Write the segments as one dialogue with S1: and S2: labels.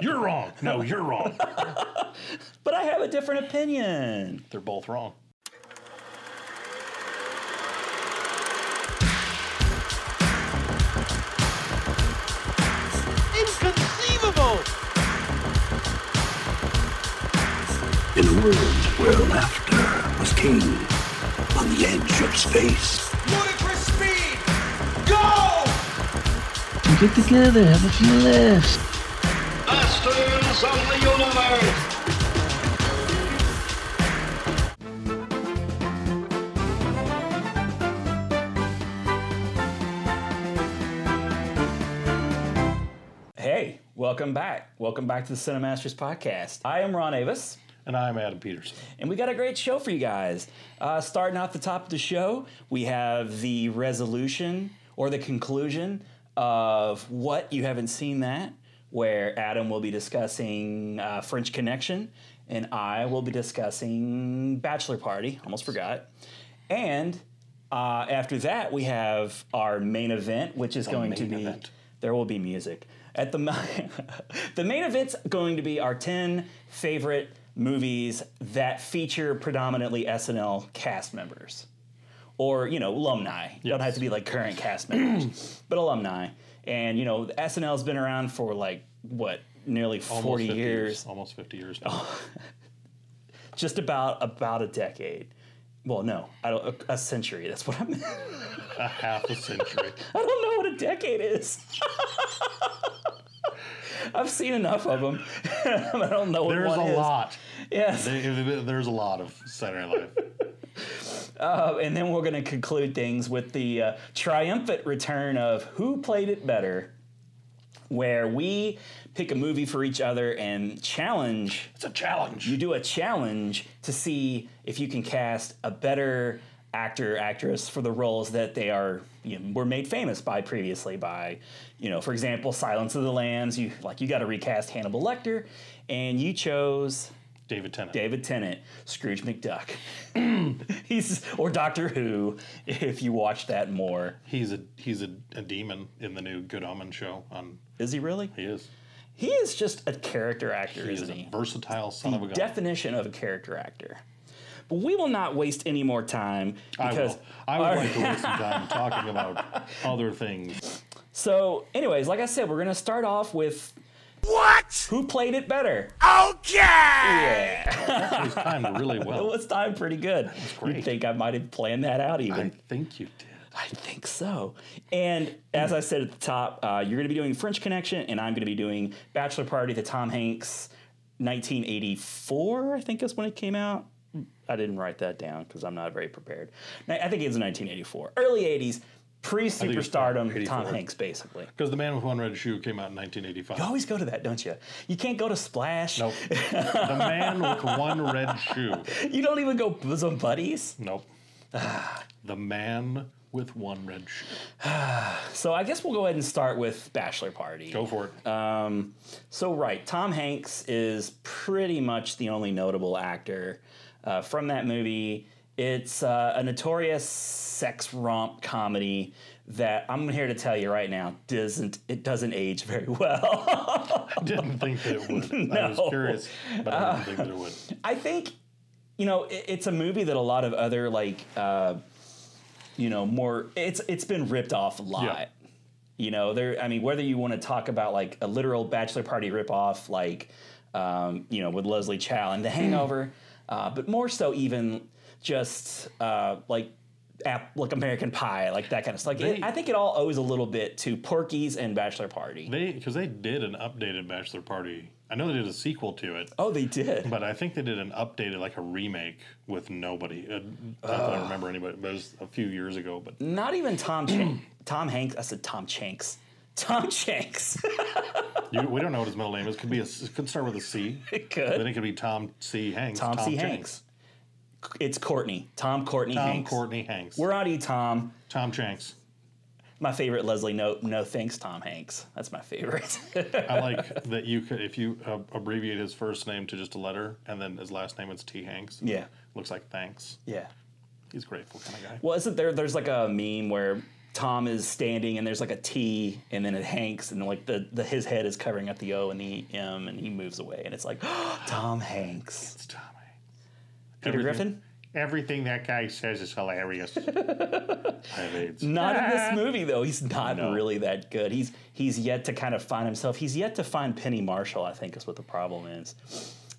S1: You're wrong. No, you're wrong.
S2: But I have a different opinion.
S1: They're both wrong.
S3: Inconceivable!
S4: in a world where laughter was king on the edge of space.
S3: Ludicrous speed! Go!
S5: Get together, have a few laughs.
S4: Masters of the universe!
S2: Hey, welcome back. Welcome back to the Cinemasters podcast. I am Ron Avis.
S1: And I'm Adam Peterson.
S2: And we got a great show for you guys. Uh, starting off the top of the show, we have the resolution or the conclusion of What You Haven't Seen That, where Adam will be discussing uh, French Connection and I will be discussing Bachelor Party. Almost forgot. And uh, after that, we have our main event, which is going to
S1: main
S2: be.
S1: event.
S2: There will be music. At the mi- the main event's going to be our 10 favorite movies that feature predominantly SNL cast members or, you know, alumni. You Don't have to be like current cast members, but alumni. And, you know, SNL's been around for like what, nearly 40
S1: 50
S2: years
S1: Almost 50 years now.
S2: just about about a decade. Well, no, I don't, a, a century. That's what I meant. I
S1: A half a century.
S2: don't know what a decade is. I've seen enough of them. I don't know what
S1: There's
S2: one
S1: a
S2: is.
S1: lot.
S2: Yes.
S1: There- There's a lot of Saturday Night Live.
S2: Uh, and then we're going to conclude things with the uh, triumphant return of Who Played It Better, where we pick a movie for each other and challenge
S1: It's a challenge.
S2: you do a challenge to see if you can cast a better actor actress for the roles that they are you know, were made famous by previously by you know for example Silence of the Lambs you like you got to recast Hannibal Lecter and you chose
S1: David Tennant.
S2: David Tennant Scrooge McDuck he's or Doctor Who if you watch that more
S1: He's a he's a, a demon in the new Good Omen show. On
S2: is he really
S1: he is.
S2: he is just a character actor
S1: He is
S2: isn't he
S1: a versatile son of a gun.
S2: definition of a character actor. But we will not waste any more time
S1: I
S2: because
S1: will. I would like to waste some time talking about other things.
S2: so anyways, like I said, we're gonna start off with
S3: What?
S2: who played it better.
S3: Okay!
S2: Yeah.
S1: It's time really
S2: It
S1: well.
S2: was timed pretty good.
S1: great.
S2: You think I might have planned that out even.
S1: I think you did.
S2: I think so. And as I said at the top, uh, you're going to be doing French Connection, and I'm going to be doing Bachelor Party, the Tom Hanks 1984, I think is when it came out. I didn't write that down because I'm not very prepared. Now, I think it's 1984, early 80s, pre
S1: it was about
S2: superstardom Tom
S1: 84.
S2: Hanks, basically.
S1: Because the Man with One Red Shoe came out in 1985.
S2: You always go to that, don't you? You can't go to Splash.
S1: Nope. the Man with One Red Shoe.
S2: You don't even go Bosom Buddies.
S1: Nope. the Man with One Red Shoe.
S2: So I guess we'll go ahead and start with Bachelor Party.
S1: Go for it.
S2: Um, so right, Tom Hanks is pretty much the only notable actor uh, from that movie. It's uh, a notorious sex romp comedy that I'm here to tell you right now doesn't it doesn't age very well.
S1: I didn't think that it would. I was
S2: No.
S1: curious, but I didn't think that it would.
S2: I think you know it, it's a movie that a lot of other like uh, you know more it's it's been ripped off a lot.
S1: Yeah.
S2: You know, there. I mean, whether you want to talk about like a literal bachelor party ripoff, like um, you know, with Leslie Chow and The Hangover, uh, but more so even just uh, like app, like American Pie, like that kind of stuff. Like, it,
S1: They-
S2: I think it all owes a little bit to Porky's and Bachelor Party.
S1: They because they did an updated Bachelor Party. I know they did a sequel to it,
S2: oh, they did.
S1: but I think they did an updated like a remake with nobody. Uh, I don't remember anybody. But it was a few years ago. But
S2: Not even Tom Ch- Tom Hanks. I said Tom Chanks. Tom Chanks.
S1: you, we don't know what his middle name is. Could be a, it could start with a C.
S2: It could.
S1: Then it could be Tom C. Hanks.
S2: Tom, C.
S1: Jenks.
S2: Hanks. C- It's Courtney. Tom Courtney
S1: Tom
S2: Hanks.
S1: Courtney Hanks.
S2: We're on you, Tom.
S1: Tom Chanks.
S2: My favorite Leslie. No, no thanks, Tom Hanks. That's my favorite.
S1: I like that you could if you uh, abbreviate his first name to just a letter and then his last name is T Hanks.
S2: Yeah.
S1: looks like thanks.
S2: yeah.
S1: He's grateful kind of guy.
S2: Well, isn't there? There's like a meme where Tom is standing and there's like a T and then it hanks and like the, the his head is covering up the O and the M and he moves away and it's like Tom Hanks.
S1: It's Tommy.
S2: Peter Griffin?
S1: Everything that guy says is hilarious. I have AIDS.
S2: Not in this movie though. He's not
S1: No.
S2: really that good. He's he's yet to kind of find himself. He's yet to find Penny Marshall. I think is what the problem is.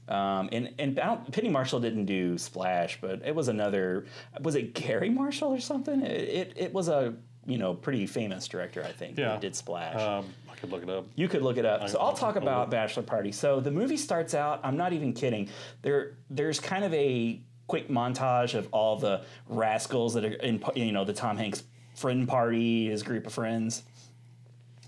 S2: Um, and and I don't, Penny Marshall didn't do Splash, but it was another. Was it Gary Marshall or something? It it, it was a you know pretty famous director. I think
S1: Yeah.
S2: who did Splash.
S1: Um, I could look it up.
S2: You could look it up. So I'll
S1: I'll-
S2: talk
S1: I'll
S2: about
S1: look.
S2: Bachelor Party. So the movie starts out. I'm not even kidding. There, there's kind of a quick montage of all the rascals that are in, you know, the Tom Hanks friend party, his group of friends,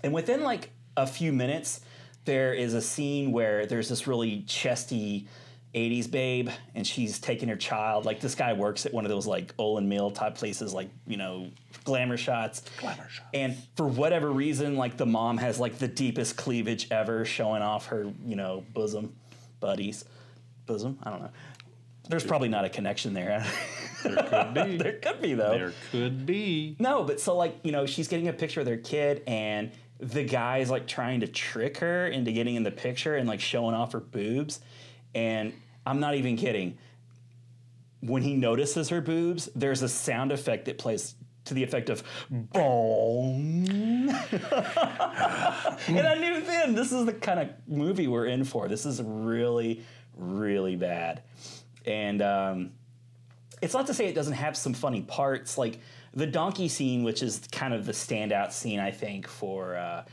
S2: and within like a few minutes, there is a scene where there's this really chesty. 80s babe and she's taking her child like this guy works at one of those like olin mill type places like you know glamour shots
S1: Glamour shot.
S2: and for whatever reason, like the mom has like the deepest cleavage ever, showing off her, you know, bosom, buddies, bosom. I don't know. There's probably not a connection there.
S1: There could be.
S2: there could be though.
S1: there could be.
S2: No, but so like you know, she's getting a picture of their kid, and the guy is like trying to trick her into getting in the picture and like showing off her boobs. And I'm not even kidding. When he notices her boobs, there's a sound effect that plays to the effect of boom. and I knew then this is the kind of movie we're in for. This is really, really bad. And um, it's not to say it doesn't have some funny parts like the donkey scene which is kind of the standout scene i think for uh,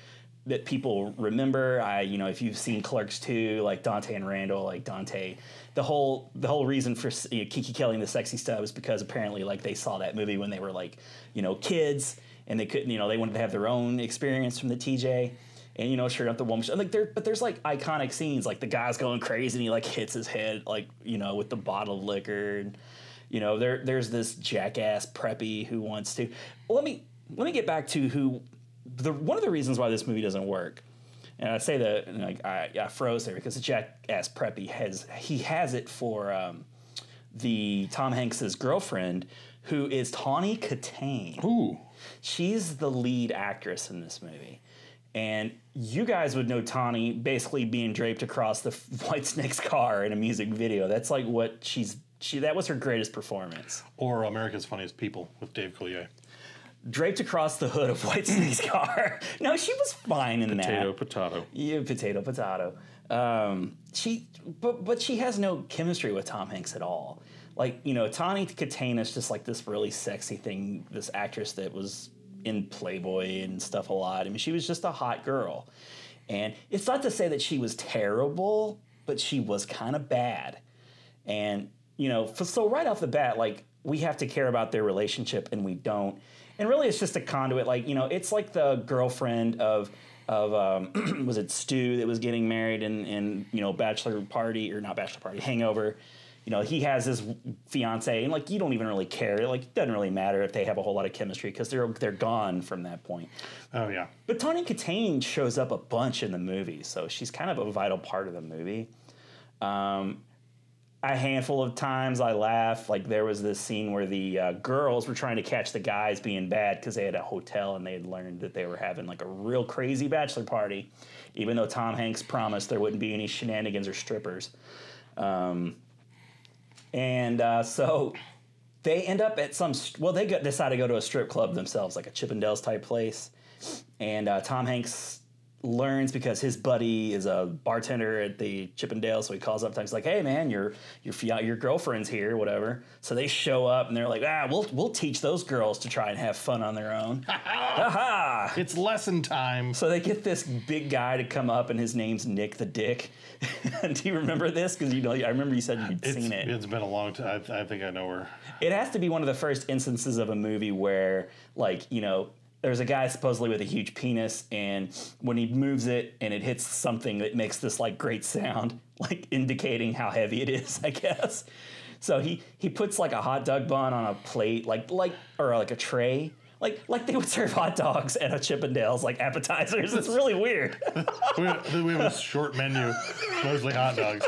S2: that people remember i you know if you've seen clerks 2 like dante and randall like dante the whole the whole reason for you know, kiki kelly and the sexy stuff is because apparently like they saw that movie when they were like you know kids and they couldn't you know they wanted to have their own experience from the tj and you know, sure enough, the woman. Like there, but there's like iconic scenes, like the guy's going crazy and he like hits his head, like you know, with the bottle of liquor. And, you know, there there's this jackass preppy who wants to. Let me let me get back to who the one of the reasons why this movie doesn't work. And I say that and like I, I froze there because the jackass preppy has he has it for um, the Tom Hanks's girlfriend who is Tawny Katane
S1: Ooh.
S2: she's the lead actress in this movie. And you guys would know Tawny basically being draped across the White Snake's car in a music video. That's like what she's she that was her greatest performance.
S1: Or America's Funniest People with Dave Coulier.
S2: Draped across the hood of White Snake's car. No, she was fine in
S1: Potato,
S2: that.
S1: potato.
S2: Yeah, potato, potato. Um, she, but but she has no chemistry with Tom Hanks at all. Like you know, Tawny Katane is just like this really sexy thing, this actress that was in Playboy and stuff a lot. I mean, she was just a hot girl, and it's not to say that she was terrible, but she was kind of bad. And, you know, f so right off the bat, like, we have to care about their relationship and we don't. And really, it's just a conduit. Like, you know, it's like the girlfriend of, of um, was it Stu that was getting married in, in, you know, Bachelor Party, or not Bachelor Party, Hangover. You know, he has his fiance, and like, you don't even really care. Like, it doesn't really matter if they have a whole lot of chemistry because they're, they're gone from that point.
S1: Oh, yeah.
S2: But Tawny Katane shows up a bunch in the movie, so she's kind of a vital part of the movie. Um, a handful of times I laugh. Like there was this scene where the uh, girls were trying to catch the guys being bad because they had a hotel and they had learned that they were having like a real crazy bachelor party, even though Tom Hanks promised there wouldn't be any shenanigans or strippers. Um, and uh, so they end up at some st- well, they go, decide to go to a strip club themselves, like a Chippendales type place and uh, Tom Hanks learns because his buddy is a bartender at the Chippendale, so he calls up. He's like, "Hey, man, your your fia- your girlfriend's here, whatever." So they show up and they're like, "Ah, we'll we'll teach those girls to try and have fun on their own."
S1: It's lesson time.
S2: so they get this big guy to come up, and his name's Nick the Dick. Do you remember this? Because you know, I remember you said you'd
S1: It's,
S2: seen it.
S1: it's been a long time. I, I think I know where.
S2: It has to be one of the first instances of a movie where, like, you know, there's a guy supposedly with a huge penis, and when he moves it and it hits something, it makes this like great sound, like indicating how heavy it is, I guess. So he he puts like a hot dog bun on a plate, like like or like a tray. Like, like they would serve hot dogs at a Chippendales, like appetizers. It's really weird.
S1: We have, we have a short menu, mostly hot dogs.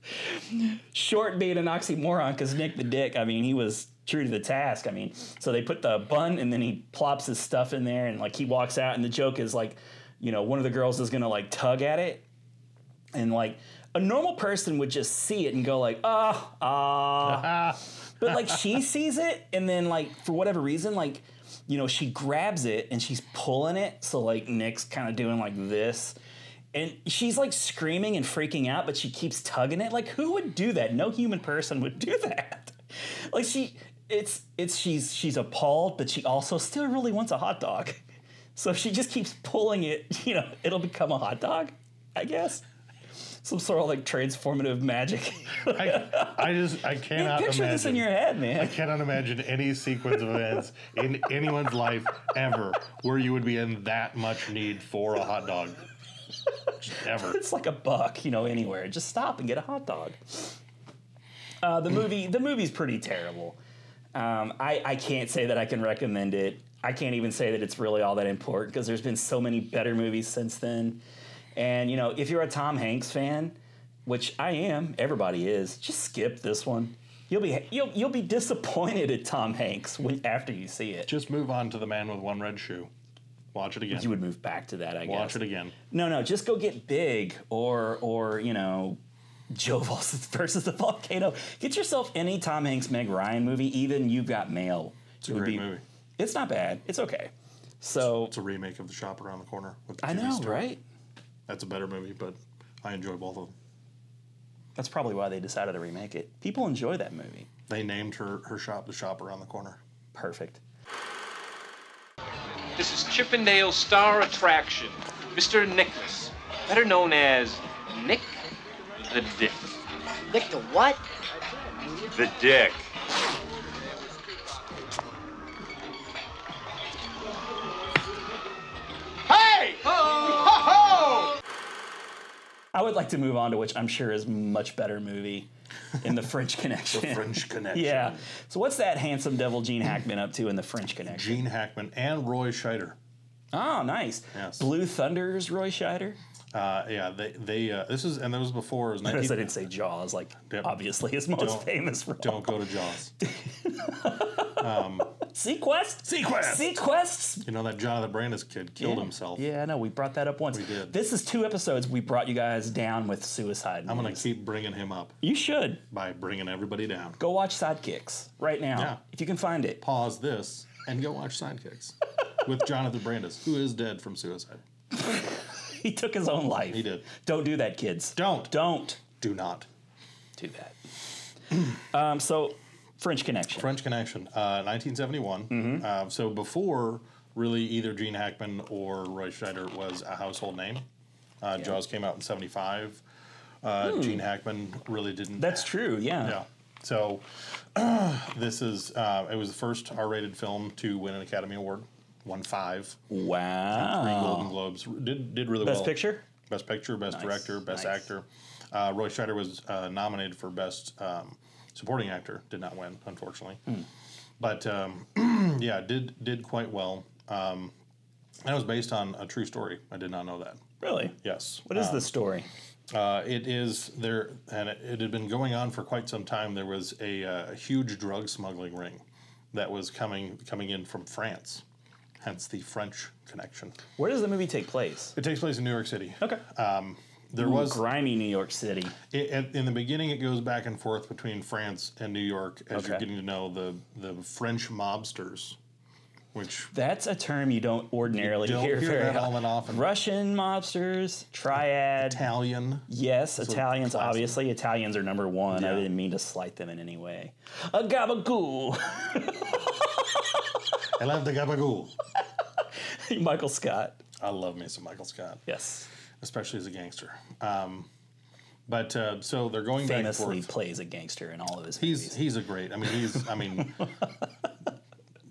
S2: Short being an oxymoron, because Nick the Dick, I mean, he was
S6: true to the task. I mean, so they put the bun and then he plops his stuff in there and like he walks out and the joke is like, you know, one of the girls is gonna like tug at it and like a normal person would just see it and go like, oh, ah. but like she sees it and then like for whatever reason like you know she grabs it and she's pulling it so like nick's kind of doing like this and she's like screaming and freaking out but she keeps tugging it like who would do that no human person would do that like she it's it's she's she's appalled but she also still really wants a hot dog so if she just keeps pulling it you know it'll become a hot dog i guess some sort of like transformative magic
S1: I, I just I
S6: Man,
S1: cannot
S6: picture
S1: imagine.
S6: this in your head man
S1: cannot imagine any sequence of events in anyone's life ever where you would be in that much need for a hot dog. Just ever.
S6: it's like a buck, you know, anywhere. Just stop and get a hot dog. Uh, the movie, the movie's pretty terrible. Um, I, I can't say that I can recommend it. I can't even say that it's really all that important because there's been so many better movies since then. And you know, if you're a Tom Hanks fan, which I am, everybody is, just skip this one. You'll be you'll you'll be disappointed at Tom Hanks when, after you see it.
S1: Just move on to the man with one red shoe. Watch it again.
S6: You would move back to that, I guess.
S1: Watch it again.
S6: No, no, just go get big or or you know, Joe versus, versus the volcano. Get yourself any Tom Hanks, Meg Ryan movie, even You've Got Mail. It's
S1: a great movie.
S6: It's not bad. It's okay. So
S1: It's a remake of The Shop Around the Corner. With the
S6: I
S1: TV
S6: know,
S1: star.
S6: right?
S1: That's a better movie, but I enjoy both of them.
S6: That's probably why they decided to remake it. People enjoy that movie.
S1: They named her her shop The Shop Around the Corner.
S6: Perfect.
S2: This is Chippendale's star attraction, Mr. Nicholas, better known as Nick the Dick.
S7: Nick the what?
S2: The Dick.
S3: Hey!
S6: I would like to move on to which I'm sure is much better movie in the French Connection.
S1: French Connection.
S6: Yeah. So what's that handsome devil Gene Hackman up to in the French Connection?
S1: Gene Hackman and Roy Scheider.
S6: Oh, nice.
S1: Yes.
S6: Blue Thunders, Roy Scheider.
S1: Uh, yeah, they they uh, this is and that was before it was
S6: Because
S1: 19
S6: I didn't say Jaws, like
S1: Yep.
S6: obviously his most
S1: Don't-
S6: famous role.
S1: Don't go to Jaws.
S6: Sequest?
S1: Sequest!
S6: Sequests?
S1: You know that John of the Brandis kid killed himself.
S6: Yeah, I know. We brought that up once.
S1: We did.
S6: This is two episodes we brought you guys down with suicide.
S1: I'm gonna
S6: movies.
S1: keep bringing him up
S6: You should.
S1: by bringing everybody down.
S6: Go watch Sidekicks right now.
S1: Yeah.
S6: If you can find it.
S1: Pause this and go watch Sidekicks with Jonathan Brandis, who is dead from suicide.
S6: He took his own life.
S1: He did.
S6: Don't do that, kids.
S1: Don't.
S6: Don't
S1: Do not.
S6: do that. um, so, French Connection.
S1: French Connection, uh, 1971.
S6: Mm-hmm.
S1: Uh, so before really either Gene Hackman or Roy Scheider was a household name. Uh, Jaws came out in 75. Uh, Gene Hackman really didn't.
S6: Hmm. That's true, yeah.
S1: Yeah. So this is, uh, it was the first R rated film to win an Academy Award, won five. Three
S6: Wow.
S1: Golden Globes. Did did really
S6: Best
S1: well.
S6: picture?
S1: Best picture, best director, best
S6: nice.
S1: actor. Uh, Roy Scheider was uh, nominated for best um, supporting actor. Did not win, unfortunately.
S6: Hmm.
S1: But um, yeah, did did quite well. Um, that was based on a true story. I did not know that.
S6: Really?
S1: Yes.
S6: What is the story?
S1: Uh, it is there, and it, it had been going on for quite some time. There was a, uh, huge drug smuggling ring that was coming coming in from France, hence the French connection.
S6: Where does the movie take place?
S1: It takes place in New York City.
S6: Okay.
S1: There was
S6: Grimy New York City.
S1: it, at, in the beginning. It goes back and forth between France and New York as you're
S6: Okay.
S1: getting to know the the French mobsters, which
S6: That's a term you don't ordinarily
S1: don't
S6: hear,
S1: hear
S6: very
S1: that all
S6: often.
S1: that often.
S6: Russian mobsters, triad.
S1: Italian.
S6: yes, Italians.
S1: classic.
S6: Obviously, Italians are number one. I
S1: Yeah.
S6: didn't mean to slight them in any way. A gabagool.
S1: I love the gabagool.
S6: Michael Scott.
S1: I love me some Michael Scott,
S6: Yes,
S1: especially as a gangster. Um, but uh, so they're going back
S6: famously
S1: and forth.
S6: plays a gangster in all of his
S1: He's
S6: movies.
S1: he's a great. I mean, he's I mean,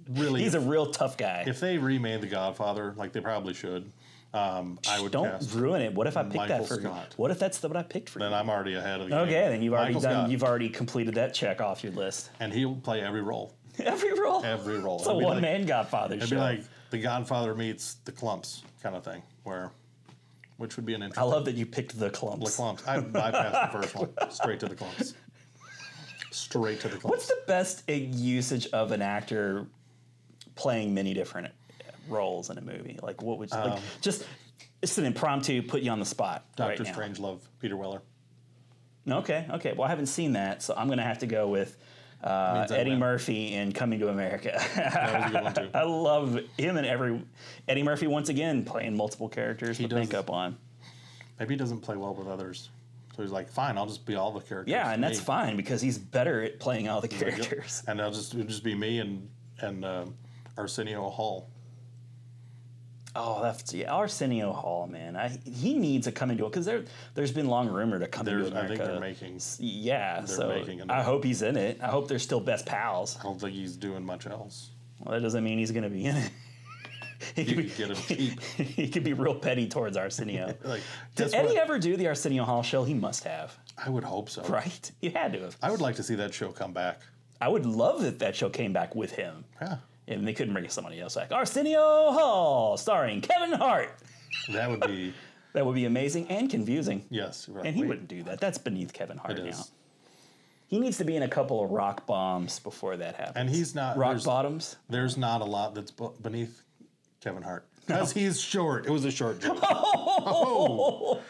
S1: really.
S6: He's a real tough guy.
S1: if they remade The Godfather, like they probably should, um, I would
S6: don't
S1: cast.
S6: ruin it. What if I picked
S1: Michael
S6: that for
S1: Scott.
S6: you? What if that's the, what I picked for
S1: Then
S6: you?
S1: I'm already ahead of the game.
S6: okay, then you've already
S1: Michael
S6: done.
S1: Scott.
S6: You've already completed that check off your list.
S1: and he'll play every role.
S6: Every role.
S1: Every role.
S6: It's a
S1: It'd be like-
S6: one man Godfather
S1: It'd
S6: show.
S1: be like The Godfather meets The Clumps kind of thing, where which would be an
S6: I
S1: interesting.
S6: love that you picked the clumps.
S1: The Clumps. I bypassed the first one straight to The Clumps. straight to the
S6: What's the best uh, usage of an actor playing many different roles in a movie? Like, what would you,
S1: Um,
S6: like, just it's an impromptu, put you on the spot.
S1: Doctor
S6: right
S1: Strange Love, Peter Weller.
S6: Now. Okay, okay. Well, I haven't seen that, so I'm gonna have to go with uh,
S1: Means I
S6: Eddie
S1: win.
S6: Murphy in Coming to America.
S1: That was a good one too.
S6: I love him and every Eddie Murphy once again playing multiple characters with
S1: does.
S6: makeup on.
S1: Maybe he doesn't play well with others, so he's like, "Fine, I'll just be all the characters."
S6: Yeah, and that's
S1: Me.
S6: fine because he's better at playing all the
S1: Yep.
S6: characters.
S1: And I'll just it'll just be me and and um, Arsenio Hall.
S6: Oh, that's yeah, Arsenio Hall, man. I he needs to come into it because there there's been long rumored to come into
S1: There's, I
S6: America.
S1: think they're making.
S6: yeah, so
S1: making another-
S6: I hope he's in it. I hope they're still best pals.
S1: I don't think he's doing much else.
S6: Well, that doesn't mean he's gonna be in it. he
S1: You
S6: could
S1: could get him
S6: be-
S1: cheap.
S6: he could be real petty towards Arsenio.
S1: Like,
S6: Did
S1: guess
S6: Eddie
S1: what?
S6: ever do the Arsenio Hall show? He must have,
S1: I would hope so.
S6: right? He had to have.
S1: I would like to see that show come back.
S6: I would love that that show came back with him.
S1: Yeah,
S6: And they couldn't bring somebody else back. Arsenio Hall, starring Kevin Hart.
S1: that would be
S6: That would be amazing and confusing.
S1: yes. you're right.
S6: And he
S1: Wait,
S6: wouldn't do that. That's beneath Kevin Hart
S1: It
S6: now.
S1: is.
S6: He needs to be in a couple of rock bombs before that happens.
S1: And he's not
S6: rock
S1: there's,
S6: bottoms.
S1: there's not a lot that's bu- beneath Kevin Hart because he's short. It was a short joke. Oh.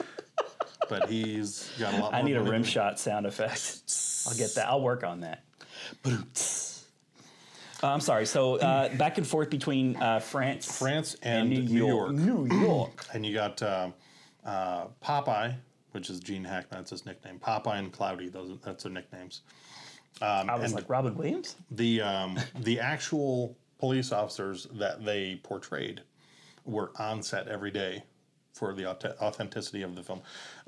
S1: but he's got a lot. More
S6: I need a
S1: money
S6: rim
S1: than-
S6: shot sound effect. I'll get that. I'll work on that. Ba-dum-ts. Uh, I'm sorry. So uh, back and forth between uh, France,
S1: France and, New, York.
S6: New York.
S1: and you got um, uh, Popeye, which is Gene Hackman. That's his nickname. Popeye and Cloudy. Those that's their nicknames. Um,
S6: I was like Robin Williams.
S1: The um, the actual police officers that they portrayed were on set every day for the aut- authenticity of the film.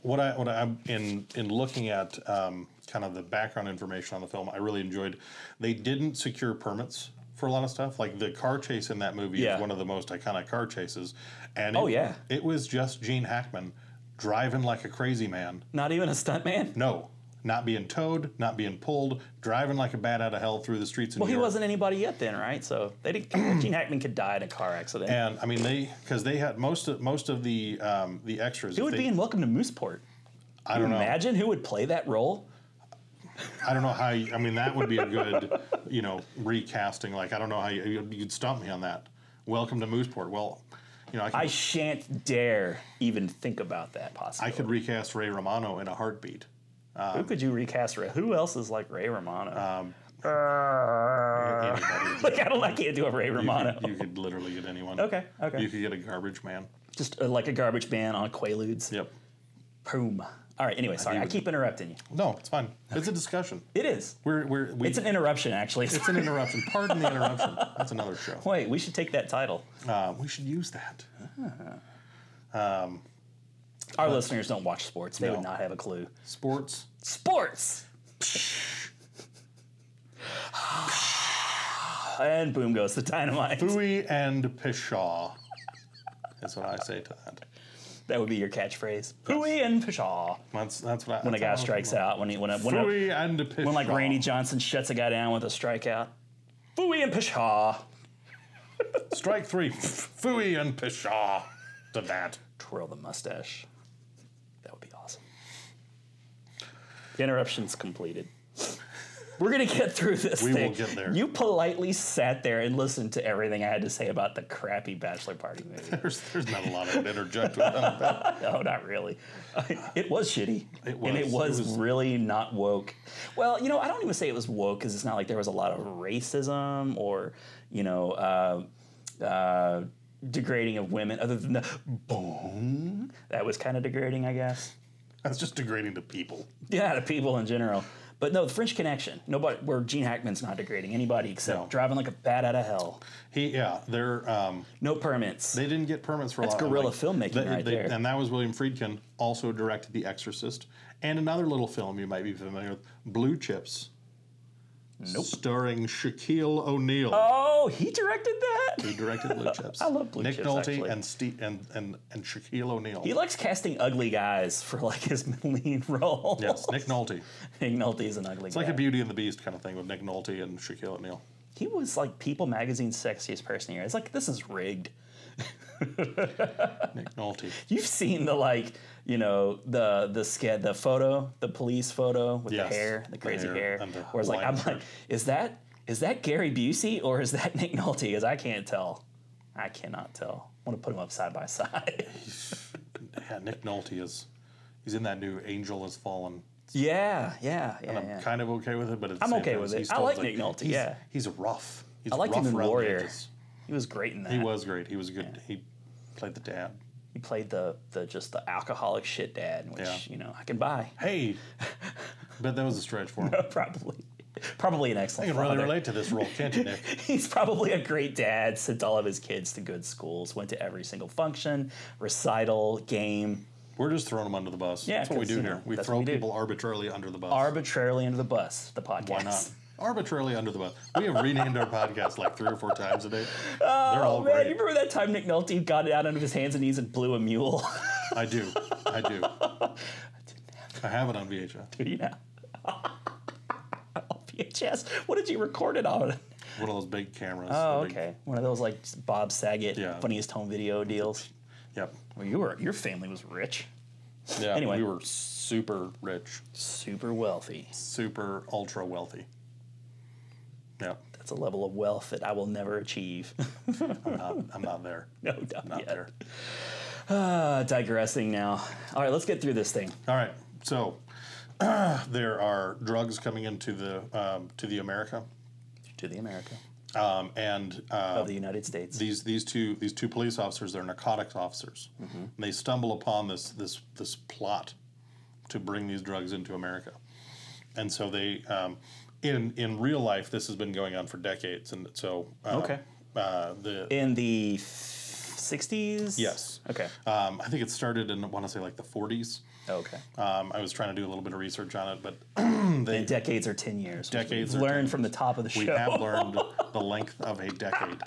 S1: What I what I'm in in looking at um, kind of the background information on the film, I really enjoyed. They didn't secure permits for a lot of stuff. Like the car chase in that movie
S6: Yeah.
S1: is one of the most iconic car chases, and
S6: Oh,
S1: it-
S6: yeah.
S1: it was just Gene Hackman driving like a crazy man.
S6: Not even a stunt man.
S1: No. Not being towed, not being pulled, driving like a bat out of hell through the streets in
S6: Well,
S1: New
S6: he
S1: York.
S6: wasn't anybody yet then, right? So they didn't. Gene Hackman could die in a car accident.
S1: And I mean, they because they had most of most of the um, the extras.
S6: Who would be in Welcome to Mooseport?
S1: I don't know.
S6: Imagine who would play that role.
S1: I don't know how. You, I mean, that would be a good, you know, recasting. Like, I don't know how you, you'd, you'd stump me on that. Welcome to Mooseport. Well, you know, I
S6: I
S1: could,
S6: shan't dare even think about that
S1: I,
S6: possibility.
S1: could recast Ray Romano in a heartbeat.
S6: Who could you recast? Ra- Who else is like Ray Romano?
S1: Um, Anybody.
S6: like I don't. I can't do a Uh, Ray Romano.
S1: You could literally get anyone.
S6: Okay, okay.
S1: You could get a garbage man.
S6: Just uh, like a garbage man on Quaaludes.
S1: Yep.
S6: Boom. All right. Anyway, sorry. I keep interrupting you.
S1: No, it's fine. It's a discussion.
S6: It is.
S1: We're we're we,
S6: It's an interruption, actually.
S1: It's an interruption. Pardon the interruption. That's another show.
S6: Wait, we should take that title.
S1: Uh, we should use that.
S6: Our listeners don't watch sports; they would
S1: No.
S6: not have a clue.
S1: Sports.
S6: Sports. and boom goes the dynamite.
S1: Bowie and Pishaw. That's what I say to that.
S6: That would be your catchphrase. Pooey and pshaw.
S1: That's that's what I.
S6: When a guy strikes out, when he, when a, when, a,
S1: Bowie and Pishaw.
S6: when like Randy Johnson shuts a guy down with a strikeout. Pooey and pshaw.
S1: Strike three. Fooey and Pishaw. To that.
S6: twirl the mustache. That would be awesome. The interruption's completed. We're gonna get through this.
S1: We will
S6: thing.
S1: get there.
S6: You politely sat there and listened to everything I had to say about the crappy bachelor party movie.
S1: There's there's not a lot I would interject with that.
S6: no, Oh, not really. Uh, It was shitty.
S1: It
S6: and it
S1: was.
S6: was,
S1: It was-
S6: really not woke. Well, you know, I don't even say it was woke because it's not like there was a lot of racism or you know. Uh, uh, degrading of women other than the boom that was kind of degrading i guess
S1: That's just degrading to people.
S6: Yeah, to people in general. But no, the French Connection. Nobody, where Gene Hackman's not degrading anybody except
S1: No.
S6: driving like a bat out of hell.
S1: He yeah. They're um
S6: No permits.
S1: they didn't get permits for
S6: That's
S1: a lot. I'm
S6: guerrilla filmmaking
S1: they-
S6: right
S1: they-
S6: there.
S1: And that was William Friedkin also directed The Exorcist and another little film you might be familiar with, Blue Chips. Nope. Starring Shaquille O'Neal.
S6: oh, he directed that.
S1: He directed Blue Chips. I
S6: love Blue
S1: Nick
S6: Chips,
S1: Nolte
S6: actually.
S1: and Steve and and and Shaquille O'Neal.
S6: He likes casting ugly guys for like his lead role.
S1: yes, Nick Nolte. It's
S6: Nick Nolte is an ugly guy.
S1: like a Beauty and the Beast kind of thing with Nick Nolte and Shaquille O'Neal.
S6: he was like People Magazine's sexiest person here. It's like this is rigged.
S1: Nick Nolte.
S6: You've seen the like, you know, the the sketch, the photo, the police photo with
S1: Yes,
S6: the hair, the
S1: the
S6: crazy
S1: hair
S6: hair.
S1: and the
S6: Where it's like, I'm
S1: Hawaiian
S6: like, is that is that Gary Busey or is that Nick Nolte? Because I can't tell. I cannot tell. I want to put them up side by side.
S1: Yeah, Nick Nolte is. He's in that new Angel Has Fallen.
S6: yeah, yeah, yeah.
S1: I'm
S6: yeah.
S1: kind of okay with it, but at the
S6: I'm
S1: same
S6: okay
S1: time,
S6: with
S1: he's
S6: it. I
S1: still,
S6: like Nick Nolte,
S1: he's-
S6: yeah.
S1: he's rough. He's
S6: I liked
S1: rough
S6: him in
S1: around the
S6: Warrior.
S1: edges.
S6: He was great in that.
S1: He was great. He was good. He played the dad.
S6: He played the the just the alcoholic shit dad, which
S1: Yeah.
S6: you know I can buy.
S1: Hey, but that was a stretch for him.
S6: probably, probably an
S1: I
S6: excellent.
S1: can really
S6: father.
S1: relate to this role, can't you, Nick?
S6: He's probably a great dad, sent all of his kids to good schools, went to every single function, recital, game,
S1: We're just throwing them under the bus.
S6: Yeah,
S1: that's what we
S6: 'cause,
S1: do
S6: you
S1: here.
S6: know,
S1: we
S6: that's
S1: throw
S6: what we do.
S1: people arbitrarily under the bus.
S6: arbitrarily under the bus, the podcast.
S1: Why not? Arbitrarily under the bus. We have renamed our podcast like three or four times a day. They're all
S6: Oh, man,
S1: great.
S6: you remember that time Nick Nolte got it out under his hands and knees and blew a mule?
S1: I do. I do. I have it on VHS.
S6: you know? VHS. What did you record it on?
S1: One of those big cameras.
S6: Oh,
S1: the big-
S6: okay. One of those like Bob Saget
S1: Yeah.
S6: funniest home video deals.
S1: Yep.
S6: Well, you were your family was rich,
S1: Yeah.
S6: Anyway.
S1: We were super rich,
S6: super wealthy.
S1: super ultra wealthy. Yep.
S6: That's a level of wealth that I will never achieve.
S1: I'm not, I'm not there.
S6: no, not,
S1: Not
S6: yet.
S1: there.
S6: Uh, digressing now. All right, let's get through this thing.
S1: All right. So there are drugs coming into the um, to the America,
S6: To the America
S1: um, and uh,
S6: of the United States.
S1: these these two these two police officers they're narcotics officers
S6: Mm-hmm.
S1: and they stumble upon this this this plot to bring these drugs into america and so they um, in in real life this has been going on for decades and so uh,
S6: Okay.
S1: uh, the
S6: In the f- 60s?
S1: Yes.
S6: Okay.
S1: um, i think it started in i want to say like the 40s
S6: okay.
S1: um, i was trying to do a little bit of research on it but
S6: And decades or 10 years. which
S1: Decades
S6: We've
S1: or 10
S6: learned from the top of the
S1: we
S6: show.
S1: have learned the length of a decade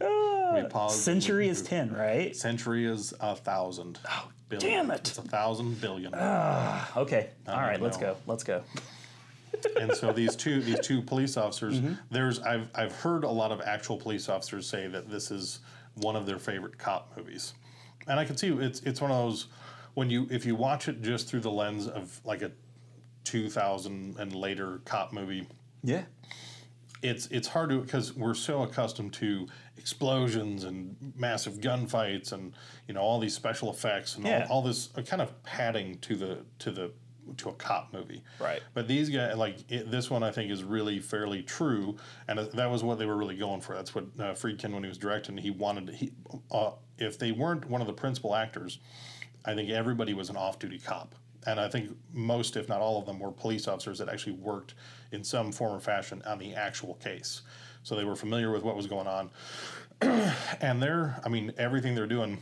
S1: we paused
S6: Century is 10, right?
S1: century is a thousand oh,
S6: damn it. Ah.
S1: it's a thousand billion
S6: Okay. All right,
S1: don't
S6: let's
S1: know.
S6: go. Let's go.
S1: and so these two these two police officers
S6: Mm-hmm.
S1: there's I've I've heard a lot of actual police officers say that this is one of their favorite cop movies. And I can see it's it's one of those when you if you watch it just through the lens of like a 2000 and later cop movie
S6: Yeah.
S1: it's it's hard to because we're so accustomed to explosions and massive gunfights and you know all these special effects and
S6: Yeah.
S1: all, all this uh, kind of padding to the to the to a cop movie
S6: Right.
S1: but these guys like it, this one i think is really fairly true and that was what they were really going for that's what uh, friedkin when he was directing he wanted he uh, if they weren't one of the principal actors i think everybody was an off-duty cop and i think most if not all of them were police officers that actually worked in some form or fashion on the actual case so they were familiar with what was going on and they're i mean everything they're doing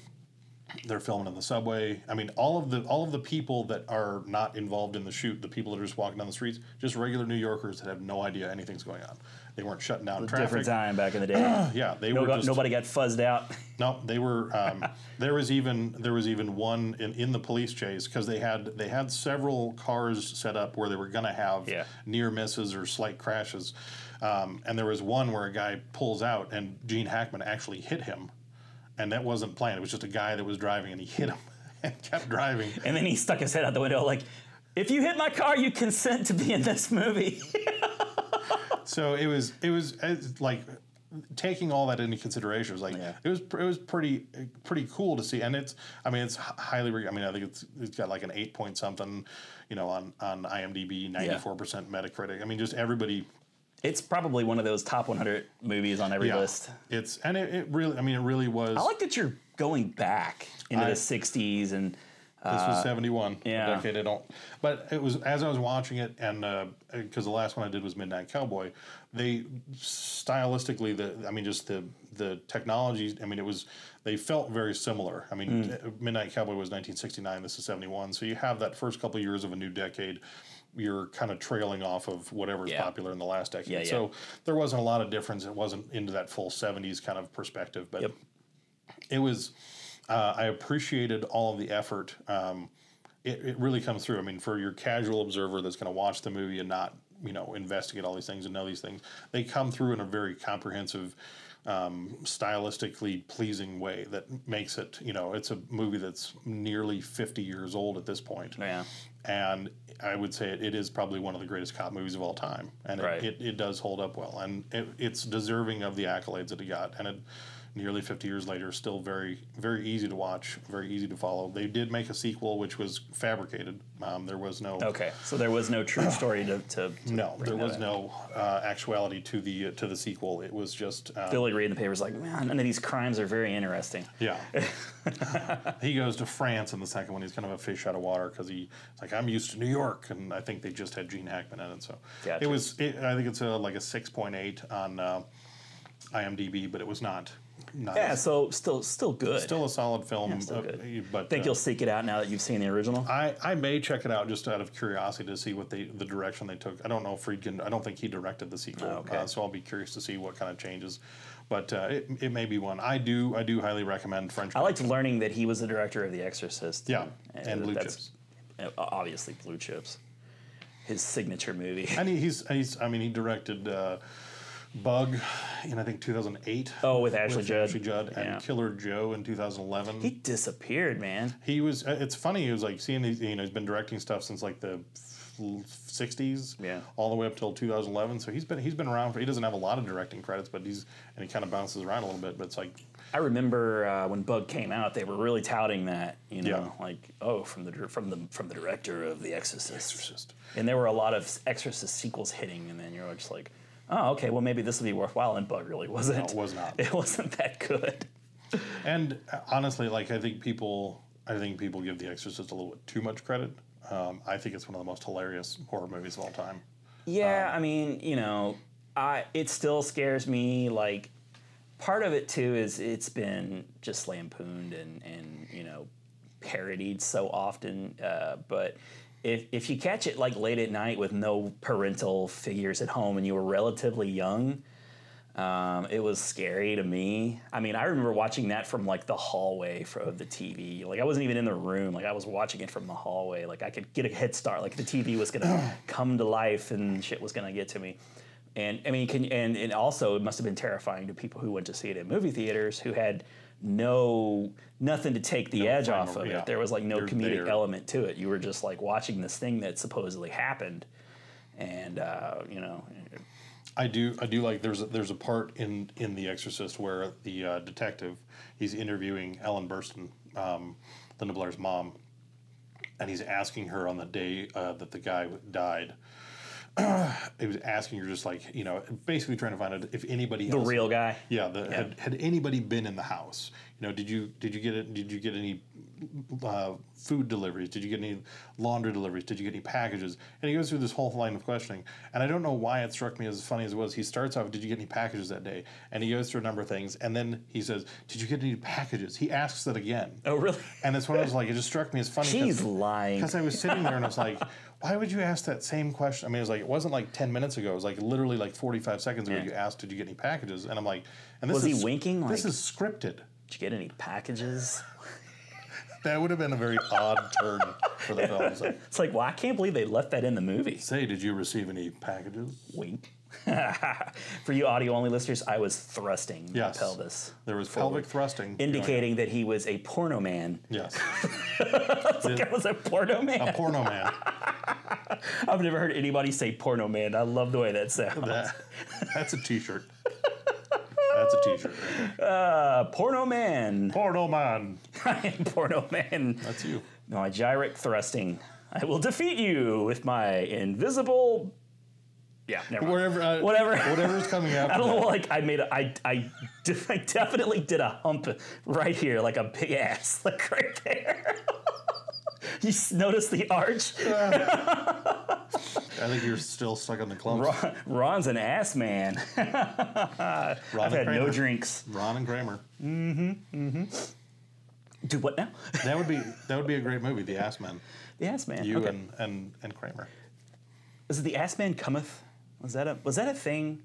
S1: they're filming in the subway i mean all of the all of the people that are not involved in the shoot the people that are just walking down the streets just regular new yorkers that have no idea anything's going on they weren't shutting down traffic
S6: Different time back in the day.
S1: yeah they
S6: No,
S1: were just
S6: nobody got fuzzed out.
S1: no, they were. Um, there was even there was even one in, in the police chase because they had they had several cars set up where they were going to have
S6: Yeah.
S1: near misses or slight crashes, um, and there was one where a guy pulls out and Gene Hackman actually hit him, and that wasn't planned. It was just a guy that was driving and he hit him and kept driving.
S6: And then he stuck his head out the window like, if you hit my car, you consent to be in this movie.
S1: So it was it was it's like taking all that into consideration it was like
S6: Yeah.
S1: it was pr- it was pretty pretty cool to see and it's I mean it's h- highly re- I mean I think it's it's got like an 8 point something you know on on IMDb 94% metacritic I mean just everybody
S6: it's probably one of those top 100 movies on every
S1: yeah,
S6: list.
S1: it's and it, it really I mean it really was
S6: I like that you're going back into
S1: I-
S6: the 60s and
S1: This was 71.
S6: Uh, yeah.
S1: Yeah. Decade I don't. But it was as I was watching it, and uh, because the last one I did was Midnight Cowboy, they stylistically, the I mean, just the the technology. I mean, it was they felt very similar. I mean,
S6: Hmm.
S1: uh, Midnight Cowboy was 1969. This is 71. So you have that first couple years of a new decade. You're kind of trailing off of whatever's
S6: Yeah.
S1: popular in the last decade.
S6: Yeah, yeah.
S1: So there wasn't a lot of difference. It wasn't into that full 70s kind of perspective, but
S6: Yep.
S1: it was uh, i appreciated all of the effort um, it, it really comes through. I mean, for your casual observer that's going to watch the movie and not, you know, investigate all these things and know these things, they come through in a very comprehensive, um, stylistically pleasing way that makes it, you know, it's a movie that's nearly 50 years old at this point.
S6: Yeah.
S1: And I would say it, it is probably one of the greatest cop movies of all time. And it,
S6: Right.
S1: it, it does hold up well. And it, it's deserving of the accolades that it got. And it, nearly 50 years later, still very, very easy to watch, very easy to follow. They did make a sequel, which was fabricated. Um, there was no.
S6: Okay, so there was no true story to, to, to
S1: No, there
S6: bring that
S1: was
S6: in.
S1: no uh, actuality to the to the sequel. It was just um,
S6: Billy Reed in the paper's like, man, none of these crimes are very interesting.
S1: Yeah. he goes to France in the second one. He's kind of a fish out of water because he's like, I'm used to New York. And I think they just had Gene Hackman in it. So
S6: Gotcha.
S1: it was, it, I think it's a, like a 6.8 on uh, IMDb, but it was not. not
S6: Yeah, so still still good.
S1: Still a solid film.
S6: still
S1: uh,
S6: good.
S1: But
S6: think
S1: uh,
S6: you'll seek it out now that you've seen the original.
S1: I, I may check it out just out of curiosity to see what they, the direction they took. I don't know if Friedkin, I don't think he directed the sequel,
S6: okay.
S1: uh, so I'll be curious to see what kind of changes. But uh, it, it may be one. I do I do highly recommend French.
S6: I liked learning that he was the director of The Exorcist.
S1: Yeah, and
S6: that-
S1: Blue
S6: that's- uh, Obviously, Blue Chips, his signature movie.
S1: and he, he's, he's I mean he directed uh, Bug in I think 2008.
S6: Oh, with Ashley Judd.
S1: Ashley Judd and
S6: Yeah.
S1: Killer Joe in 2011.
S6: He
S1: He,
S6: disappeared, man.
S1: was uh, it's funny he was like seeing these you know he's been directing stuff since like the f- 60s
S6: Yeah.
S1: all the way up till 2011 so he's been he's been around for he doesn't have a lot of directing credits but he's and he kind of bounces around a little bit but it's like
S6: I remember uh, when Bug came out, they were really touting that, you know,
S1: Yeah.
S6: like oh, from the dir- from the from the director of The Exorcist.
S1: just
S6: And there were a lot of Exorcist sequels hitting, and then you're just like, oh, okay, well maybe this will be worthwhile. And Bug really wasn't.
S1: it was not.
S6: It wasn't that good.
S1: And uh, honestly, like I think people, I think people give The Exorcist a little bit too much credit. Um, I think it's one of the most hilarious horror movies of all time.
S6: Yeah, I mean, you know, I it still scares me. Like, part of it too is it's been just lampooned and and you know parodied so often. Uh, but if if you catch it like late at night with no parental figures at home and you were relatively young. Um, it was scary to me. I mean, I remember watching that from like the hallway fro- of the TV. Like I wasn't even in the room. Like I was watching it from the hallway. Like I could get a head start. Like the TV was gonna come to life and shit was gonna get to me. And I mean, can and and also it must have been terrifying to people who went to see it at movie theaters who had no nothing to take the edge
S1: primer,
S6: off of
S1: yeah.
S6: it. There was like no
S1: You're
S6: comedic
S1: there.
S6: element to it. You were just like watching this thing that supposedly happened, and uh, you know,
S1: I do, I do like. There's a, there's a part in in The Exorcist where the uh, detective he's interviewing Ellen Burstyn, um, Linda Blair's mom, and he's asking her on the day uh, that the guy died. he was asking her just like you know, basically trying to find out if anybody
S6: the
S1: else
S6: real guy.
S1: Yeah, the, Had, had anybody been in the house? You know, did you did you get it? Did you get any uh, food deliveries? Did you get any laundry deliveries? Did you get any packages? And he goes through this whole line of questioning, and I don't know why it struck me as funny as it was. He starts off, "Did you get any packages that day?" And he goes through a number of things, and then he says, "Did you get any packages?" He asks that again.
S6: Oh, really?
S1: And that's when I was like, it just struck me as funny.
S6: She's lying.
S1: Because I was sitting there and I was like, why would you ask that same question? I mean, it was like, it wasn't like 10 minutes ago. It was like literally like 45 seconds ago.
S6: Yeah.
S1: You asked, did you get any packages? And I'm like, and this
S6: Was he
S1: is,
S6: winking?
S1: This
S6: Like-
S1: is scripted.
S6: Did you get any packages?
S1: That would have been a very odd turn for the film. It's like,
S6: It's like, well, I can't believe they left that in the movie.
S1: say, did you receive any packages?
S6: Wink. For you audio only listeners, I was thrusting my
S1: Yes.
S6: pelvis,
S1: There was pelvic thrusting. going on.
S6: indicating that he was a porno man.
S1: Yes.
S6: I was a porno
S1: A
S6: man.
S1: porno man.
S6: I've never heard anybody say porno man. I love the way that sounds.
S1: That, that's a t shirt. That's a t shirt.
S6: A Uh, porno man.
S1: Porno man.
S6: I am porno man.
S1: That's you.
S6: My gyric thrusting. I will defeat you with my invisible. Yeah, never mind.
S1: Wherever, uh,
S6: Whatever.
S1: Whatever's coming out.
S6: I don't know, like I made a, I, I, de- I definitely did a hump right here, like a big ass, like right there. you s- notice the arch?
S1: I think you're still stuck on the clumps.
S6: Ron, Ron's an ass man.
S1: Ron
S6: I've
S1: and
S6: had no
S1: Kramer.
S6: drinks.
S1: Ron and Kramer.
S6: Do what now?
S1: That would be that would be a great movie, The Ass Men.
S6: The ass man.
S1: You
S6: okay.
S1: and, and and Kramer.
S6: was it the ass man cometh? Was that a was that a thing?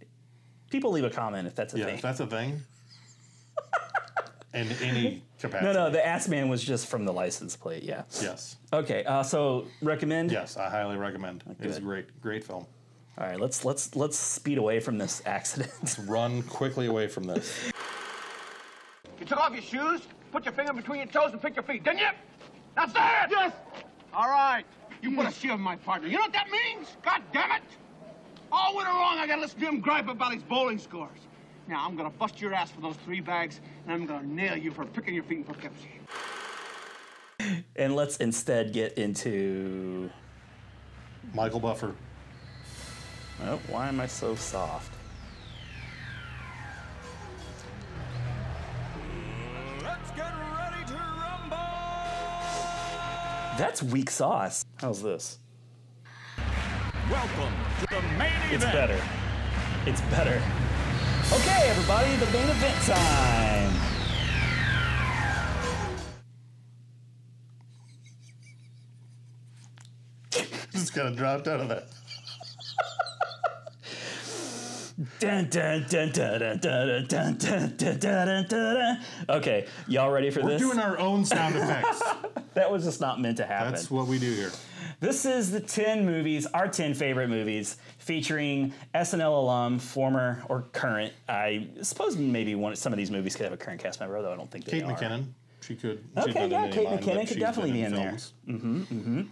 S6: People leave a comment if that's a
S1: Yeah,
S6: thing.
S1: if that's a thing. and any capacity.
S6: No, no, the ass man was just from the license plate. Yeah.
S1: yes,
S6: Okay. Uh, so recommend.
S1: yes, I highly recommend. It's a
S6: Good.
S1: great, great film.
S6: All right. Let's let's let's speed away from this accident.
S1: Run quickly away from this.
S2: You took off your shoes, put your finger between your toes, and picked your feet, didn't you? That's it! Yes! All right. You put a shield in my partner. You know what that means? God damn it! All winter long, I gotta listen to him gripe about his bowling scores. Now, I'm gonna bust your ass for those three bags, and I'm gonna nail you for picking your feet in Poughkeepsie.
S6: and let's instead get into.
S1: Michael Buffer.
S6: Oh, why am I so soft?
S8: Let's get ready to rumble!
S6: That's weak sauce. How's this?
S8: Welcome to the main
S6: It's better. It's better. Okay, everybody, the main event time.
S1: Just kind of dropped out of that.
S6: Dun, dun, dun, dun, dun, dun, dun, dun, dun, dun, dun, dun. Okay, y'all ready for
S1: We're
S6: this?
S1: doing our own sound effects.
S6: that was just not meant to happen.
S1: That's what we do here.
S6: This is the 10 movies, our 10 favorite movies, featuring SNL alum, former or current. I suppose maybe one some of these movies could have a current cast member, although I don't think they
S1: Kate
S6: are.
S1: McKinnon. She could. she's
S6: Okay,
S1: not in
S6: yeah,
S1: any
S6: Kate
S1: mine, but
S6: McKinnon
S1: she's
S6: could definitely be
S1: been
S6: in there. Mm.
S1: films.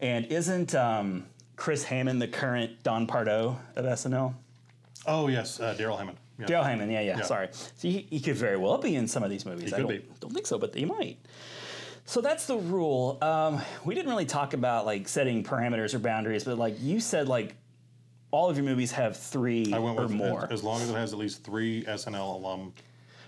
S6: And isn't um, Chris Hammond the current Don Pardo of SNL?
S1: Oh yes, uh, Daryl Hammond. Yeah.
S6: Daryl Hammond, yeah, yeah,
S1: Yeah.
S6: sorry. So he, he could very well be in some of these movies.
S1: He
S6: I
S1: could
S6: don't,
S1: be.
S6: don't think so, but he might. So that's the rule. Um, we didn't really talk about like setting parameters or boundaries, but like you said, like all of your movies have three
S1: I went
S6: or
S1: with
S6: more.
S1: as long as it has at least three SNL alum.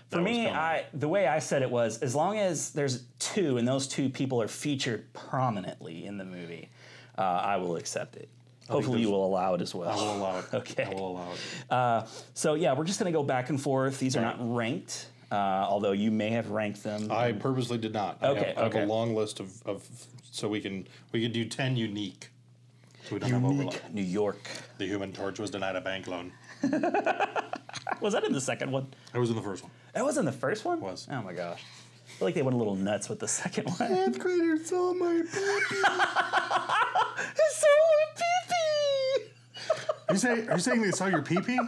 S1: that
S6: For
S1: was
S6: me,
S1: filming.
S6: I the way I said it was as long as there's two and those two people are featured prominently in the movie, uh, I will accept it. Hopefully, you
S1: there's-
S6: will allow it as well.
S1: I will allow it.
S6: Okay. Um,
S1: I will allow it.
S6: Uh, So yeah, we're just gonna go back and forth. These are not ranked, uh, although you may have ranked them.
S1: I purposely did not. I
S6: Okay,
S1: have, I have
S6: okay.
S1: a long list of, of so we can we could do ten unique. So we don't have overlap.
S6: New York.
S1: The Human Torch was denied a bank loan.
S6: Was that in the second one?
S1: I was in the first one.
S6: That was in the first one.
S1: Was.
S6: Oh my gosh. I feel like they went a little nuts with the second one.
S1: Fifth grader saw my
S6: so pee
S1: You say are you saying they saw your pee pee?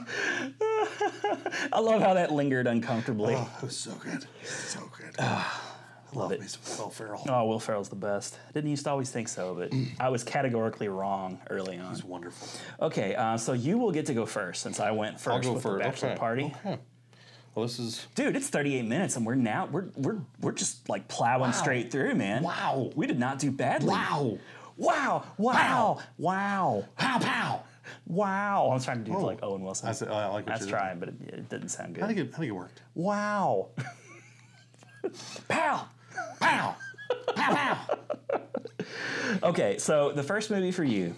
S6: I love how that lingered uncomfortably.
S1: Oh, it was so good, so good. I
S6: Ah,
S1: love
S6: it.
S1: me some Will Ferrell.
S6: Oh, Will Ferrell's the best. Didn't used to always think so, but I was categorically wrong early on.
S1: It's wonderful.
S6: Okay, uh, so you will get to go first since I went 1st
S1: go
S6: with
S1: first,
S6: the bachelor
S1: okay,
S6: party.
S1: Well, this is
S6: Dude, it's 38 minutes and we're now we're we're we're just like plowing straight through, man.
S1: Wow.
S6: We did not do badly.
S1: Wow.
S6: Wow. Wow. Wow.
S1: pow pow.
S6: Wow. I'm trying to do
S1: Oh.
S6: like Owen Wilson.
S1: I said- I like what
S6: That's
S1: you're
S6: trying, but it, it didn't sound good.
S1: I think it, I think it worked.
S6: wow. Pow.
S1: Pow, pow pow.
S6: Okay, so the first movie for you,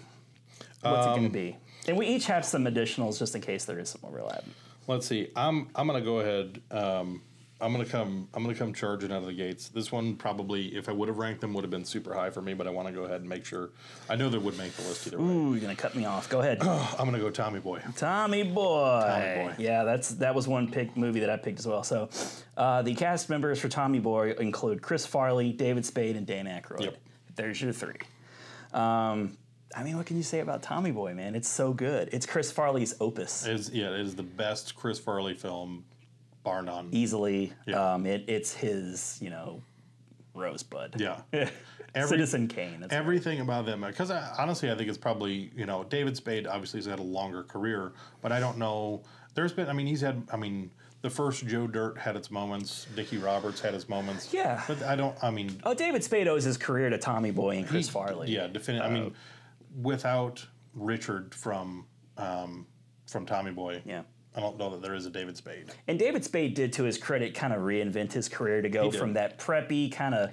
S6: what's
S1: Um,
S6: it going to be? And we each have some additionals just in case there is some overlap.
S1: Let's see. I'm I'm gonna go ahead. Um, I'm gonna come. I'm gonna come charging out of the gates. This one probably, if I would have ranked them, would have been super high for me. But I want to go ahead and make sure. I know that would make the list either way.
S6: Ooh, you're going to cut me off. Go ahead.
S1: I'm gonna go Tommy Boy.
S6: Tommy Boy.
S1: Tommy Boy.
S6: Yeah, that's that was one pick movie that I picked as well. So, uh, the cast members for Tommy Boy include Chris Farley, David Spade, and Dan Aykroyd.
S1: Yep.
S6: There's your three. Um, I mean, what can you say about Tommy Boy, man? It's so good. It's Chris Farley's opus,
S1: Is yeah, it is the best Chris Farley film, bar none.
S6: E- easily.
S1: Yeah.
S6: Um, it, it's his, you know, Rosebud.
S1: Yeah. Every-
S6: Citizen Kane. That's
S1: Everything about them, because I, honestly, I think it's probably you know David Spade obviously has had a longer career, but I don't know. There's been, I mean, he's had, I mean, the first Joe Dirt had its moments, Dickie Roberts had his moments,
S6: Yeah.
S1: But I don't, I mean,
S6: Oh, David Spade owes his career to Tommy Boy and Chris
S1: He-
S6: Farley.
S1: Yeah, definitely. I mean,
S6: Uh,
S1: without Richard from um, from Tommy Boy,
S6: Yeah.
S1: I don't know that there is a David Spade.
S6: And David Spade did, to his credit, kind of reinvent his career to go
S1: did.
S6: from that preppy kind of,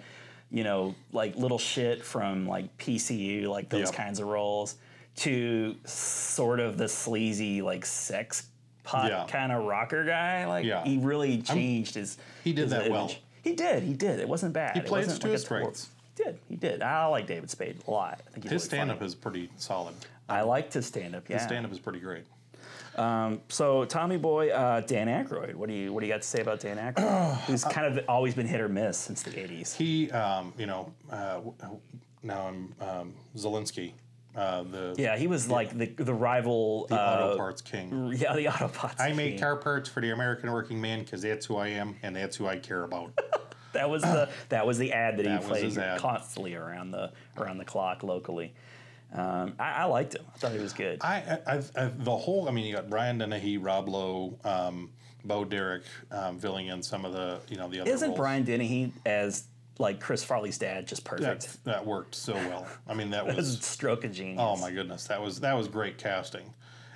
S6: you know, like little shit from like PCU, like those
S1: Yeah.
S6: kinds of roles, to sort of the sleazy, like sex pot
S1: Yeah.
S6: kind of rocker guy. Like
S1: Yeah.
S6: he really changed his.
S1: He did
S6: his
S1: that well.
S6: He did. He did. It wasn't bad. He
S1: played
S6: it wasn't
S1: to
S6: like
S1: his
S6: a tor-
S1: strengths.
S6: He did. He did. I like David Spade a lot. I think he's
S1: His
S6: really
S1: stand up
S6: funny. Uh.
S1: is pretty solid.
S6: I liked his stand up. Yeah.
S1: His stand up is pretty great.
S6: Um, so Tommy Boy, uh, Dan Aykroyd. What do you what do you got to say about Dan Aykroyd? Who's kind of always been hit or miss since the '80s.
S1: He, um, you know, uh, w- now I'm um, Zelensky, uh, the
S6: Yeah, he was like the the rival.
S1: the auto
S6: uh,
S1: parts king.
S6: Yeah, the Autobots.
S1: I make
S6: king.
S1: car parts for the American working man because that's who I am and that's who I care about.
S6: That was the that was the ad that,
S1: That
S6: he
S1: was
S6: played
S1: his ad.
S6: constantly around the around the clock locally. Um, I, I liked him. I thought he was good.
S1: I, I, I've, i the whole. I mean, you got Brian Dennehy, Rob Lowe, um, Bo Derek, um, filling in some of the, you know, the other.
S6: Isn't
S1: roles.
S6: Brian Dennehy as like Chris Farley's dad just perfect?
S1: That, that worked so well. I mean, that
S6: That's
S1: was
S6: a stroke of genius.
S1: Oh my goodness, that was that was great casting.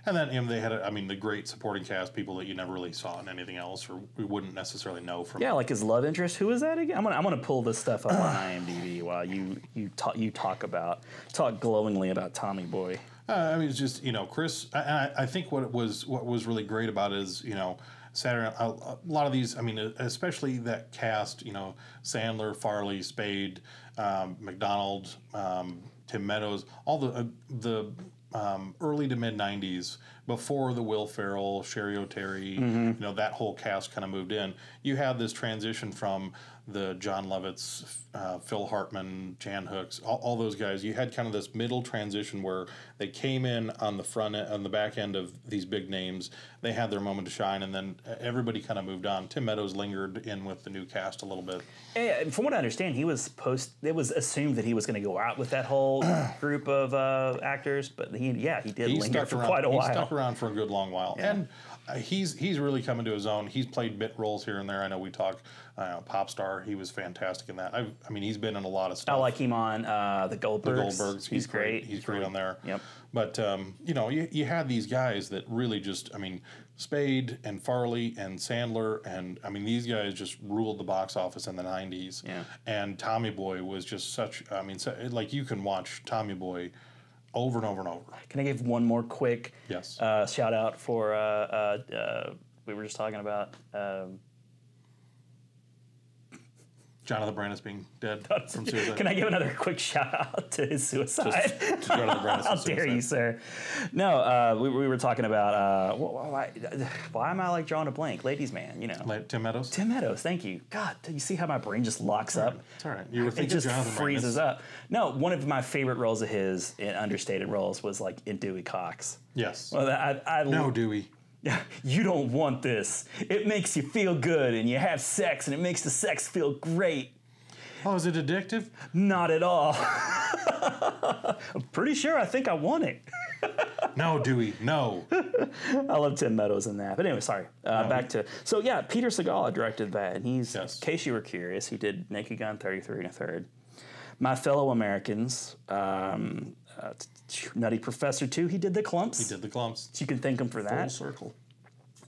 S1: And then you know, they had, a, I mean, the great supporting cast, people that you never really saw in anything else, or we wouldn't necessarily know from.
S6: Yeah, like his love interest. Who is that again? I'm gonna I'm gonna pull this stuff up on IMDb while you you talk you talk about talk glowingly about Tommy Boy.
S1: Uh, I mean, it's just you know, Chris. I- I, I think what it was what was really great about it is you know, Saturday. A, a lot of these, I mean, especially that cast. You know, Sandler, Farley, Spade, um, McDonald, um, Tim Meadows, all the uh, the. Um, early to mid '90s, before the Will Ferrell, Sherry O'Terry, you know that whole cast kind of moved in. You had this transition from the John Lovitz, uh, Phil Hartman, Jan Hooks, all, all those guys. You had kind of this middle transition where they came in on the front end, on the back end of these big names. They had their moment to shine, and then everybody kind of moved on. Tim Meadows lingered in with the new cast a little bit.
S6: And from what I understand, he was post. It was assumed that he was going to go out with that whole group of uh, actors, but he yeah he did
S1: He
S6: linger
S1: stuck
S6: for
S1: around.
S6: quite a
S1: he
S6: while.
S1: stuck around for a good long while, and uh, he's he's really coming to his own. He's played bit roles here and there. I know we talk uh, pop star. He was fantastic in that. i I mean, he's been in a lot of stuff.
S6: I like him on uh, the Goldbergs.
S1: the Goldbergs. He's, great. He's great
S6: really-
S1: on there.
S6: Yep.
S1: But um, you know, you, you had these guys that really just, I mean, Spade and Farley and Sandler, and I mean, these guys just ruled the box office in the '90s.
S6: Yeah.
S1: And Tommy Boy was just such. I mean, so, like you can watch Tommy Boy over and over and over.
S6: Can I give one more quick
S1: Yes.
S6: uh, shout out for uh, uh, uh, we were just talking about um,
S1: Jonathan Brandis being dead from suicide.
S6: Can I give another quick shout out to his suicide?
S1: Just- just Jonathan Brandis
S6: How
S1: from
S6: dare you,
S1: Suicide.
S6: sir? No, uh, we, we were talking about uh, wh- wh- why, why am I like drawing a blank? Ladies, man, you know.
S1: Like Tim Meadows.
S6: Tim Meadows, thank you. God, do you see how my brain just locks up?
S1: It's all right. You were
S6: It
S1: thinking
S6: just
S1: Jonathan
S6: freezes
S1: Brandis.
S6: up. No, one of my favorite roles of his, in understated roles, was like in Dewey Cox.
S1: Yes.
S6: Well, I, I,
S1: no, Dewey.
S6: you don't want this. It makes you feel good, and you have sex, and it makes the sex feel great.
S1: Oh, is it addictive?
S6: Not at all. I'm pretty sure I think I won it.
S1: No, Dewey. No.
S6: I love Tim Meadows in that. But anyway, sorry. Uh, Back to so yeah, Peter Segal directed that, and he's
S1: Oh. Yes.
S6: in case you were curious, he did Naked Gun, Thirty Three and a Third, My Fellow Americans, um, uh, t- t- Nutty Professor Two. He did the clumps.
S1: Did the clumps.
S6: You can thank him for that.
S1: Full circle.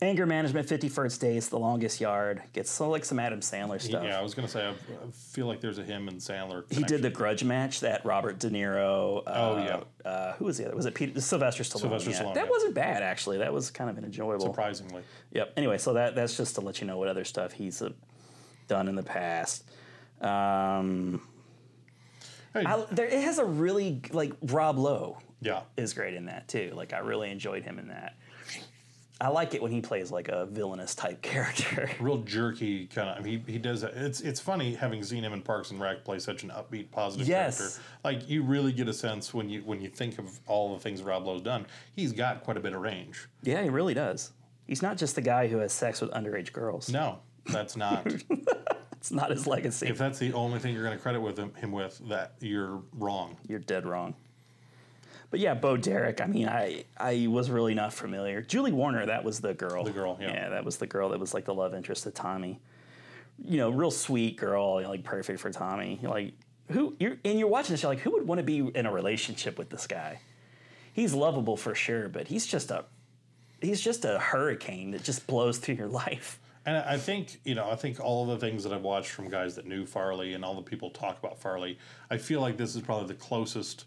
S6: Anger Management, Fifty First Dates, The Longest Yard. Gets so like some Adam Sandler stuff.
S1: Yeah, I was gonna say I, I feel like there's a him and Sandler.
S6: He did
S1: connection.
S6: the Grudge match that Robert De Niro. Uh,
S1: Oh, yeah.
S6: Uh, who was the other? Was it Peter, Sylvester Stallone?
S1: Sylvester
S6: yeah.
S1: Stallone,
S6: That
S1: yeah.
S6: wasn't bad actually. That was kind of an enjoyable.
S1: surprisingly.
S6: Yep. Anyway, so that that's just to let you know what other stuff he's uh, done in the past. Um,
S1: Hey,
S6: I, there, it has a really like Rob Lowe
S1: yeah,
S6: is great in that too. Like I really enjoyed him in that. I like it when he plays like a villainous type character.
S1: real jerky kind of. He he does. that. It's it's funny having seen him in Parks and Rec play such an upbeat, positive
S6: Yes.
S1: character. Like you really get a sense when you when you think of all the things Rob Lowe's done. He's got quite a bit of range.
S6: yeah, he really does. He's not just the guy who has sex with underage girls.
S1: No, that's not.
S6: It's not his legacy.
S1: if that's the only thing you're gonna credit with him, him with, that you're wrong.
S6: You're dead wrong. But yeah, Bo Derek. I mean, I I was really not familiar. Julie Warner, that was the girl. The
S1: girl, yeah.
S6: that was the girl that was like the love interest to Tommy. You know, real sweet girl, you know, like perfect for Tommy. You're like who you're and you're watching this, you're like, who would want to be in a relationship with this guy? He's lovable for sure, but he's just a he's just a hurricane that just blows through your life.
S1: And I I think you know, I think all of the things that I've watched from guys that knew Farley and all the people talk about Farley, I feel like this is probably the closest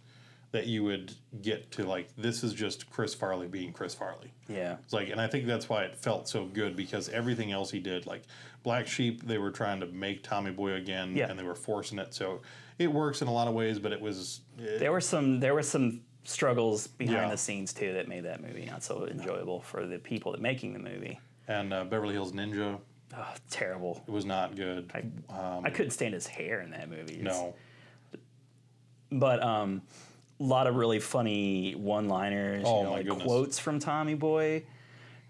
S1: that you would get to like this is just Chris Farley being Chris Farley.
S6: Yeah.
S1: It's like, and I think that's why it felt so good because everything else he did, like Black Sheep, they were trying to make Tommy Boy again,
S6: Yeah.
S1: and they were forcing it. So it works in a lot of ways, but it was
S6: There were some there were some struggles behind
S1: Yeah.
S6: the scenes too that made that movie not so enjoyable for the people that making the movie.
S1: and uh, Beverly Hills Ninja
S6: Oh, terrible.
S1: was not good.
S6: I, I couldn't stand his hair in that movie. It's-
S1: Um, no,
S6: but um, a lot of really funny one-liners,
S1: Oh,
S6: you know,
S1: my
S6: like
S1: goodness.
S6: quotes from Tommy Boy,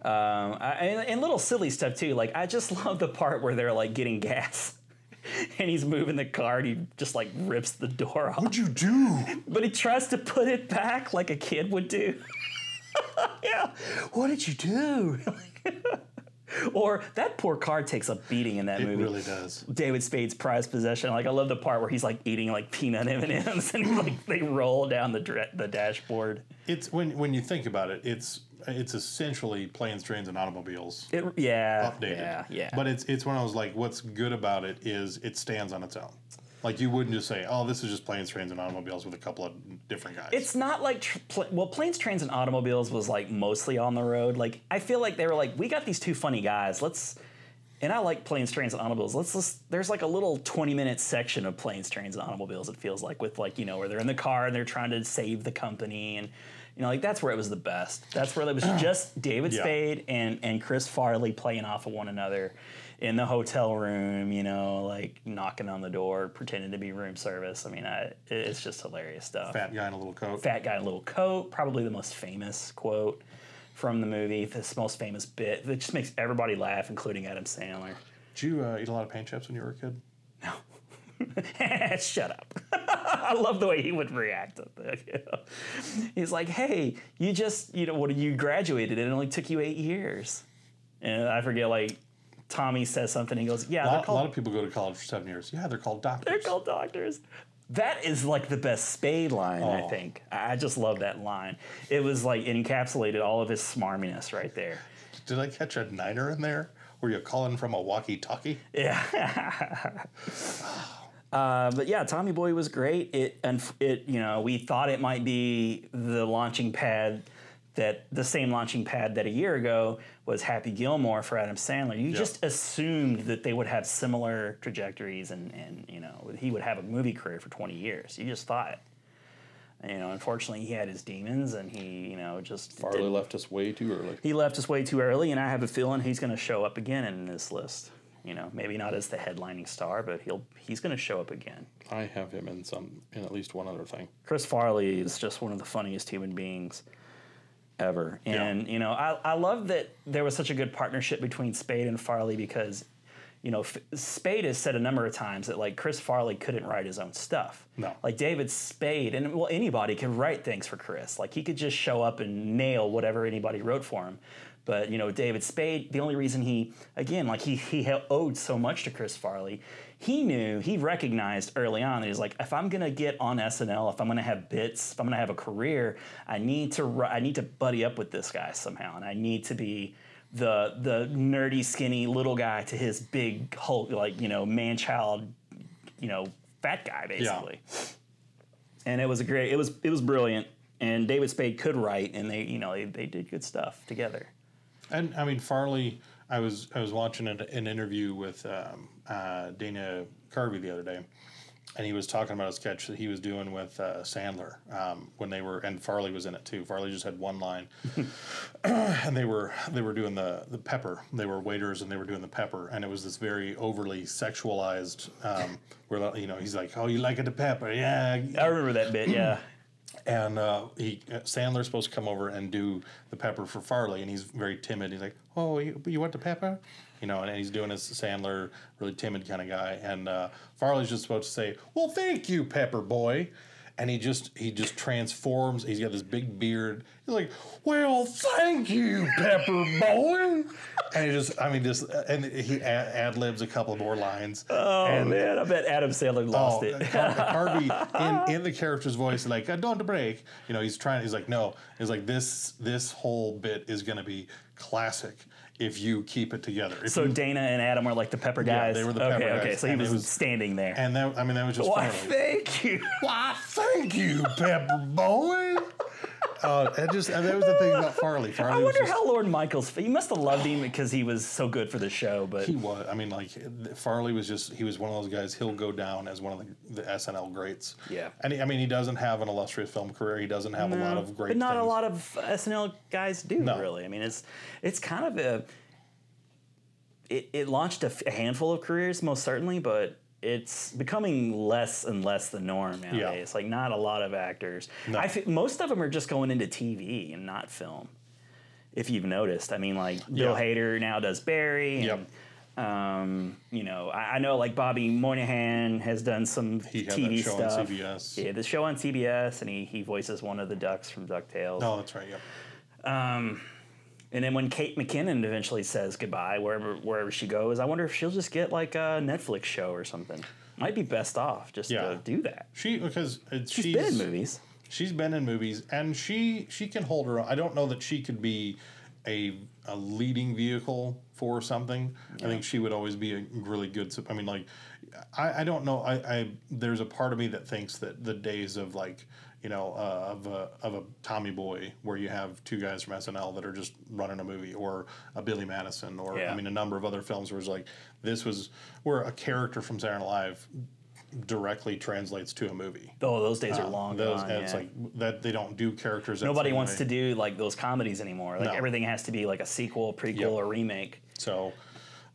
S6: um, I, and, and little silly stuff too. Like I just love the part where they're like getting gas, and he's moving the car, and he just like rips the door off.
S1: what'd you do?
S6: But he tries to put it back like a kid would do. yeah. What did you do? or that poor car takes a beating in that
S1: It
S6: movie.
S1: really does.
S6: David Spade's prized possession. Like I love the part where he's like eating like peanut M and M's, and like they roll down the dra- the dashboard.
S1: It's when when you think about it, it's it's essentially planes, trains, and automobiles
S6: It, yeah,
S1: updated.
S6: yeah, yeah.
S1: But it's it's one of those like, what's good about it is it stands on its own. Like you wouldn't just say, oh, this is just planes, trains, and automobiles with a couple of different guys.
S6: it's not like tr- pl- well, planes, trains, and automobiles was like mostly on the road. Like I feel like they were like, we got these two funny guys. Let's and I like planes, trains, and automobiles. Let's just there's like a little 20 minute section of planes, trains, and automobiles. It feels like with like you know where they're in the car and they're trying to save the company and you know like that's where it was the best. That's where it was just David
S1: Yeah.
S6: Spade and and Chris Farley playing off of one another in the hotel room. You know like knocking on the door, pretending to be room service. I mean, I, it- it's just hilarious stuff
S1: fat guy in a little coat.
S6: fat guy in a little coat, probably the most famous quote from the movie, this most famous bit that just makes everybody laugh, including Adam Sandler.
S1: Did you uh, eat a lot of paint chips when you were a kid?
S6: Shut up. I love the way he would react. to that, you know. He's like, hey, you just, you know, what you graduated and it only took you eight years. And I forget, like, Tommy says something. He goes,
S1: A
S6: yeah,
S1: lot,
S6: they're
S1: a lot
S6: called,
S1: of people go to college for seven years. Yeah, they're called doctors.
S6: they're called doctors. That is like the best Spade line, I
S1: Oh.
S6: think. I I just love that line. It was like encapsulated all of his smarminess right there.
S1: Did I catch a niner in there? Were you calling from a walkie-talkie?
S6: Uh, but yeah, Tommy Boy was great. It and it you know we thought it might be the launching pad that the same launching pad that a year ago was Happy Gilmore for Adam Sandler. You just assumed that they would have similar trajectories and and you know he would have a movie career for twenty years. You just thought. You know, unfortunately, he had his demons, and he, you know, just
S9: Farley
S6: didn't-
S9: left us way too early.
S6: he left us way too early, and I have a feeling he's going to show up again in this list. You know, maybe not as the headlining star, but he'll he's going to show up again.
S9: I have him in some in at least one other thing.
S6: Chris Farley is just one of the funniest human beings ever. And, you know, I, I love that there was such a good partnership between Spade and Farley because, you know, F- Spade has said a number of times that, like, Chris Farley couldn't write his own stuff.
S1: No.
S6: Like, David Spade, and, well, anybody could write things for Chris. Like, he could just show up and nail whatever anybody wrote for him. But, you know, David Spade, the only reason he, again, like, he, he ha- owed so much to Chris Farley, he knew, he recognized early on that he's like, if I'm going to get on SNL, if I'm going to have bits, if I'm going to have a career, I need to, ri- I need to buddy up with this guy somehow. And I need to be the, the nerdy, skinny little guy to his big Hulk, like, you know, man child, you know, fat guy, basically and it was a great it was it was brilliant and david spade could write and they you know they, they did good stuff together
S1: And I mean Farley, I was I was watching an, an interview with um, uh, Dana Carvey the other day, and he was talking about a sketch that he was doing with uh, Sandler um, when they were, and Farley was in it too. Farley just had one line, and they were they were doing the the pepper. They were waiters, and they were doing the pepper, and it was this very overly sexualized. Um, where you know he's like, "Oh, you like it the pepper? Yeah,
S6: i remember that bit yeah
S1: and uh, he Sandler's supposed to come over and do the pepper for Farley, and he's very timid. He's like, "Oh, you, you want the pepper?" You know, and, he's doing his Sandler, really timid kind of guy. And uh, Farley's just supposed to say, "Well, thank you, Pepper Boy," and he just he just transforms. He's got this big beard. He's like, "Well, thank you, Pepper Boy," and he just I mean just and he ad libs a couple more lines. Oh and,
S6: man i bet adam sandler
S1: Oh,
S6: lost
S1: uh,
S6: it
S1: Car- Carvey in, in the character's voice, like I don't break. You know, he's trying. He's like, no. He's like, this this whole bit is going to be classic if you keep it together. If
S6: so
S1: you-
S6: dana and adam are like the pepper guys
S1: they were the
S6: okay
S1: pepper
S6: okay
S1: guys,
S6: so he
S1: and
S6: was,
S1: it was-
S6: standing there
S1: and that I mean, that was just
S6: why
S1: funny.
S6: thank you
S1: Why, thank you, Pepper Boy. Oh, that just that was the thing about Farley. Farley
S6: I
S1: was
S6: wonder
S1: just-
S6: how Lord Michaels. He must have loved him because he was so good for the show. But
S1: he was. I mean, like Farley was just he was one of those guys. He'll go down as one of the, the SNL greats.
S6: Yeah.
S1: and he, I mean, he doesn't have an illustrious film career. He doesn't have a lot of great.
S6: but not a
S1: things.
S6: lot of SNL guys do
S1: No.
S6: really. I mean, it's it's kind of a it, it launched a, f- a handful of careers most certainly, but it's becoming less and less the norm nowadays. Like not a lot of actors. I fe- most of them are just going into TV and not film. If you've noticed, I mean, like Bill
S1: Yeah.
S6: Hader now does Barry. And,
S1: Yep.
S6: Um, you know, I, I know like Bobby Moynihan has done some
S1: He had
S6: TV
S1: that show
S6: stuff.
S1: on CBS.
S6: Yeah, the show on CBS, and he, he voices one of the ducks from DuckTales.
S1: Oh, that's right. Yep.
S6: And then when Kate McKinnon eventually says goodbye, wherever wherever she goes, I wonder if she'll just get like a Netflix show or something. Might be best off just
S1: Yeah.
S6: to do that.
S1: She because it's, she's,
S6: She's been in movies.
S1: She's been in movies, and she she can hold her. own. I don't know that she could be a a leading vehicle for something. I think she would always be a really good. sup- I mean, like I, I don't know. I, I there's a part of me that thinks that the days of like you know uh, of a of a Tommy Boy where you have two guys from SNL that are just running a movie, or a Billy Madison, or
S6: Yeah.
S1: I mean a number of other films where it's like this was where a character from Saturday Night Live directly translates to a movie.
S6: Oh, those days are
S1: Um,
S6: long
S1: those-
S6: gone.
S1: and It's
S6: yeah.
S1: like that they don't do characters. that
S6: Nobody
S1: same
S6: wants
S1: way.
S6: to do like those comedies anymore. Like
S1: No.
S6: everything has to be like a sequel, prequel,
S1: Yep.
S6: or remake.
S1: So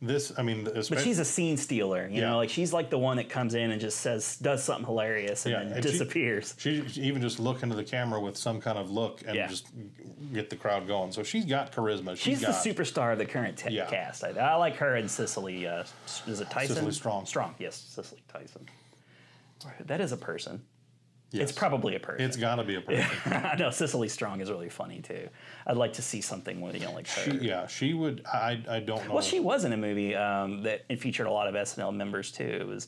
S1: this, I mean,
S6: But
S1: especially,
S6: she's a scene stealer, you
S1: Yeah.
S6: know. Like she's like the one that comes in and just says does something hilarious and
S1: Yeah,
S6: then
S1: and she-
S6: disappears.
S1: she she even just look into the camera with some kind of look and
S6: Yeah.
S1: just get the crowd going. So she's got charisma.
S6: She's the
S1: got,
S6: superstar of the current te-
S1: Yeah.
S6: cast. I, I like her and Cicely. Uh, is it Tyson?
S1: Cicely Strong.
S6: Strong, yes, Cicely Tyson. That is a person.
S1: yes.
S6: It's probably a person.
S1: it's got to be a person.
S6: I know Cicely Strong is really funny too. I'd like to see something with you know, like her.
S1: She- yeah, she would. I I don't know.
S6: well, she was in a movie um, that it featured a lot of SNL members too. It was.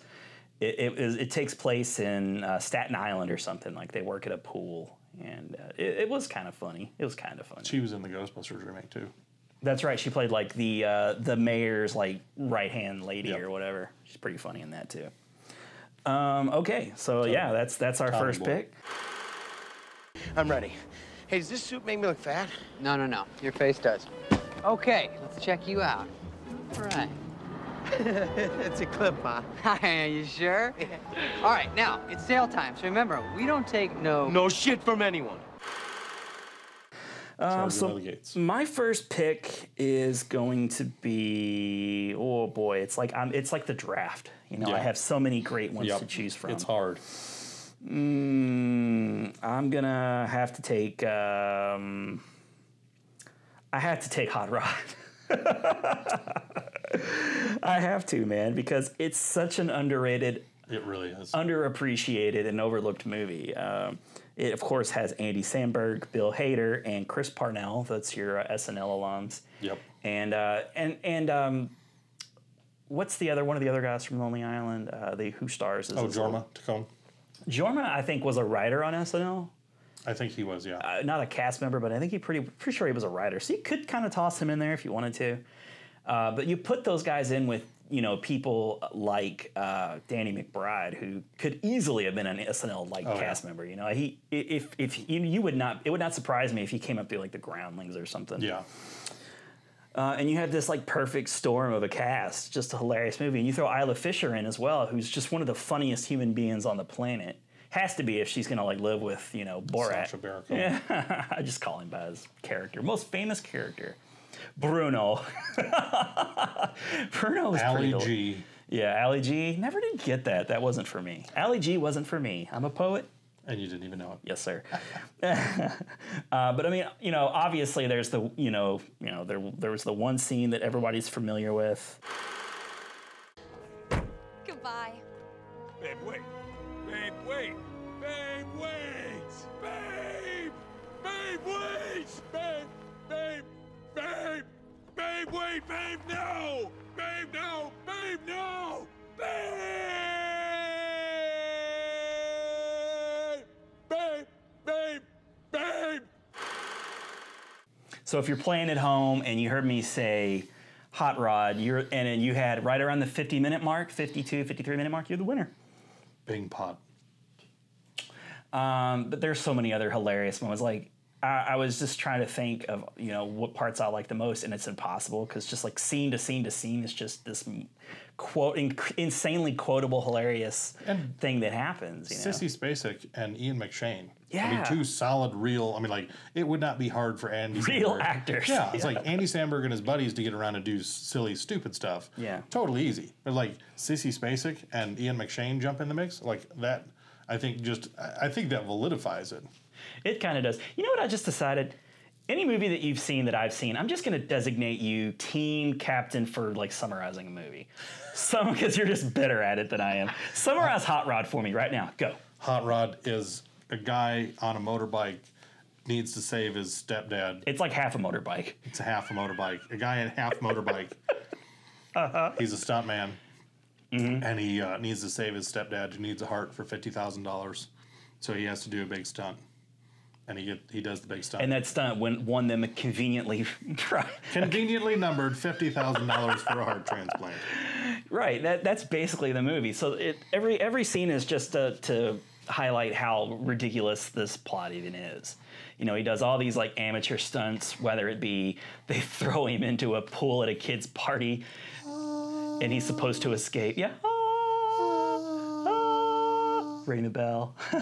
S6: It, it, is- it takes place in uh, Staten Island or something. Like they work at a pool, and uh, it, it was kind of funny. It was kind of funny.
S1: she was in the Ghostbusters remake too.
S6: That's right. She played like the uh, the mayor's like right hand lady
S1: Yep.
S6: or whatever. She's pretty funny in that too. Um, okay, so, yeah, that's that's our first
S1: boy.
S6: pick.
S10: I'm ready. Hey, does this suit make me look fat?
S11: No, no, no. Your face does. Okay, let's check you out. All right.
S10: It's a clip, ma.
S11: Are you sure? All right, now it's sale time. So remember, we don't take no.
S10: No shit from anyone.
S1: Um,
S6: Uh, so-
S1: the gates.
S6: My first pick is going to be oh boy, it's like I'm it's like the draft. You know, I
S1: Yeah.
S6: have so many great ones
S1: Yep.
S6: to choose from.
S1: It's hard.
S6: Mm, I'm gonna have to take. Um, I have to take Hot Rod. I have to, man, because it's such an underrated,
S1: It really is.
S6: underappreciated, and overlooked movie. Um, it of course has Andy Samberg, Bill Hader, and Chris Parnell. That's your uh, SNL alums.
S1: yep.
S6: And uh, and and um, what's the other one of the other guys from Lonely Island? Uh, the Who stars? Is
S1: Oh,
S6: his little-
S1: Jorma Tacone.
S6: Jorma, I think, was a writer on SNL.
S1: I think he was. Yeah.
S6: Uh, Not a cast member, but I think he pretty pretty sure he was a writer. So you could kind of toss him in there if you wanted to. Uh, but you put those guys in with you know people like uh, Danny McBride, who could easily have been an SNL
S1: Oh,
S6: like cast member. You know, he i- if if you, you would not it would not surprise me if he came up through like the Groundlings or something.
S1: yeah.
S6: Uh, and you have this like perfect storm of a cast, just a hilarious movie. And you throw Isla Fisher in as well, who's just one of the funniest human beings on the planet. Has to be if she's gonna like live with you know Borat.
S1: Sasha Baron Cohen.
S6: Yeah, I just call him by his character, most famous character, Bruno. Bruno was
S1: Allie
S6: pretty. hil-
S1: G.
S6: Yeah, Ali G. Never did get that. That wasn't for me. Ali G. wasn't for me. I'm a poet.
S1: And you didn't even know it.
S6: Yes, sir. uh, but I mean, you know, obviously there's the you know you know there there was the one scene that everybody's familiar with.
S12: Goodbye.
S3: Babe, wait. Babe, wait. Babe, wait. Babe. Babe, wait. Babe. Babe. Babe. Babe, wait. Babe, no. Babe, no. Babe, no. Babe. Babe. Babe. Babe.
S6: So if you're playing at home and you heard me say hot rod, you're and then you had right around the 50 minute mark, 52, 53 minute mark, you're the winner.
S1: Bing pot.
S6: Um, but there's so many other hilarious moments. Like I, I was just trying to think of you know what parts I like the most, and it's impossible because just like scene to scene to scene is just this m- quote in, insanely quotable, hilarious thing that happens. You know?
S1: Sissy Spacek and Ian McShane. I
S6: Yeah.
S1: mean, two solid, real. I mean, like it would not be hard for Andy.
S6: Real
S1: Samberg.
S6: actors.
S1: Yeah, it's
S6: Yeah.
S1: like Andy Samberg and his buddies to get around and do s- silly, stupid stuff.
S6: Yeah.
S1: totally easy. But like Sissy Spacek and Ian McShane jump in the mix like that. I think just I I think that validifies it.
S6: It kind of does. You know what I just decided? Any movie that you've seen that I've seen, I'm just going to designate you team captain for like summarizing a movie. Some because you're just better at it than I am. Summarize Hot Rod for me right now. Go.
S1: Hot Rod is a guy on a motorbike needs to save his stepdad.
S6: It's like half a motorbike.
S1: It's a half a motorbike. A guy in half motorbike. uh-huh. He's a stuntman, and he uh, needs to save his stepdad who needs a heart for fifty thousand dollars. So he has to do a big stunt, and he get, he does the big stunt.
S6: And that stunt when won them conveniently.
S1: Conveniently numbered fifty thousand dollars for a heart transplant.
S6: right. That that's basically the movie. So it, every every scene is just to, to highlight how ridiculous this plot even is. You know, he does all these like amateur stunts, whether it be they throw him into a pool at a kid's party, and he's supposed to escape. Yeah. ring the bell.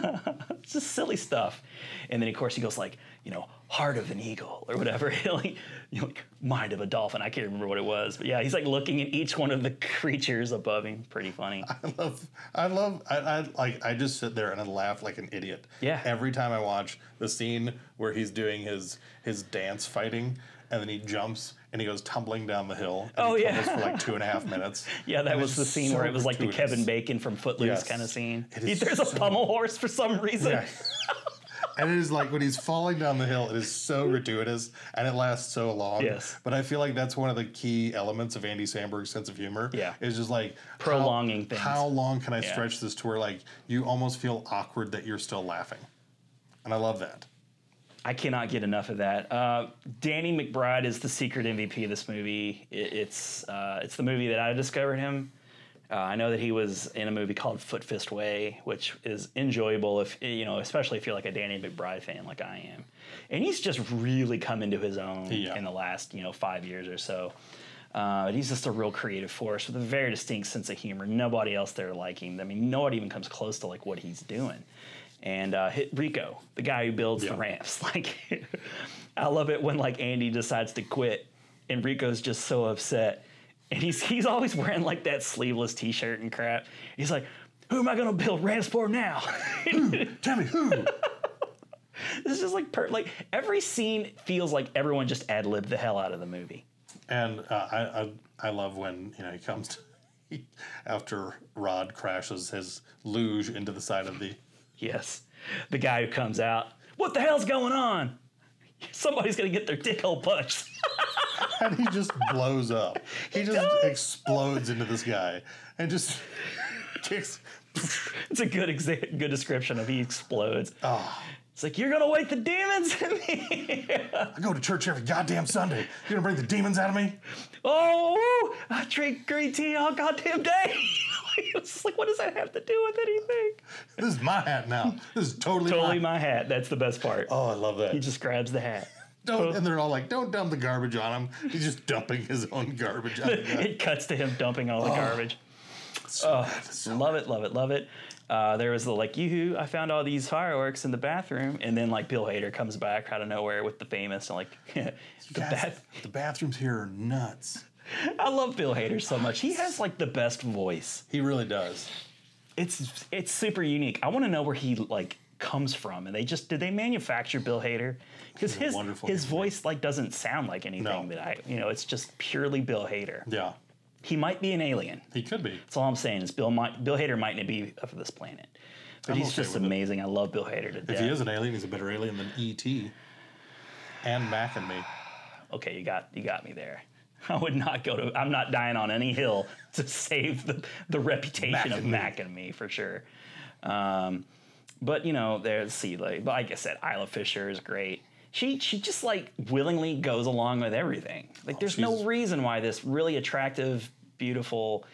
S6: it's just silly stuff. And then of course he goes like, you know, heart of an eagle or whatever, like, you know, like mind of a dolphin. I can't remember what it was, but yeah, he's like looking at each one of the creatures above him. Pretty funny.
S1: I love, I love, I, I like, I just sit there and I laugh like an idiot.
S6: Yeah.
S1: Every time I watch the scene where he's doing his his dance fighting, and then he jumps and he goes tumbling down the hill. And
S6: Oh,
S1: he
S6: yeah.
S1: tumbles for like two and a half minutes.
S6: Yeah, that
S1: And
S6: was
S1: it's
S6: the scene
S1: so
S6: where it was like the
S1: gratuitous.
S6: Kevin Bacon from Footloose
S1: Yes.
S6: kind of scene.
S1: It
S6: He
S1: is
S6: throws a
S1: so-
S6: pummel horse for some reason.
S1: Yeah. and it is like when he's falling down the hill, it is so gratuitous and it lasts so long.
S6: Yes.
S1: But I feel like that's one of the key elements of Andy Samberg's sense of humor.
S6: Yeah.
S1: Is just like how-
S6: Prolonging things.
S1: How long can I
S6: Yeah.
S1: stretch this to where like you almost feel awkward that you're still laughing? And I love that.
S6: I cannot get enough of that. Uh, Danny McBride is the secret MVP of this movie. It, it's uh, it's the movie that I discovered him. Uh, I know that he was in a movie called Foot Fist Way, which is enjoyable if you know, especially if you're like a Danny McBride fan like I am. And he's just really come into his own
S1: Yeah.
S6: in the last you know five years or so. Uh, but he's just a real creative force with a very distinct sense of humor. Nobody else there like him. I mean, nobody even comes close to like what he's doing. And uh, hit Rico, the guy who builds the
S1: Yeah.
S6: ramps. Like, I love it when like Andy decides to quit, and Rico's just so upset, and he's he's always wearing like that sleeveless T-shirt and crap. He's like, "Who am I gonna build ramps for now?"
S1: Tell me who?
S6: this is like per- like every scene feels like everyone just ad libbed the hell out of the movie.
S1: And uh, I, I I love when you know he comes to, after Rod crashes his luge into the side of the.
S6: Yes. The guy who comes out, what the hell's going on? Somebody's gonna get their dick hole punched.
S1: And he just blows up. He, just explodes into this guy and just kicks.
S6: it's a good exa- good description of he explodes.
S1: Oh,
S6: It's like you're gonna wake the demons in me.
S1: I go to church every goddamn Sunday. You're gonna bring the demons out of me?
S6: oh, I drink green tea all goddamn day. it's like what does that have to do with anything?
S1: This is my hat now. This is totally,
S6: Totally
S1: my.
S6: my hat. That's the best part.
S1: Ah. Oh, I love
S6: He
S1: that.
S6: just grabs the hat.
S1: Don't, and they're all like, "Don't dump the garbage on him." He's just dumping his own garbage. On the guy.
S6: it cuts to him dumping all the garbage.
S1: So
S6: Oh,
S1: bad. So
S6: love it, love it, love it. Uh, there was the like, yoo-hoo, I found all these fireworks in the bathroom, and then like Bill Hader comes back out of nowhere with the famous and like the
S1: Guys,
S6: bath.
S1: the bathrooms here are nuts.
S6: I love Bill Hader so much. He has like the best voice.
S1: He really does.
S6: It's it's super unique. I want to know where he like comes from, and they just did they manufacture Bill Hader because
S1: He's a
S6: his
S1: wonderful
S6: his
S1: human being.
S6: voice like doesn't sound like anything
S1: No.
S6: that I you know. It's just purely Bill Hader.
S1: Yeah,
S6: He might be an alien.
S1: he could be.
S6: That's all I'm saying is Bill might, Bill Hader mightn't be of this planet, but
S1: I'm
S6: he's
S1: okay
S6: just
S1: with it.
S6: amazing. I love Bill Hader to
S1: If
S6: death.
S1: he is an alien, he's a better alien than E.T. and Mac and me.
S6: okay, you got you got me there. I would not go to. I'm not dying on any hill to save the, the reputation
S1: Mac
S6: of
S1: and me.
S6: Mac and me for sure. Um, but you know, there's see, like, but like I said, Isla Fisher is great. She she just like willingly goes along with everything. Like, there's no
S1: she's-
S6: reason why this really attractive, beautiful,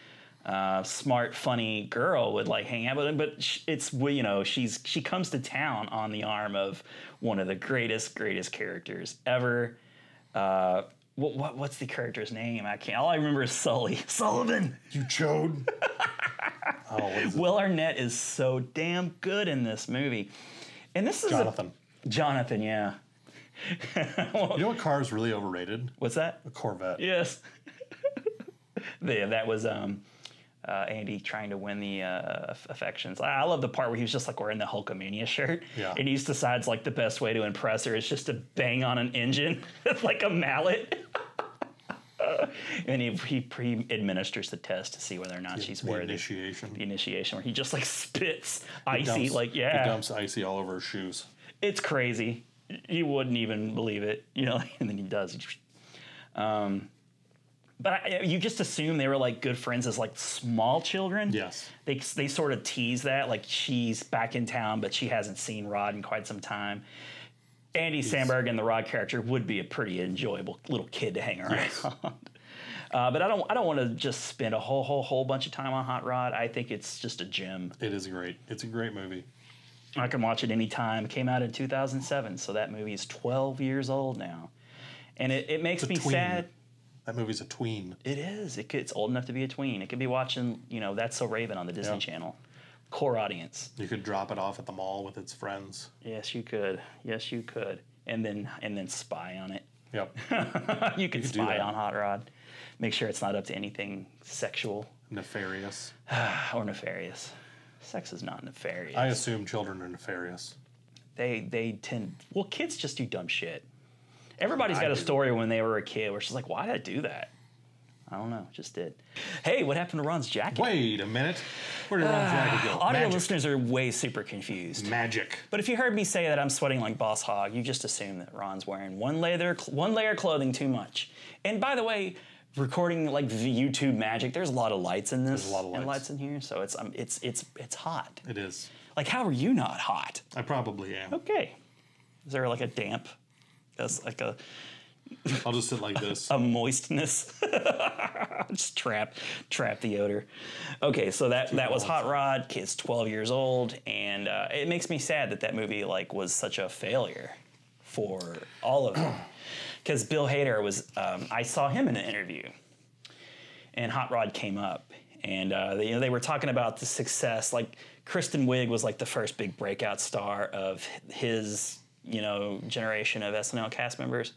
S6: uh, smart, funny girl would like hang out with him. But sh- it's well, you know she's she comes to town on the arm of one of the greatest, greatest characters ever. Uh, what, what what's the character's name? I can't. All I remember is Sully Sullivan.
S1: You chode. Oh,
S6: Will Arnett is so damn good in this movie, and this is a-
S1: Jonathan.
S6: Jonathan, yeah.
S1: you know what car is really overrated?
S6: What's that?
S1: A Corvette.
S6: Yes. yeah, that was um, uh, Andy trying to win the uh, aff- affections. I I love the part where he was just like wearing the Hulkamania shirt.
S1: Yeah.
S6: And he just decides like the best way to impress her is just to bang on an engine with like a mallet. and he, he, he administers the test to see whether or not she's
S1: the
S6: worthy.
S1: initiation.
S6: The initiation, where he just like spits
S1: He
S6: icy,
S1: dumps-
S6: like
S1: He
S6: yeah,
S1: dumps icy all over his shoes.
S6: it's crazy. You wouldn't even believe it, you know. And then he does. Um, but I, you just assume they were like good friends as like small children.
S1: Yes.
S6: They they sort of tease that like she's back in town, but she hasn't seen Rod in quite some time. Andy Samberg and the Rod character would be a pretty enjoyable little kid to hang around. Uh, but I don't. I don't want to just spend a whole, whole, whole bunch of time on Hot Rod. I think it's just a gem.
S1: It is great. It's a great movie.
S6: I can watch it anytime. It came out in 2007, so that movie is 12 years old now. And it, it makes
S1: It's a
S6: me
S1: tween.
S6: sad.
S1: That movie's a tween.
S6: It is. It, c- it's old enough to be a tween. It could be watching, you know, That's So Raven on the Disney
S1: Yeah.
S6: Channel. Core audience.
S1: You could drop it off at the mall with its friends.
S6: Yes, you could. Yes, you could. And then and then spy on it.
S1: Yep.
S6: you could
S1: do
S6: spy
S1: that.
S6: on Hot Rod. Make sure it's not up to anything sexual
S1: Nefarious.
S6: or nefarious. Sex is not nefarious.
S1: I assume children are nefarious.
S6: they they tend well kids just do dumb shit everybody's got a
S1: do.
S6: story when they were a kid where she's like why did i do that i don't know just did hey what happened to ron's jacket
S1: Wait a minute. Where did Ron Jack go?
S6: Ah, audio
S1: Magic.
S6: listeners are way super confused
S1: Magic.
S6: but if you heard me say that i'm sweating like boss hog you just assume that ron's wearing one layer one layer of clothing too much and by the way recording like the youtube magic there's a lot of lights in this
S1: There's a lot of lights.
S6: and lights in here so it's um, it's it's it's hot
S1: It is.
S6: like how are you not hot
S1: I probably am.
S6: okay is there like a damp that's like a
S1: I'll just sit like this.
S6: a moistness. Just trap, trap the odor. Okay, so that that was Hot Rod. Kids twelve years old, and uh, it makes me sad that that movie like was such a failure for all of them. Because Bill Hader was, um, I saw him in an interview, and Hot Rod came up, and uh, they, you know, they were talking about the success. Like Kristen Wiig was like the first big breakout star of his, you know, generation of SNL cast members,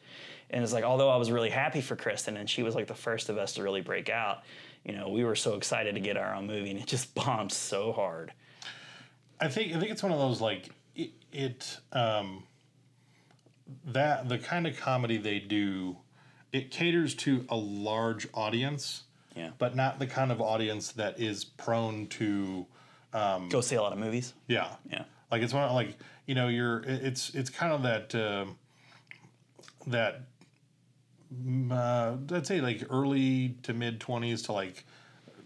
S6: and it's like although I was really happy for Kristen, and she was like the first of us to really break out. You know, we were so excited to get our own movie, and it just bombed so hard.
S1: I think I think it's one of those like it, it um, that the kind of comedy they do it caters to a large audience,
S6: Yeah.
S1: but not the kind of audience that is prone to
S6: Go see a lot of movies.
S1: yeah
S6: Yeah.
S1: like it's one of, like you know you're it- it's it's kind of that um, that mm, uh, I'd say like early to mid twenties to like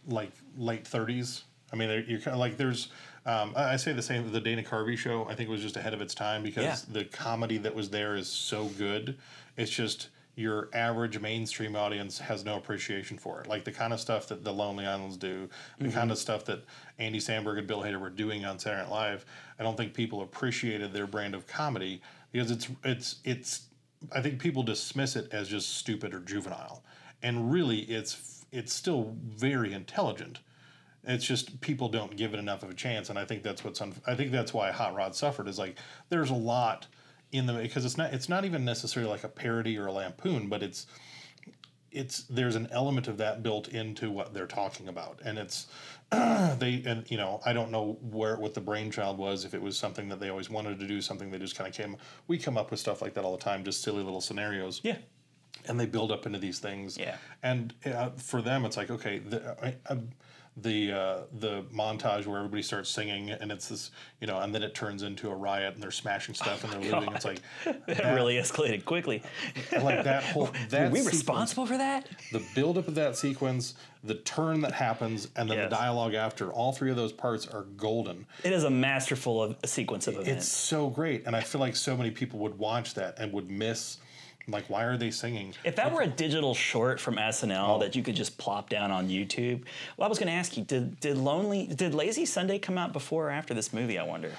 S1: like late thirties. I mean, there- you're kind of like there's. Um, I I say the same. The Dana Carvey show, I think, was just ahead of its time because
S6: Yeah.
S1: the comedy that was there is so good. It's just your average mainstream audience has no appreciation for it. Like the kind of stuff that the Lonely Islands do, the kind of stuff that Andy Samberg and Bill Hader were doing on Saturday Night Live. I don't think people appreciated their brand of comedy because it's it's it's. I think people dismiss it as just stupid or juvenile, and really, it's it's still very intelligent. It's just people don't give it enough of a chance, and I think that's what's. Unf- I think that's why Hot Rod suffered. Is like there's a lot in the because it's not. It's not even necessarily like a parody or a lampoon, but it's it's there's an element of that built into what they're talking about, and it's they and you know I don't know where what the brainchild was if it was something that they always wanted to do, something they just kind of came. We come up with stuff like that all the time, just silly little scenarios
S6: Yeah.
S1: and they build up into these things.
S6: Yeah.
S1: And uh, for them, it's like okay, the I, I, the uh, the montage where everybody starts singing, and it's this, you know, and then it turns into a riot, and they're smashing stuff, and they're looting. It's like
S6: It Oh, really escalated quickly.
S1: like that whole that
S6: Were we
S1: sequence,
S6: responsible for that?
S1: the buildup of that sequence, the turn that happens, and then
S6: Yes.
S1: the dialogue after. All three of those parts are golden.
S6: It is a masterful of, a sequence of events.
S1: It's so great, and I feel like so many people would watch that and would miss Like, why are they singing?
S6: If that were a digital short from
S1: Oh.
S6: SNL that you could just plop down on YouTube, well, I was going to ask you did did Lonely did Lazy Sunday come out before or after this movie? I wonder.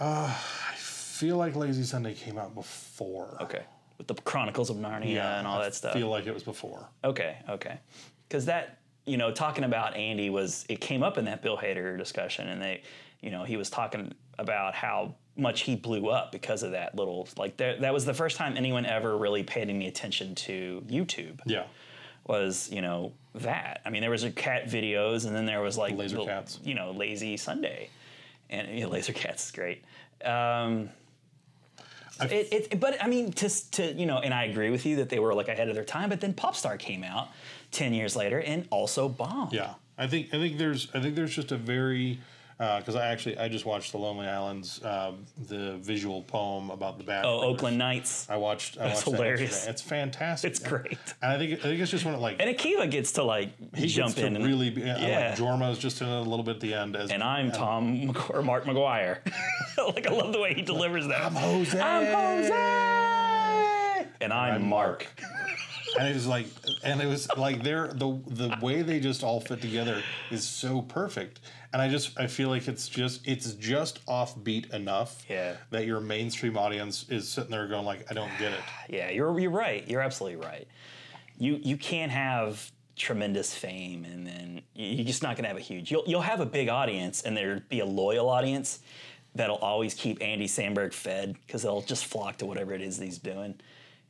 S1: Uh, I feel like Lazy Sunday came out before.
S6: Okay, with the Chronicles of Narnia and all
S1: I
S6: that stuff.
S1: feel like it was before.
S6: Okay, okay, because that you know talking about Andy was it came up in that Bill Hader discussion, and they you know he was talking about how much he blew up because of that little like there, that was the first time anyone ever really paid any attention to YouTube.
S1: Yeah.
S6: was you know that. I mean, there was a cat videos, and then there was like
S1: Laser
S6: the-
S1: cats.
S6: You know, lazy Sunday, and yeah, laser cats is great. Um, it, it, but I mean, to s- to you know, and I agree with you that they were like ahead of their time. But then Popstar came out ten years later and also bombed.
S1: Yeah, I think I think there's I think there's just a very because I actually I just watched The Lonely Islands, um, the visual poem about the bad.
S6: Oh, Oakland Nights.
S1: I watched. I
S6: That's
S1: watched that
S6: hilarious.
S1: yesterday. it's fantastic.
S6: It's great.
S1: And I think I think it's just when it like
S6: And Akiva gets to like
S1: he
S6: jump
S1: gets
S6: in
S1: to
S6: and
S1: really. Be, yeah. I
S6: yeah.
S1: like Jorma's just in it a little bit at the end as.
S6: and I'm Tom Mc- or Mark McGuire. like I love the way he delivers that. I'm
S1: Jose.
S6: I'm Jose. And I'm, Mark.
S1: and it was like and it was like they're the the way they just all fit together is so perfect and i just i feel like it's just it's just offbeat enough
S6: Yeah.
S1: that your mainstream audience is sitting there going like i don't get it
S6: Yeah, you're you're right. You're absolutely right. You you can't have tremendous fame and then you- you're just not going to have a huge. You'll you'll have a big audience and there'd be a loyal audience that'll always keep Andy Sandberg fed because they'll just flock to whatever it is that he's doing.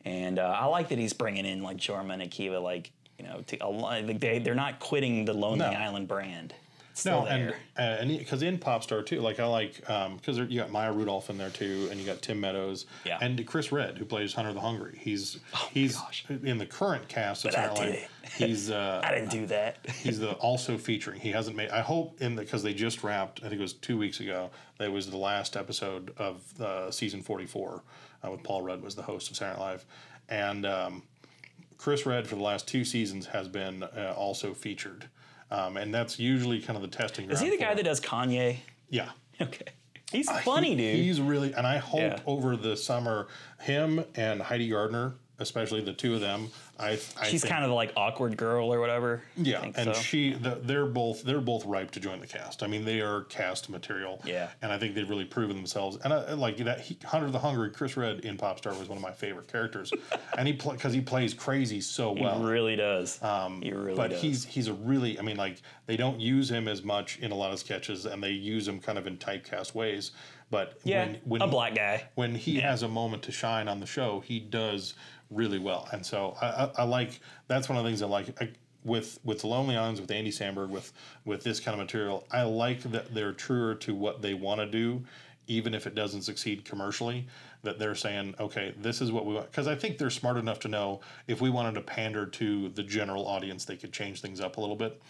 S6: And uh, I like that he's bringing in like Jorma and Akiva, like you know, to, a lo- like they they're not quitting the Lonely
S1: No.
S6: Island brand. It's Still
S1: no
S6: there.
S1: and and because in popstar too like i like um because you got maya rudolph in there too and you got tim meadows
S6: Yeah. Oh
S1: and chris red who plays hunter the hungry he's he's in the current cast of
S6: But I
S1: Silent
S6: did
S1: Life, he's uh
S6: I didn't do that.
S1: he's the also featuring. He hasn't made. I hope in the because they just wrapped. I think it was two weeks ago. That was the last episode of uh, season forty four uh, with Paul Rudd was the host of Saturday Night Live, and um, Chris Rudd for the last two seasons has been uh, also featured, um, and that's usually kind of the testing.
S6: Is he
S1: ground
S6: the
S1: for
S6: guy
S1: it.
S6: that does Kanye?
S1: Yeah.
S6: Okay. He's
S1: Uh,
S6: funny, dude.
S1: He's really, and I hope
S6: Yeah.
S1: over the summer, him and Heidi Gardner, especially the two of them, I, I
S6: She's
S1: think-
S6: kind of like awkward girl or whatever. I
S1: Yeah,
S6: think
S1: and
S6: so.
S1: she, the, they're both they're both ripe to join the cast. I mean, they are cast material.
S6: Yeah.
S1: and I think they've really proven themselves. And I, like that, he, Hunter the Hungry, Chris Red in Popstar was one of my favorite characters, and he because he plays crazy so
S6: He
S1: well.
S6: really does. Um, he really
S1: but
S6: does.
S1: he's he's a really I mean like they don't use him as much in a lot of sketches and they use him kind of in typecast ways. But
S6: Yeah,
S1: when, when
S6: a black guy.
S1: when he has a moment to shine on the show, he does really well. And so I, I, I like that's one of the things I like I, with with The Lonely Islands, with Andy Samberg, with with this kind of material. I like that they're truer to what they want to do, even if it doesn't succeed commercially. That they're saying, okay, this is what we want, because I think they're smart enough to know if we wanted to pander to the general audience, they could change things up a little bit.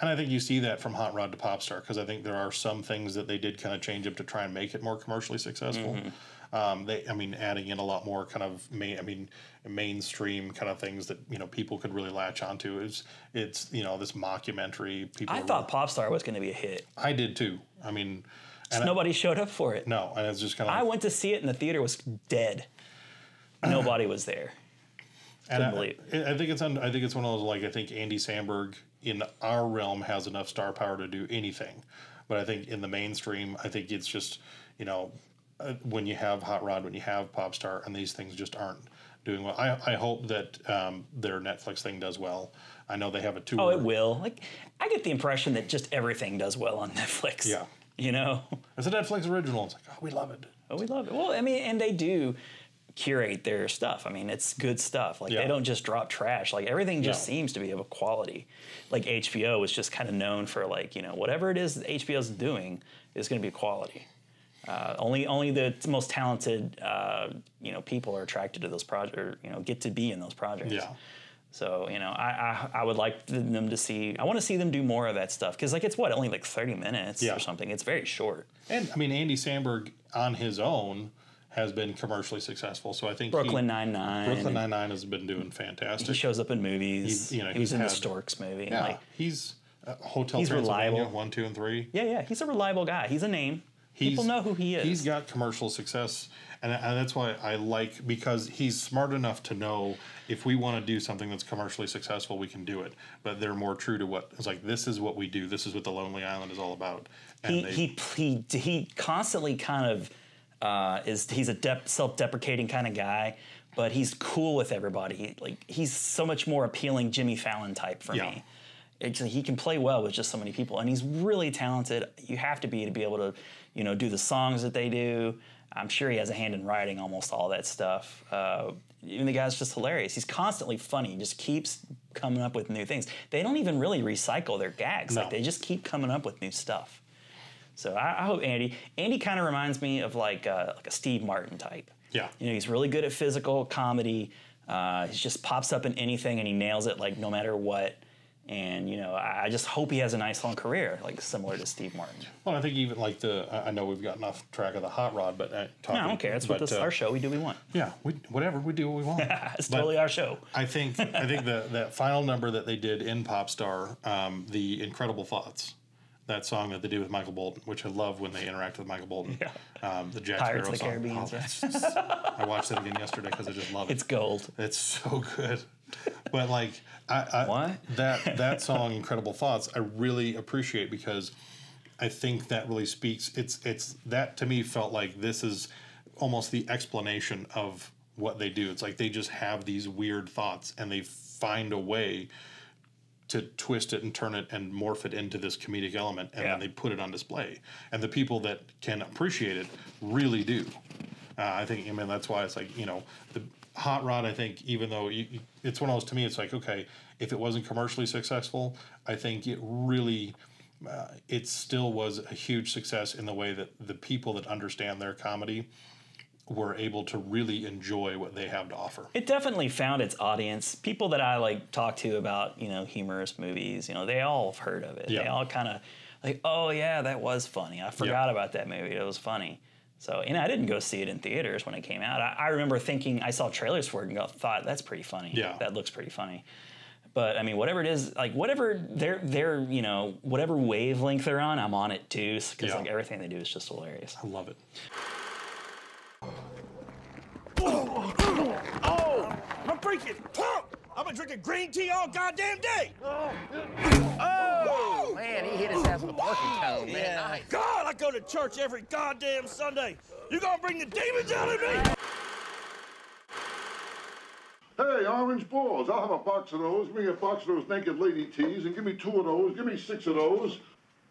S1: And I think you see that from Hot Rod to Popstar because I think there are some things that they did kind of change up to try and make it more commercially successful.
S6: Mm-hmm.
S1: Um, they, I mean, adding in a lot more kind of main, I mean, mainstream kind of things that you know people could really latch onto. It's it's you know this mockumentary. People,
S6: I
S1: are
S6: thought Popstar was going to be a hit.
S1: really- I did too. I mean,
S6: Just
S1: I-
S6: nobody showed up for it.
S1: no, and it's just kind of
S6: I went to see it and the theater was dead. nobody was there.
S1: And I,
S6: Couldn't believe
S1: I I think it's un, I think it's one of those like I think Andy Samberg in our realm has enough star power to do anything, but I think in the mainstream, I think it's just you know uh, when you have Hot Rod, when you have Popstar, and these things just aren't doing well. I, I hope that um, their Netflix thing does well. I know they have a tour.
S6: Oh, it will. Like, I get the impression that just everything does well on Netflix.
S1: Yeah.
S6: You know?
S1: It's a Netflix original. It's like oh, we love it.
S6: Oh, we love it. Well, I mean, and they do curate their stuff. I mean, it's good stuff. Like
S1: Yeah.
S6: they don't just drop trash. Like everything just
S1: No.
S6: seems to be of a quality. Like HBO was just kind of known for like you know whatever it is that HBO's doing is going to be quality. Uh, only only the t- most talented uh, you know people are attracted to those projects or you know get to be in those projects.
S1: Yeah.
S6: So you know, I, I I would like them to see. I want to see them do more of that stuff because like it's what only like thirty minutes
S1: Yeah.
S6: or something. It's very short.
S1: And I mean Andy Samberg on his own has been commercially successful. So I think he-
S6: Brooklyn Nine Nine.
S1: Brooklyn Nine Nine has been doing fantastic.
S6: He shows up in movies.
S1: He's- you know,
S6: he was
S1: he's
S6: in the
S1: had-
S6: Storks movie.
S1: Yeah,
S6: Like,
S1: he's uh, Hotel
S6: He's
S1: Transylvania
S6: reliable.
S1: one, two, and three.
S6: yeah, yeah. He's a reliable guy. He's a name. People know who he is.
S1: He's got commercial success, and, and that's why I like because he's smart enough to know if we want to do something that's commercially successful, we can do it. But they're more true to what it's like. This is what we do. This is what the Lonely Island is all about. And
S6: he,
S1: they,
S6: he he he constantly kind of uh, is he's a dep self-deprecating kind of guy, but he's cool with everybody. He- Like he's so much more appealing Jimmy Fallon type for
S1: Yeah.
S6: me. It's, he can play well with just so many people, and he's really talented. You have to be to be able to, you know, do the songs that they do. I'm sure he has a hand in writing almost all that stuff. Uh, even the guy's just hilarious. He's constantly funny. He just keeps coming up with new things. They don't even really recycle their gags.
S1: No.
S6: Like they just keep coming up with new stuff. So I, I hope Andy. Andy kind of reminds me of like uh, like a Steve Martin type.
S1: yeah,
S6: You know, he's really good at physical comedy. Uh, he just pops up in anything and he nails it like no matter what. And you know, I, I just hope he has a nice long career, like similar to Steve Martin.
S1: Well, I think even like the I- I know we've gotten off track of the hot rod, but uh,
S6: No,
S1: talking,
S6: I don't care. That's what
S1: but,
S6: this is
S1: uh,
S6: our show. We do what we want.
S1: Yeah, we, whatever we do, what we want.
S6: It's
S1: But-
S6: totally our show.
S1: I think I think the that final number that they did in Popstar, um, the Incredible Thoughts, that song that they did with Michael Bolton, which I love when they interact with Michael Bolton. Um, the Jack
S6: Pirates of the
S1: Sparrow song.
S6: Caribbean,
S1: Oh,
S6: yeah.
S1: that's just- I watched that again yesterday because I just love it.
S6: It's gold.
S1: It's so good. But like I, I
S6: What?
S1: that that song Incredible Thoughts I really appreciate because I think that really speaks it's it's that to me felt like this is almost the explanation of what they do. It's like they just have these weird thoughts and they find a way to twist it and turn it and morph it into this comedic element and
S6: Yeah.
S1: then they put it on display. And the people that can appreciate it really do. Uh, I think, I mean, that's why it's like, you know, the Hot Rod, I think, even though you, you- it's one of those, to me, it's like, okay, if it wasn't commercially successful, I think it really, uh, it still was a huge success in the way that the people that understand their comedy were able to really enjoy what they have to offer.
S6: it definitely found its audience. People that I like talk to about you know humorous movies, you know, they all have heard of it. They
S1: Yeah.
S6: all kind of like, oh yeah, that was funny. I forgot about that movie. It was funny. So and I didn't go see it in theaters when it came out. I, I remember thinking I saw trailers for it and go, thought that's pretty funny.
S1: Yeah.
S6: that looks pretty funny. But I mean, whatever it is, like whatever their their you know whatever wavelength they're on, I'm on it too because
S1: Yeah.
S6: like everything they do is just hilarious.
S1: I love it.
S3: Oh, I'm freaking pumped. I've been drinking green tea all goddamn day. Oh,
S13: Man, he hit his ass with a parking tone, man. Nice.
S3: God, I go to church every goddamn Sunday. You gonna bring the demons out of me?
S14: Hey, orange balls. I'll have a box of those. Give me a box of those naked lady tees, and give me two of those. Give me six of those.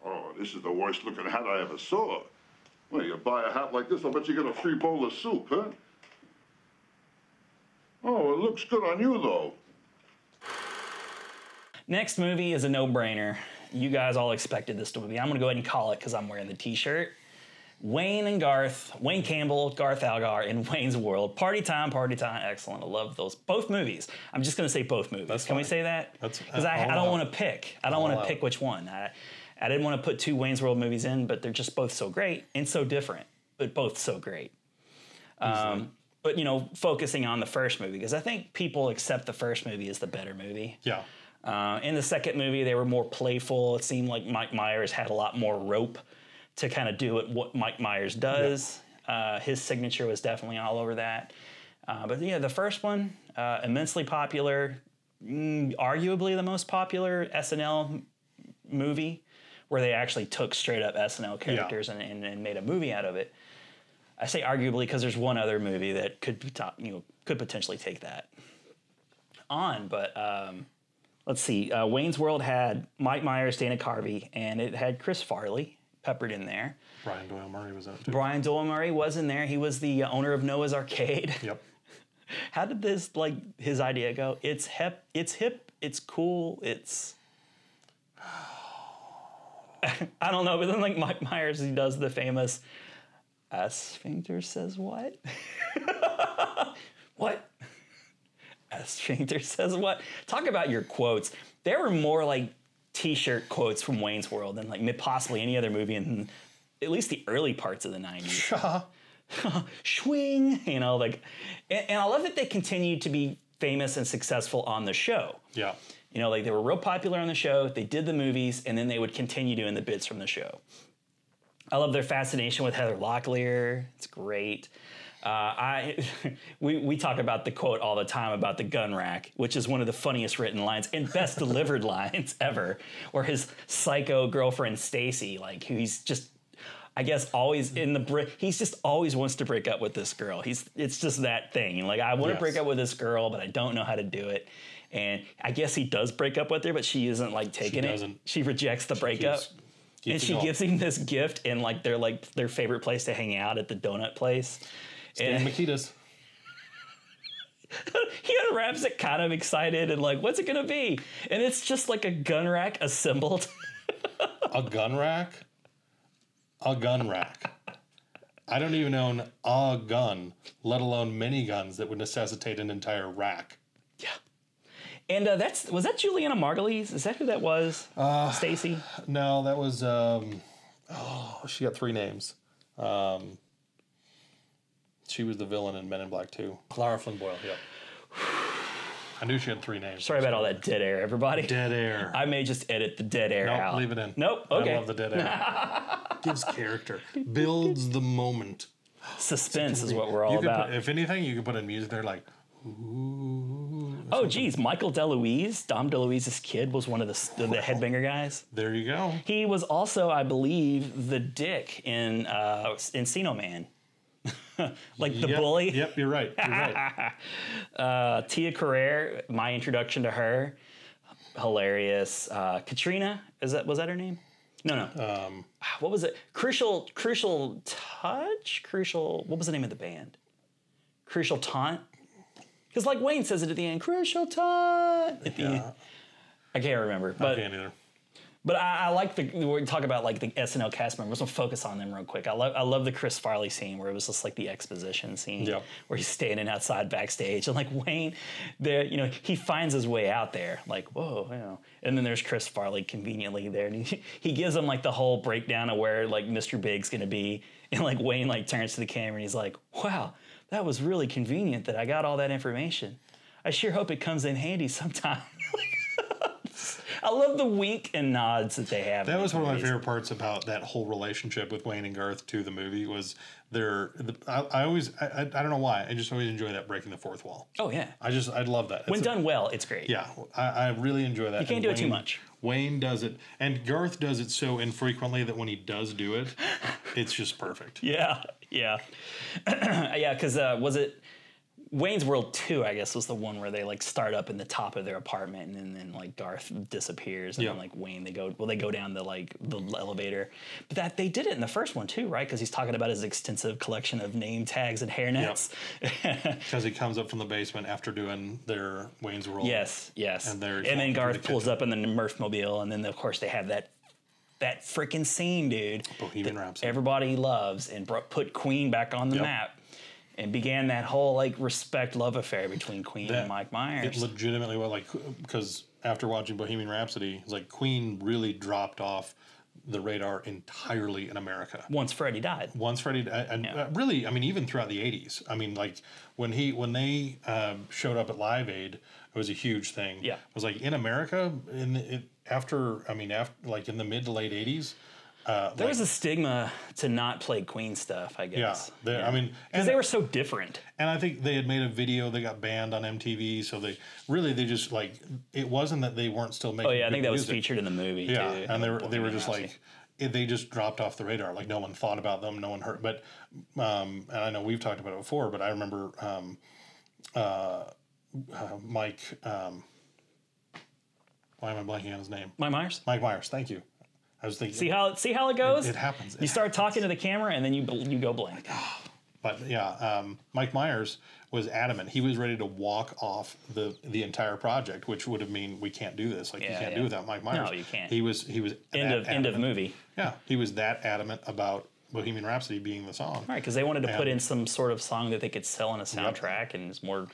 S14: Oh, this is the worst looking hat I ever saw. Well, you buy a hat like this, I'll bet you get a free bowl of soup, huh? Oh, it looks good on you, though.
S6: Next movie is a no-brainer. You guys all expected this to be. I'm gonna go ahead and call it because I'm wearing the T-shirt. Wayne and Garth, Wayne Campbell, Garth Algar in Wayne's World. Party time, party time. Excellent. I love those both movies. I'm just gonna say both movies. Can we
S1: fine.
S6: say that?
S1: That's-
S6: because I, I
S1: all
S6: don't
S1: out.
S6: want to pick. I don't want
S1: All
S6: to
S1: out.
S6: pick which one. I, I didn't want to put two Wayne's World movies in, but they're just both so great and so different, but both so great. Um, but you know, focusing on the first movie because I think people accept the first movie as the better movie.
S1: Yeah.
S6: Uh, in the second movie, they were more playful. It seemed like Mike Myers had a lot more rope to kind of do it what Mike Myers does. Uh, his signature was definitely all over that. Uh, but yeah, the first one uh, immensely popular, mm, arguably the most popular SNL m- movie, where they actually took straight up SNL characters and, and, and made a movie out of it. I say arguably because there's one other movie that could be top, you know could potentially take that on, but. Um, let's see. Uh, Wayne's World had Mike Myers, Dana Carvey, and it had Chris Farley peppered in there.
S1: Brian Doyle Murray was in it. too.
S6: Brian Doyle Murray was in there. He was the uh, owner of Noah's Arcade.
S1: Yep.
S6: How did this like his idea go? It's hip. It's hip. It's cool. It's I don't know, but then like Mike Myers, he does the famous "A sphincter says what? what? A sphincter says what? Talk about your quotes. There were more like T-shirt quotes from Wayne's World than like possibly any other movie in at least the early parts of the '90s. Swing, you know, like, and, and I love that they continued to be famous and successful on the show.
S1: Yeah.
S6: You know, like they were real popular on the show, they did the movies, and then they would continue doing the bits from the show. I love their fascination with Heather Locklear. It's great. Uh, I we we talk about the quote all the time about the gun rack, which is one of the funniest written lines and best delivered lines ever. Where his psycho girlfriend Stacy, like who he's just, I guess, always in the bri- he's just always wants to break up with this girl. He's it's just that thing. Like I want to
S2: Yes.
S6: break up with this girl, but I don't know how to do it. And I guess he does break up with her, but she isn't like taking it.
S2: doesn't.
S6: She rejects the breakup.
S2: keeps- keeps
S6: and
S2: it
S6: she
S2: going.
S6: gives him this gift and like their like their favorite place to hang out at the donut place.
S1: Stan
S6: Makita's. he unwraps it kind of excited and like, what's it gonna be? And it's just like a gun rack assembled.
S1: a gun rack? A gun rack. I don't even own a gun, let alone many guns that would necessitate an entire rack.
S6: And uh, that's was that Juliana Margulies? Is that who that was? Uh, Stacy.
S1: No, that was um oh, she got three names. Um she was the villain in Men in Black 2. Clara Flynn Boyle, yep. I knew she had three names.
S6: Sorry about all that dead air, everybody. Dead
S1: air.
S6: I may just edit the dead air
S1: Nope,
S6: out.
S1: leave it in.
S6: Nope.
S1: I
S6: Okay.
S1: love the dead air. Gives character. Builds the moment.
S6: Suspense is what we're all
S1: You could
S6: about.
S1: put- if anything, you could put in music there like Ooh.
S6: Oh, geez, Michael DeLuise, Dom DeLuise's kid, was one of the the, the headbanger guys.
S1: There you go.
S6: He was also, I believe, the dick in uh, Encino Man, like the
S1: Yep,
S6: bully.
S1: Yep, you're right. You're
S6: right. uh, Tia Carrere, my introduction to her, hilarious. Uh, Katrina, is that was that her name? No, no. Um, what was it? Crucial, crucial touch, crucial. What was the name of the band? Crucial taunt. Because like Wayne says it at the end, crucial taunt. At the end. I can't remember, but
S1: can't either.
S6: But I, I like the we talk about like the SNL cast members. We'll focus on them real quick. I love I love the Chris Farley scene where it was just like the exposition scene
S1: Yep.
S6: where he's standing outside backstage and like Wayne, there you know he finds his way out there like whoa you know and then there's Chris Farley conveniently there and he, he gives him like the whole breakdown of where like Mr. Big's gonna be and like Wayne like turns to the camera and he's like wow that was really convenient that I got all that information. I sure hope it comes in handy sometime. I love the wink and nods that they have. in
S1: That was
S6: these
S1: one of my
S6: movies.
S1: favorite parts about that whole relationship with Wayne and Garth to the movie was their. The, I, I always I, I I don't know why I just always enjoy that breaking the fourth wall.
S6: Oh yeah.
S1: I just I love that.
S6: When
S1: It's a-
S6: done well, it's great.
S1: yeah, I, I really enjoy that.
S6: You
S1: And
S6: can't do it too much.
S1: Wayne does it, and Garth does it so infrequently that when he does do it, it's just perfect.
S6: Yeah, yeah, yeah. Because uh, was it Wayne's World Two? I guess was the one where they like start up in the top of their apartment, and then like Garth disappears, and then
S1: Yeah.
S6: like Wayne they go well they go down the like the elevator. But that they did it in the first one too, right? Because he's talking about his extensive collection of name tags and hairnets.
S1: Because he comes up from the basement after doing their Wayne's World.
S6: Yes, yes.
S1: And
S6: And,
S1: they're
S6: then Garth pulls up in the Murphmobile, and then of course they have that that freaking scene, dude. Bohemian Rhapsody. Everybody loves and brought, put Queen back on the
S1: Yep.
S6: map, and began that whole like respect love affair between Queen and Mike Myers.
S1: It legitimately was like because after watching Bohemian Rhapsody, it's like Queen really dropped off the radar entirely in America.
S6: Once Freddie died.
S1: Once Freddie, died, and uh, really, I mean, even throughout the '80s. I mean, like when he when they um, showed up at Live Aid, it was a huge thing. Yeah, it was like in America in the, it, after I mean after like in the mid to late '80s. Uh,
S6: there
S1: like-
S6: was a stigma to not play Queen stuff, I guess.
S1: Yeah, they- I mean,
S6: because they were so different.
S1: And I think they had made a video. They got banned on MTV, so they really they just like it wasn't that they weren't still making.
S6: Oh yeah, I
S1: good
S6: think that was
S1: music.
S6: featured in the movie.
S1: Yeah,
S6: too,
S1: and they were they were
S6: Bohemian
S1: just
S6: Rhapsody.
S1: like it, they just dropped off the radar. Like no one thought about them, no one heard. But um, and I know we've talked about it before, but I remember um, uh, uh, Mike. Um, why am I blanking on his name?
S6: Mike Myers.
S1: Mike Myers. Thank you. I was thinking.
S6: see how see how it goes.
S1: it happens. Oh
S6: You start talking to the camera, and then you bl- you go blank.
S1: But yeah, um, Mike Myers was adamant. He was ready to walk off the the entire project, which would have mean we can't do this. Like you
S6: Yeah,
S1: can't
S6: yeah.
S1: do without Mike Myers.
S6: No, you can't.
S1: He was he was
S6: End
S1: that
S6: of end of
S1: adamant.
S6: movie.
S1: Yeah, he was that adamant about Bohemian Rhapsody being the song.
S6: Right, because they wanted to put
S1: And-
S6: in some sort of song that they could sell on a soundtrack and it's more,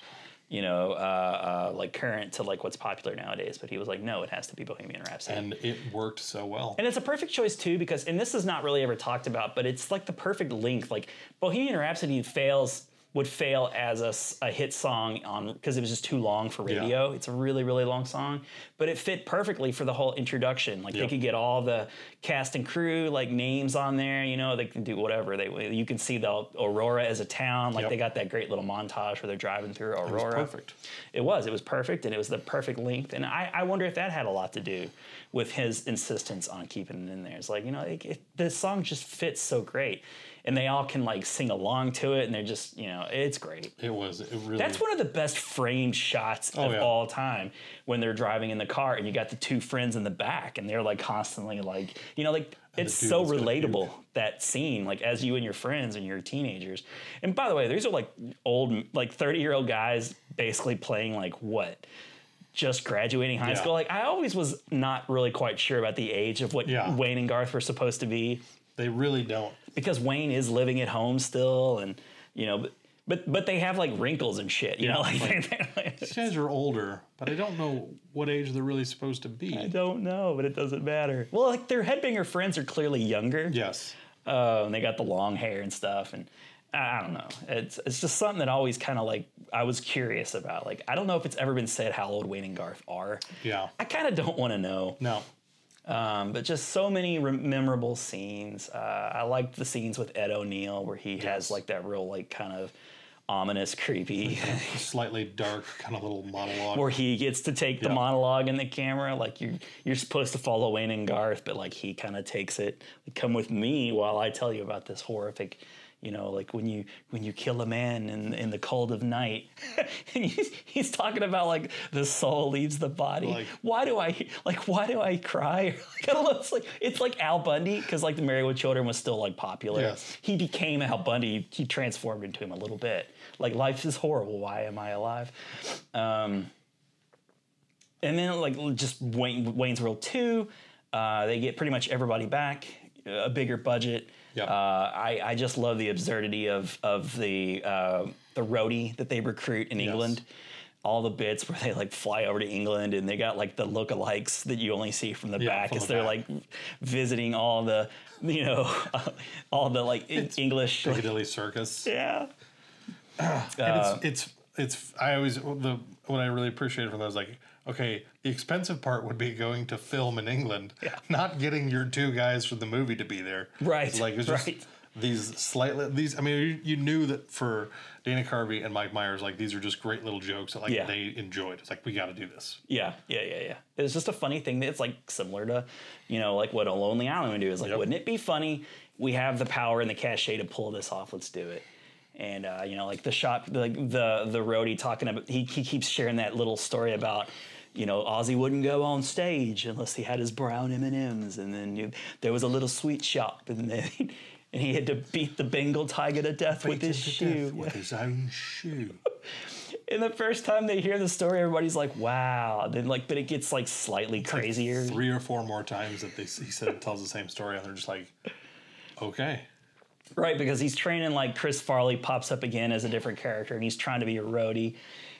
S6: you know, uh, uh, like current to like what's popular nowadays. But he was like, no, it has to be Bohemian Rhapsody.
S1: and it worked so well.
S6: And it's a perfect choice too, because and this is not really ever talked about, but it's like the perfect link. Like Bohemian Rhapsody fails would fail as a, s- a hit song on because it was just too long for
S2: Yeah.
S6: radio. It's a really really long song, but it fit perfectly for the whole introduction. Like
S2: Yeah.
S6: they could get all the cast and crew like names on there. You know they can do whatever they. You can see the Aurora as a town. Like
S2: Yep.
S6: they got that great little montage where they're driving through
S2: was
S6: Aurora.
S2: perfect.
S6: It was. It was perfect, and it was the perfect length. And I, I wonder if that had a lot to do with his insistence on keeping it in there. It's like you know, it, it, the song just fits so great, and they all can like sing along to it, and they're just you know, it's great.
S1: It was. It really.
S6: That's one of the best framed shots
S1: Oh,
S6: of
S1: yeah.
S6: all time when they're driving in the car and you got the two friends in the back and they're like constantly like you know like it's
S2: dude
S6: so
S2: that's gonna
S6: relatable that scene like as you and your friends and your teenagers. And by the way, these are like old like 30-year-old guys basically playing like what just graduating high
S2: Yeah.
S6: school. Like I always was not really quite sure about the age of what
S2: Yeah.
S6: Wayne and Garth were supposed to be.
S1: They really don't.
S6: Because Wayne is living at home still and you know but but, but they have like wrinkles and shit, you know, like,
S1: these guys are older, but I don't know what age they're really supposed to be.
S6: I don't know, but it doesn't matter. Well, like their headbanger friends are clearly younger.
S1: Yes.
S6: Uh, and they got the long hair and stuff, and I I don't know. It's it's just something that always kind of like I was curious about. Like I don't know if it's ever been said how old Wayne and Garth are.
S1: Yeah.
S6: I kind of don't want to know.
S1: No.
S6: Um, but just so many rem- memorable scenes. Uh, I liked the scenes with Ed O'Neill where he has like that real like kind of ominous, creepy
S1: Slightly dark, kind of little monologue.
S6: where he gets to take the monologue in the camera. Like you're you're supposed to follow Wayne and Garth, but like he kind of takes it. Like, come with me while I tell you about this horrific. You know, like when you when you kill a man in in the cold of night, and he's, he's talking about like the soul leaves the body.
S2: Like-
S6: why do I like why do I cry? Like, I don't know. It's like it's like Al Bundy because like the Merrywood Children was still like popular.
S2: Yes.
S6: He became Al Bundy. He transformed into him a little bit. Like life is horrible. Why am I alive? Um, and then like l- just Wayne, Wayne's World Two, uh, they get pretty much everybody back, a bigger budget. Uh, I, I just love the absurdity of of the uh, the roadie that they recruit in England. All the bits where they like fly over to England and they got like the lookalikes that you only see from the
S2: Yeah,
S6: back
S2: from
S6: as
S2: the
S6: they're
S2: back.
S6: like visiting all the you know all the like en- English like-
S1: Piccadilly Circus.
S6: Yeah. Uh,
S1: and it's it's it's I always the what I really appreciated from that was like okay the expensive part would be going to film in England, not getting your two guys from the movie to be there.
S2: Right,
S1: It's like it's just
S2: right.
S1: these slightly these I mean you, you knew that for Dana Carvey and Mike Myers like these are just great little jokes that like
S6: Yeah.
S1: they enjoyed. It's like we got to do this.
S6: Yeah, yeah, yeah, yeah. It's just a funny thing that's like similar to, you know, like what a Lonely Island would do. Is like, wouldn't it be funny? We have the power and the cachet to pull this off. Let's do it. And uh, you know, like the shop, like the the roadie talking about, he, he keeps sharing that little story about, you know, Ozzy wouldn't go on stage unless he had his brown M and M's, and then you, there was a little sweet shop, and then and he had to beat the Bengal tiger to death with his shoe.
S1: with his own shoe.
S6: And the first time they hear the story, everybody's like, "Wow!" Then like, but it gets like slightly
S1: like
S6: crazier.
S1: three or four more times that they he said tells the same story and they're just like okay
S6: Right, because he's training like Chris Farley pops up again as a different character, and he's trying to be a roadie,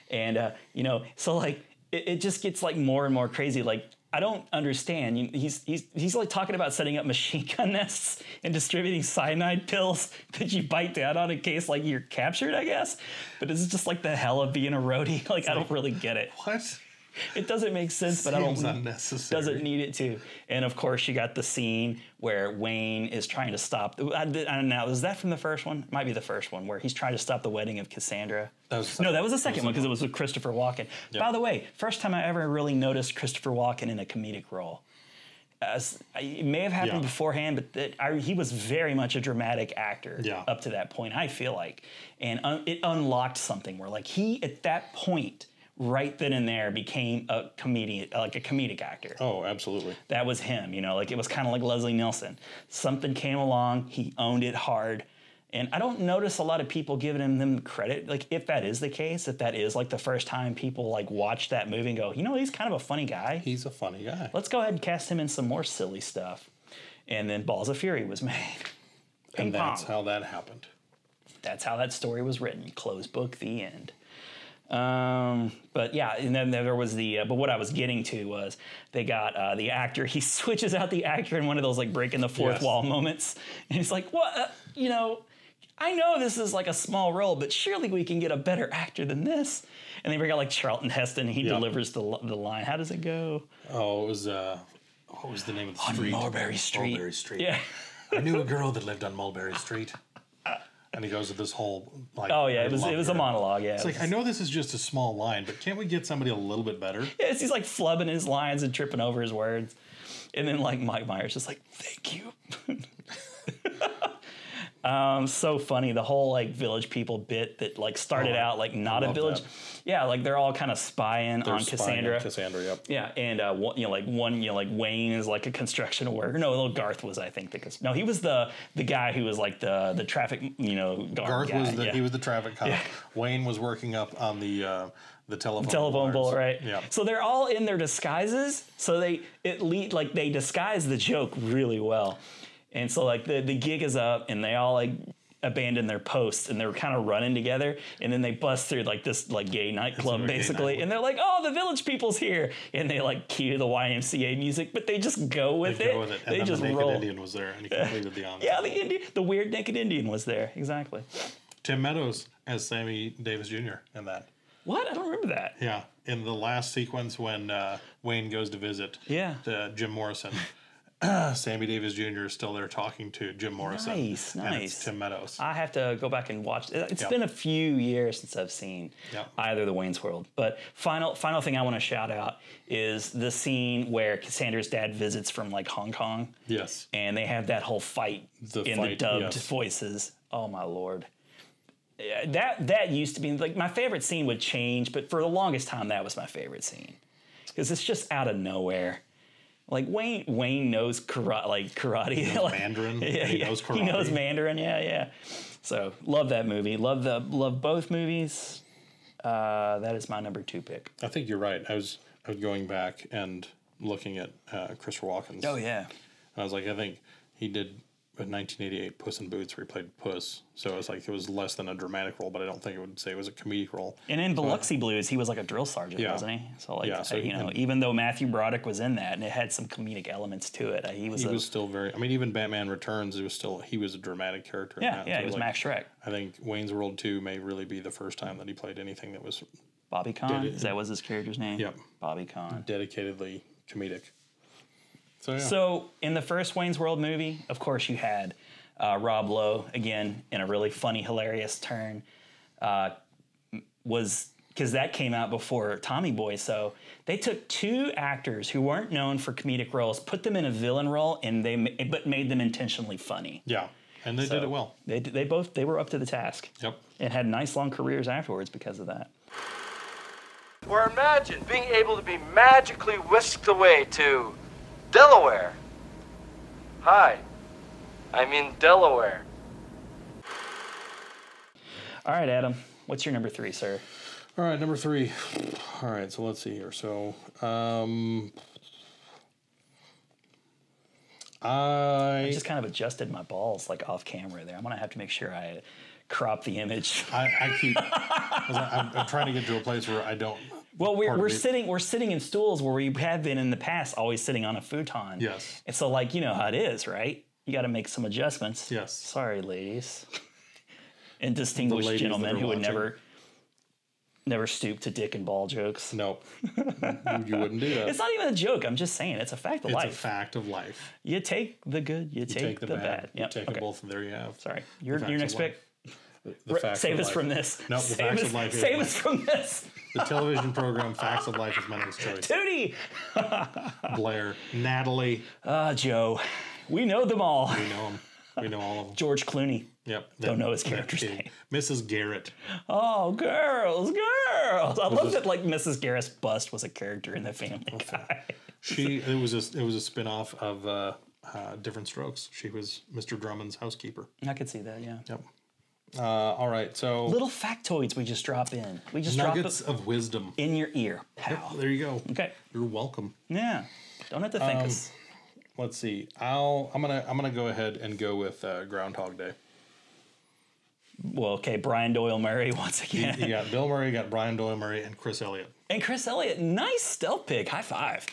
S6: and uh, you know, so like it, it just gets like more and more crazy. Like I don't understand. You- He's he's he's like talking about setting up machine gun nests and distributing cyanide pills that you bite down on in case like you're captured, I guess. But it's just like the hell of being a roadie. Like I don't really get it.
S1: What?
S6: It doesn't make sense, but I don't
S2: Seems
S1: unnecessary.
S6: Doesn't need it to. And of course, you got the scene where Wayne is trying to stop. I, did- I don't know. Was that from the first one? It might be the first one where he's trying to stop the wedding of Cassandra. no, that was the second one because it was with Christopher Walken. By the way, first time I ever really noticed Christopher Walken in a comedic role. As, I- it may have happened
S2: Yeah.
S6: beforehand, but that I, he was very much a dramatic actor
S2: Yeah.
S6: up to that point. I feel like, and un, it unlocked something where like he at that point, right then and there, became a comedian, like a comedic actor.
S1: Oh, absolutely.
S6: That was him. You know, like it was kind of like Leslie Nielsen. Something came along. He owned it hard. And I don't notice a lot of people giving him them credit. Like if that is the case, if that is like the first time people like watch that movie and go, you know, he's kind of a funny guy.
S1: He's a funny guy.
S6: Let's go ahead and cast him in some more silly stuff. And then Balls of Fury was made.
S1: and
S6: Ping pong.
S1: that's how that happened
S6: That's how that story was written. Closed book. The end. Um, but yeah, and then there was the. Uh, but what I was getting to was they got uh, the actor. He switches out the actor in one of those like breaking the fourth
S2: Yes.
S6: wall moments, and he's like, "What? Uh, you know, I know this is like a small role, but surely we can get a better actor than this. And they bring out like Charlton Heston. He
S1: Yeah.
S6: delivers the, li- the line. How does it go?
S1: Oh, it was uh, what was the name of the
S6: On
S1: street?
S6: Mulberry Street.
S1: Mulberry Street.
S6: Yeah.
S1: I knew a girl that lived on Mulberry Street. And he goes with this whole like.
S6: Oh, yeah,
S1: I
S6: it was-
S1: love
S6: it was a
S1: her.
S6: monologue, yeah,
S1: it's
S6: it
S1: like
S6: was-
S1: I know this is just a small line, but can't we get somebody a little bit better?
S6: Yeah, it's- he's like flubbing his lines and tripping over his words. And then like Mike Myers just like, thank you. um, so funny. The whole like village people bit that like started
S1: Oh, I-
S6: out like not a
S1: love
S6: village.
S1: that.
S6: Yeah, like they're all kind of spying
S1: They're
S6: on
S1: spying
S6: Cassandra.
S1: Cassandra, yep.
S6: Yeah, and uh, one, you know, like one, you know, like Wayne is like a construction worker. No, little Garth was, I think, the cons- no, he was the the guy who was like the the traffic, you know, guard
S1: Garth was
S6: guy,
S1: the
S6: yeah.
S1: he was the traffic cop.
S6: Yeah.
S1: Wayne was working up on the uh, the telephone
S6: telephone
S1: wires.
S6: pole, right?
S1: Yeah.
S6: So they're all in their disguises. So they it lead like they disguise the joke really well. And so like the the gig is up, and they all like abandon their posts, and they're kind of running together, and then they bust through like this like gay nightclub
S1: like a gay
S6: basically, and they're like, oh, the village people's here, and they like cue the YMCA music, but they just go with
S1: Go
S6: it.
S1: with it. And
S6: They
S1: then
S6: just
S1: the naked
S6: roll.
S1: Indian was there, and he completed the on.
S6: Yeah, the Indian, the weird naked Indian was there exactly.
S1: Tim Meadows as Sammy Davis Jr. in that.
S6: What? I don't remember that.
S1: Yeah, in the last sequence when uh, Wayne goes to visit,
S6: Yeah.
S1: to Jim Morrison, Sammy Davis Jr. is still there talking to Jim Morrison.
S6: Nice,
S1: And it's
S6: nice.
S1: Tim Meadows.
S6: I have to go back and watch. It's
S1: Yeah.
S6: been a few years since I've seen
S1: Yeah.
S6: either the Wayne's World. But final final thing I want to shout out is the scene where Cassandra's dad visits from like Hong Kong,
S1: Yes,
S6: and they have that whole fight
S1: The
S6: in the
S1: fight,
S6: dubbed
S1: yes.
S6: voices. Oh my lord. Yeah, That that used to be like my favorite scene would change, but for the longest time that was my favorite scene because it's just out of nowhere. Like Wayne Wayne knows karate, like karate,
S1: He knows
S6: Like,
S1: Mandarin, and he knows
S6: He knows
S1: karate.
S6: Mandarin. Yeah, yeah. So love that movie. Love the love both movies. Uh, that is my number two pick.
S1: I think you're right. I was I was going back and looking at uh, Christopher Walken's.
S6: Oh, yeah.
S1: And I was like, I think he did in 1988 Puss in Boots, where he played Puss. So it's like it was less than a dramatic role, but I don't think it would say it was a comedic role.
S6: And in Biloxi Blues, he was like a drill sergeant,
S1: Yeah.
S6: wasn't he? So like
S1: Yeah, so
S6: uh,
S1: he-
S6: you know, even though Matthew Broderick was in that and it had some comedic elements to it, uh, he was
S1: he
S6: a
S1: was still very. I mean, even Batman Returns, it was still he was a dramatic character. in
S6: Yeah,
S1: that.
S6: yeah,
S1: So,
S6: he was
S1: like,
S6: Max Schreck.
S1: I think Wayne's World Two may really be the first time that he played anything that was
S6: Bobby Con.
S1: Did it-
S6: Is that was his character's name?
S1: Yep.
S6: Bobby Con.
S1: dedicatedly comedic. So yeah,
S6: So in the first Wayne's World movie, of course, you had uh, Rob Lowe again in a really funny, hilarious turn. Uh, m- was because that came out before Tommy Boy, so they took two actors who weren't known for comedic roles, put them in a villain role, and they ma- but made them intentionally funny.
S1: yeah, and they did
S6: So
S1: it well.
S6: They d- they both they were up to the task
S1: Yep.
S6: and had nice long careers afterwards because of that.
S15: Or imagine being able to be magically whisked away to Delaware. Hi, I'm in Delaware.
S6: All right, Adam, what's your number three, sir?
S1: All right, number three. All right, so let's see here. So, um, I,
S6: I just kind of adjusted my balls like off camera there. I'm gonna have to make sure I crop the image.
S1: I, I keep. 'cause I- I'm, I'm trying to get to a place where I don't.
S6: Well, we're,
S1: Pardon
S6: we're
S1: me.
S6: sitting we're sitting in stools where we have been in the past, always sitting on a futon.
S1: Yes.
S6: And so, like you know how it is, right? You got to make some adjustments.
S1: Yes.
S6: Sorry, ladies, and distinguished
S1: ladies that
S6: gentlemen
S1: are
S6: who would
S1: watching.
S6: never never stoop to dick and ball jokes.
S1: No, you wouldn't do that.
S6: It's not even a joke. I'm just saying it's a fact of
S1: It's
S6: life.
S1: a fact of life.
S6: You take the good, you,
S1: You
S6: take, the, bad.
S1: You
S6: Yep,
S1: take
S6: okay.
S1: them both, and there you have.
S6: Sorry,
S1: the
S6: your
S1: facts
S6: your
S1: of
S6: next
S1: life.
S6: pick.
S1: The, the
S6: Re-
S1: facts
S6: save
S1: of
S6: us
S1: life.
S6: from this.
S1: No, the
S6: save
S1: facts
S6: us,
S1: of life. is
S6: Save
S1: my-
S6: us from this.
S1: The television program Facts of Life is my next choice.
S6: Tootie.
S1: Blair, Natalie,
S6: Ah, Joe. We know them all.
S1: we know them. We know all of them.
S6: George Clooney.
S1: Yep.
S6: Don't know his
S1: that
S6: character's
S1: kid.
S6: name.
S1: Mrs. Garrett.
S6: Oh, girls, girls. I
S1: Was
S6: love
S1: this-
S6: that like Mrs. Garrett's bust was a character in the family guy.
S1: She. It was a. It was a spin-off of uh, uh, Different Strokes. She was Mr. Drummond's housekeeper.
S6: I could see that, yeah.
S1: Yep. Uh, all right. So
S6: Little factoids we just drop in. We just
S1: nuggets
S6: drop
S1: of wisdom.
S6: it in your ear. Pow.
S1: There you go.
S6: Okay.
S1: You're welcome.
S6: Yeah. Don't have to thank
S1: Um,
S6: us.
S1: Let's see. I'll. I'm gonna. I'm gonna go ahead and go with uh, Groundhog Day.
S6: Well, okay, Brian Doyle Murray once
S1: You,
S6: again.
S1: you got Bill Murray, you got Brian Doyle Murray, and Chris Elliott.
S6: And Chris Elliott, nice stealth pick. High five.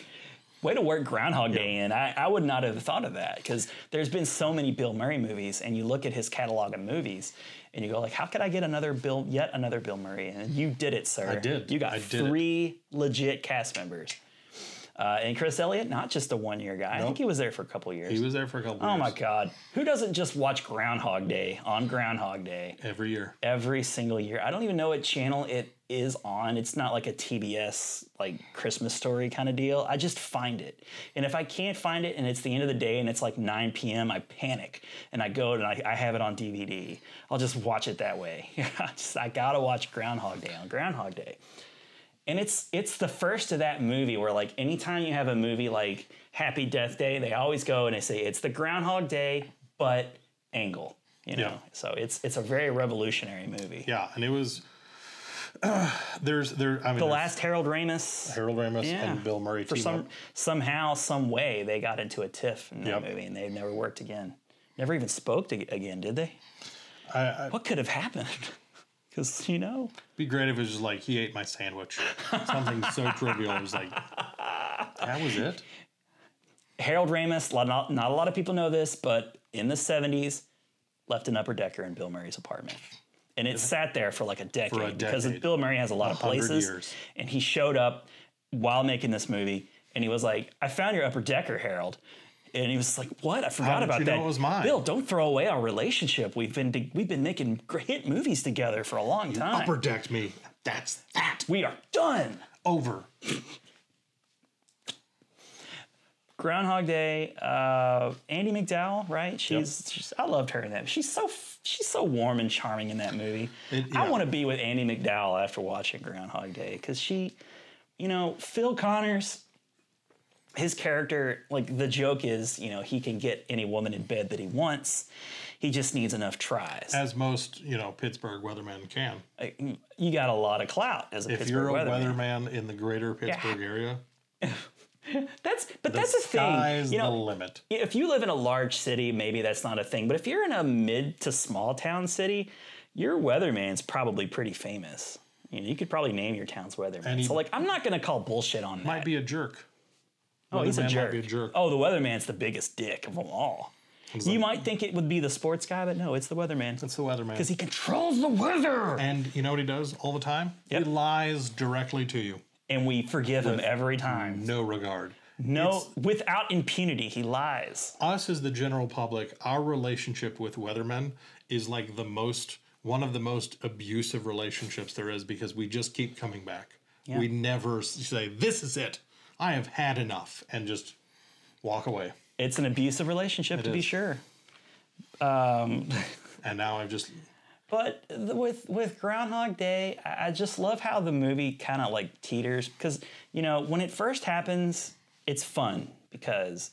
S6: Way to work Groundhog Day in. I, I would not have thought of that because there's been so many Bill Murray movies, and you look at his catalog of movies, and you go like, how could I get another Bill, yet another Bill Murray? And you did it, sir.
S1: I did.
S6: You got
S1: I did it.
S6: three legit cast members. Uh, and Chris Elliott, not just a one-year guy. I think
S1: Nope.
S6: he was there for a couple years.
S1: He was there for a couple
S6: Oh
S1: years.
S6: my God. Who doesn't just watch Groundhog Day on Groundhog Day?
S1: Every year.
S6: Every single year. I don't even know what channel it is on. It's not like a TBS, like Christmas story kind of deal. I just find it. And if I can't find it and it's the end of the day and it's like 9 p.m., I panic and I go and I, I have it on DVD. I'll just watch it that way. I just, I gotta watch Groundhog Day on Groundhog Day and it's it's the first of that movie where like anytime you have a movie like Happy Death Day, they always go and they say it's the Groundhog Day but angle, you know.
S1: Yeah.
S6: So it's it's a very revolutionary movie.
S1: Yeah, and it was. there's there. I mean,
S6: the
S1: there's
S6: last Harold Ramis,
S1: Harold Ramis and Bill Murray
S6: for
S1: team
S6: some
S1: up.
S6: somehow some way they got into a tiff in that
S1: Yep.
S6: movie and they never worked again. Never even spoke to, again, did they? what could have happened? Because you know,
S1: It'd be great if it was just like he ate my sandwich, something so trivial. It was like that was it.
S6: Harold Ramis, lot- not, not a lot of people know this, but in the 70s, left an upper decker in Bill Murray's apartment. And it sat there for like a decade, because
S1: decade.
S6: Bill Murray has a lot of
S1: 100
S6: places.
S1: years.
S6: And he showed up while making this movie and he was like, I found your upper decker, Harold. And he was like, "What? I forgot
S1: did
S6: about
S1: you know
S6: that.
S1: it was mine?"
S6: Bill, don't throw away our relationship. We've been we've been making gr- hit movies together for a long time.
S1: Upper decked me. That's that.
S6: We are done.
S1: Over.
S6: Groundhog Day. Uh, Andy McDowell, right? She's, she's I loved her in that. She's so she's so warm and charming in that movie. I want to be with Andy McDowell after watching Groundhog Day because she, you know, Phil Connors. His character, like the joke is, you know, he can get any woman in bed that he wants. He just needs enough tries.
S1: As most you know, Pittsburgh weathermen can.
S6: you got a lot of clout as a
S1: If
S6: Pittsburgh
S1: you're a
S6: weatherman.
S1: weatherman in the greater Pittsburgh area,
S6: That's but
S1: the
S6: that's the thing.
S1: sky's
S6: You know,
S1: the limit.
S6: if you live in a large city, maybe that's not a thing. But if you're in a mid to small town city, your weatherman's probably pretty famous. You know, you could probably name your town's weatherman.
S1: And he-
S6: so like, I'm not gonna call bullshit on that.
S1: Might be a jerk.
S6: oh, he's a
S1: Weatherman
S6: jerk.
S1: Might be a jerk.
S6: Oh, the weatherman's the biggest dick of them all. You might think it would be the sports guy, but no, it's the weatherman. It's
S1: the weatherman
S6: because he controls the weather.
S1: And you know what he does all the time? He lies directly to you.
S6: And we forgive him every time.
S1: No regard.
S6: No, without impunity, he lies.
S1: Us as the general public, our relationship with weathermen is like the most one of the most abusive relationships there is because we just keep coming back.
S6: Yeah.
S1: We never s- say this is it. I have had enough and just walk away.
S6: It's an abusive relationship to be
S1: is.
S6: sure. Um,
S1: and now I've just
S6: But the, with with Groundhog Day, I I just love how the movie kind of like teeters because you know when it first happens, it's fun because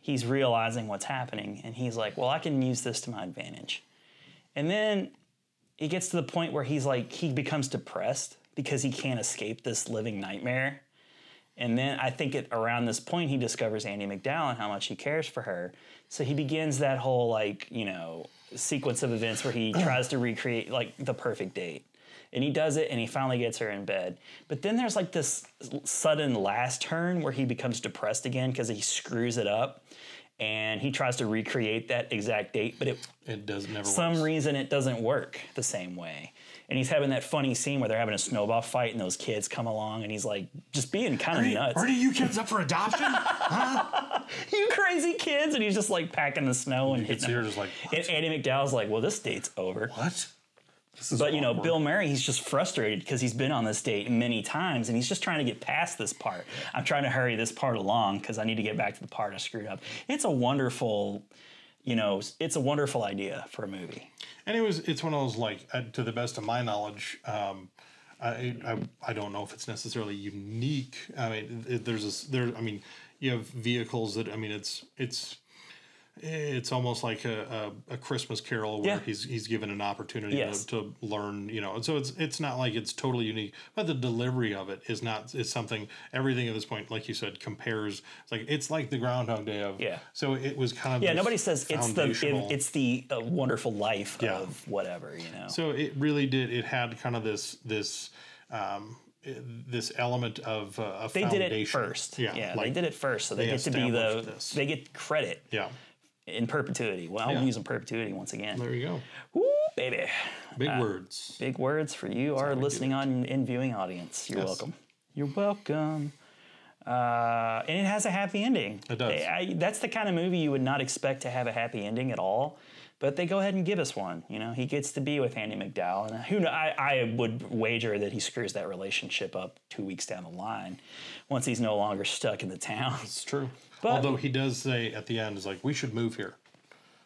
S6: he's realizing what's happening and he's like, "Well, I can use this to my advantage." And then it gets to the point where he's like he becomes depressed because he can't escape this living nightmare. And then I think at around this point he discovers Andy McDowell and how much he cares for her. So he begins that whole like, you know, sequence of events where he tries to recreate like the perfect date. And he does it and he finally gets her in bed. But then there's like this sudden last turn where he becomes depressed again because he screws it up and he tries to recreate that exact date, but it
S1: it does never
S6: some reason it doesn't work the same way. And he's having that funny scene where they're having a snowball fight and those kids come along and he's like just being kind of nuts.
S1: Are you kids up for adoption?
S6: you crazy kids! And he's just like packing the snow and hitting. Her.
S1: Just like
S6: And Andy McDowell's like, well, this date's over.
S1: What?
S6: but you know, Bill Murray, he's just frustrated because he's been on this date many times, and he's just trying to get past this part. I'm trying to hurry this part along because I need to get back to the part I screwed up. It's a wonderful, you know, it's a wonderful idea for a movie.
S1: And it was it's one of those like uh, to the best of my knowledge, um, I, I I don't know if it's necessarily unique. I mean, it, there's a s- there. I mean, you have vehicles that I mean, it's it's it's almost like a, a, a Christmas Carol where
S6: Yeah.
S1: he's he's given an opportunity
S6: Yes.
S1: to, to learn. You know, and so it's it's not like it's totally unique, but the delivery of it is not is something. Everything at this point, like you said, compares. It's like it's like the Groundhog Day of
S6: Yeah.
S1: So it was kind of
S6: Yeah,
S1: this
S6: nobody says it's the
S1: foundational-
S6: it, it's the uh, wonderful life
S1: Yeah.
S6: of whatever you know.
S1: So it really did. It had kind of this this. Um, uh, this element of uh, a
S6: They
S1: foundation.
S6: did it first. Yeah,
S1: like,
S6: they did it first, so they,
S1: they
S6: get to be the
S1: established this.
S6: they get credit.
S1: Yeah.
S6: in perpetuity. Well,
S1: Yeah.
S6: I'm using perpetuity once again.
S1: There you go.
S6: Woo, baby.
S1: Big
S6: Uh,
S1: words.
S6: Big words for you, our listening on and viewing audience. You're
S1: Yes.
S6: welcome. You're welcome. Uh, and it has a happy ending. It does. that's the kind of movie you would not expect to have a happy ending at all. But they go ahead and give us one. You know, he gets to be with Andy McDowell, and uh, who know? I, I would wager that he screws that relationship up two weeks down the line, once he's no longer stuck in the town. It's
S1: true.
S6: But
S1: Although he does say at the end, is like, we should move here.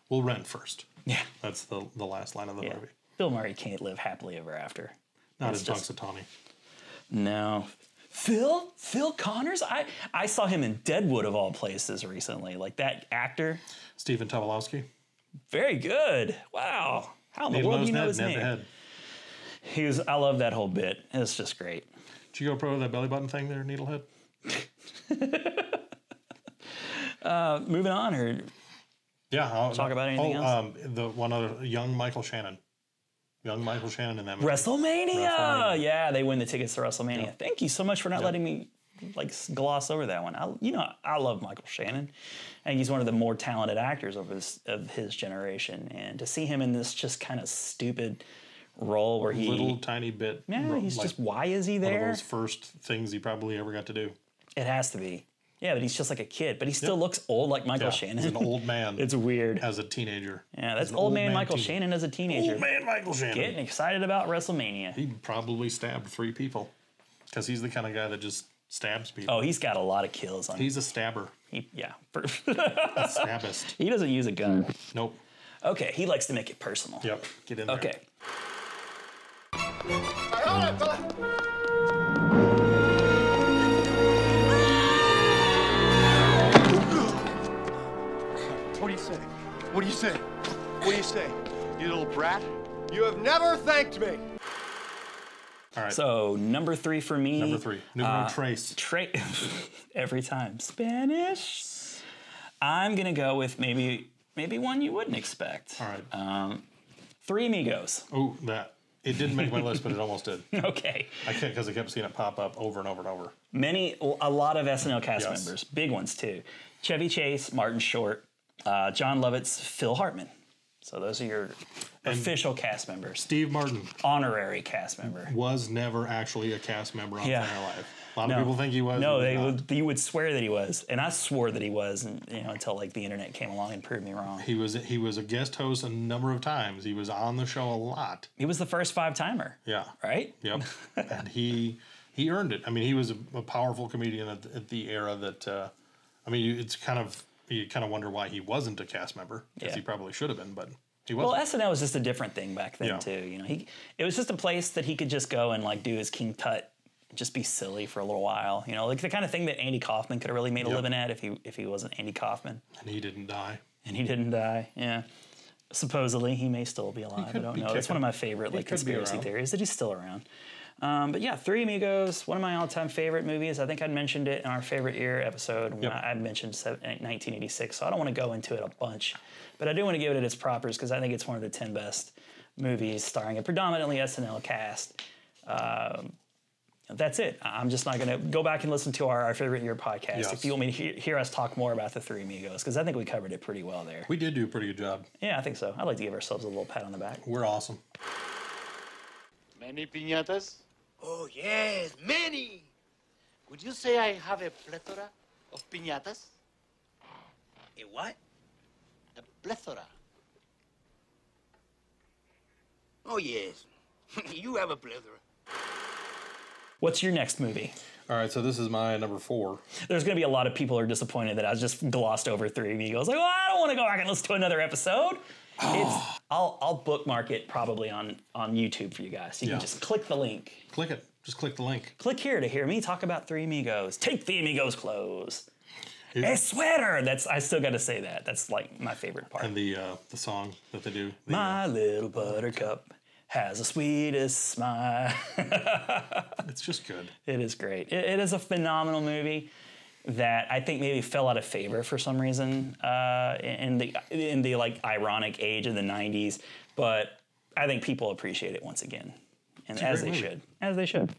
S1: We'll rent first.
S6: Yeah.
S1: That's the, the last line of the
S6: Yeah.
S1: movie.
S6: Bill Murray can't live happily ever after.
S1: Not
S6: It's
S1: as
S6: just-
S1: Punxsutawney.
S6: No. Phil? Phil Connors? I, I saw him in Deadwood of all places recently. Like that actor.
S1: Stephen Tobolowsky.
S6: Very good. Wow. How in the
S1: Needle
S6: world do you
S1: nose
S6: know
S1: Ned, Ned
S6: his
S1: the
S6: name?
S1: Head.
S6: He was I love that whole bit. It's just great.
S1: Did you go pro to that belly button thing there, Needlehead?
S6: Uh, moving on or
S1: Yeah. I'll,
S6: Talk about anything
S1: oh,
S6: else?
S1: Um, the one other young Michael Shannon. Young Michael Shannon in that movie.
S6: WrestleMania.
S1: WrestleMania.
S6: Yeah, they win the tickets to WrestleMania. Thank you so much for not
S1: Yep.
S6: letting me like s- gloss over that one. I, you know, I love Michael Shannon. I think he's one of the more talented actors of his of his generation, and to see him in this just kind of stupid role where he
S1: Little tiny bit.
S6: Yeah,
S1: ro-
S6: he's
S1: like
S6: just why is he
S1: One
S6: there?
S1: of those first things he probably ever got to do.
S6: It has to be. Yeah, but he's just like a kid, but he still looks old like Michael
S1: Yeah,
S6: Shannon.
S1: He's an old man.
S6: it's weird.
S1: As a teenager.
S6: yeah, that's
S1: He's an
S6: old, man, Michael
S1: teen-
S6: Shannon as a teenager.
S1: Old man Michael Shannon.
S6: Getting excited about WrestleMania.
S1: He probably stabbed three people because he's the kind of guy that just stabs people.
S6: Oh, he's got a lot of kills on
S1: He's a stabber.
S6: He, yeah.
S1: a stabbist.
S6: He doesn't use a gun.
S1: Nope.
S6: Okay, he likes to make it personal.
S1: Yep. Get in there.
S6: Okay.
S16: What do you say? What do you say? What do you say? You little brat. You have never thanked me.
S1: All right.
S6: So uh, number three for me.
S1: Number three. Numero trace.
S6: Trace. Every time. Spanish. I'm gonna go with maybe maybe one you wouldn't expect. All
S1: right.
S6: Um, three amigos.
S1: Oh, that. It didn't make my list, but it almost did.
S6: Okay.
S1: I can't because I kept seeing it pop up over and over and over.
S6: Many, a lot of SNL cast
S1: Yes.
S6: members, big ones too. Chevy Chase, Martin Short, uh, John Lovitz, Phil Hartman. So those are your official cast members.
S1: Steve Martin.
S6: Honorary cast member.
S1: Was never actually a cast member on
S6: Yeah.
S1: Saturday Night Live. A lot of people think he was.
S6: No,
S1: he
S6: they
S1: was not.
S6: would, you would swear that he was, and I swore that he was, and you know until like the internet came along and proved me wrong.
S1: He was he was a guest host a number of times. He was on the show a lot.
S6: He was the first five timer.
S1: Yeah.
S6: Right.
S1: Yep. and he he earned it. I mean, he was a, a powerful comedian at, the- at the era that. Uh, I mean, you- it's kind of you kind of wonder why he wasn't a cast member because
S6: Yeah.
S1: he probably should have been, but he
S6: Well,
S1: wasn't.
S6: SNL was just a different thing back then
S1: Yeah.
S6: too. You know, he it was just a place that he could just go and like do his King Tut, just be silly for a little while. You know, like the kind of thing that Andy Kaufman could have really made a
S1: Yep.
S6: living at if he if he wasn't Andy Kaufman
S1: and he didn't die.
S6: and he didn't die. Yeah. Supposedly he may still be alive. I
S1: could
S6: don't
S1: be
S6: know. That's one
S1: kicking.
S6: of my favorite
S1: He
S6: like
S1: could be
S6: conspiracy
S1: around.
S6: theories that he's still around. Um, but yeah, Three Amigos, one of my all-time favorite movies. I think I mentioned it in our favorite year episode. When I I mentioned se- 1986, so I don't want to go into it a bunch, but I do want to give it its propers because I think it's one of the 10 best movies starring a predominantly SNL cast. Um, that's it. I- I'm just not going to go back and listen to our, our favorite year podcast
S1: Yes.
S6: if you want me to hear, hear us talk more about the Three Amigos because I think we covered it pretty well there.
S1: We did do a pretty good job.
S6: Yeah, I think so. I'd like to give ourselves a little pat on the back.
S1: We're awesome.
S10: Many piñatas?
S17: Oh, yes, many. Would you say I have a plethora of piñatas? A what? A plethora. Oh, yes. you have a plethora.
S6: What's your next movie?
S1: All right, so this is my number four.
S6: There's going to be a lot of people who are disappointed that I just glossed over Three Amigos. Like, well, I don't want to go back and listen to another episode. It's, I'll, I'll bookmark it probably on, on YouTube for you guys. You
S1: Yeah.
S6: can just click the link.
S1: Click it. Just click the link.
S6: Click here to hear me talk about Three Amigos. Take the Amigos clothes.
S1: Yeah.
S6: A sweater. That's I still got to say that. That's like my favorite part.
S1: And the uh, the song that they do.
S6: My little buttercup has the sweetest smile.
S1: uh, it's just good.
S6: It is great. It, it is a phenomenal movie that I think maybe fell out of favor for some reason uh, in the in the like ironic age of the '90s. But I think people appreciate it once again, and
S1: It's a
S6: as they
S1: great movie.
S6: should, as they should.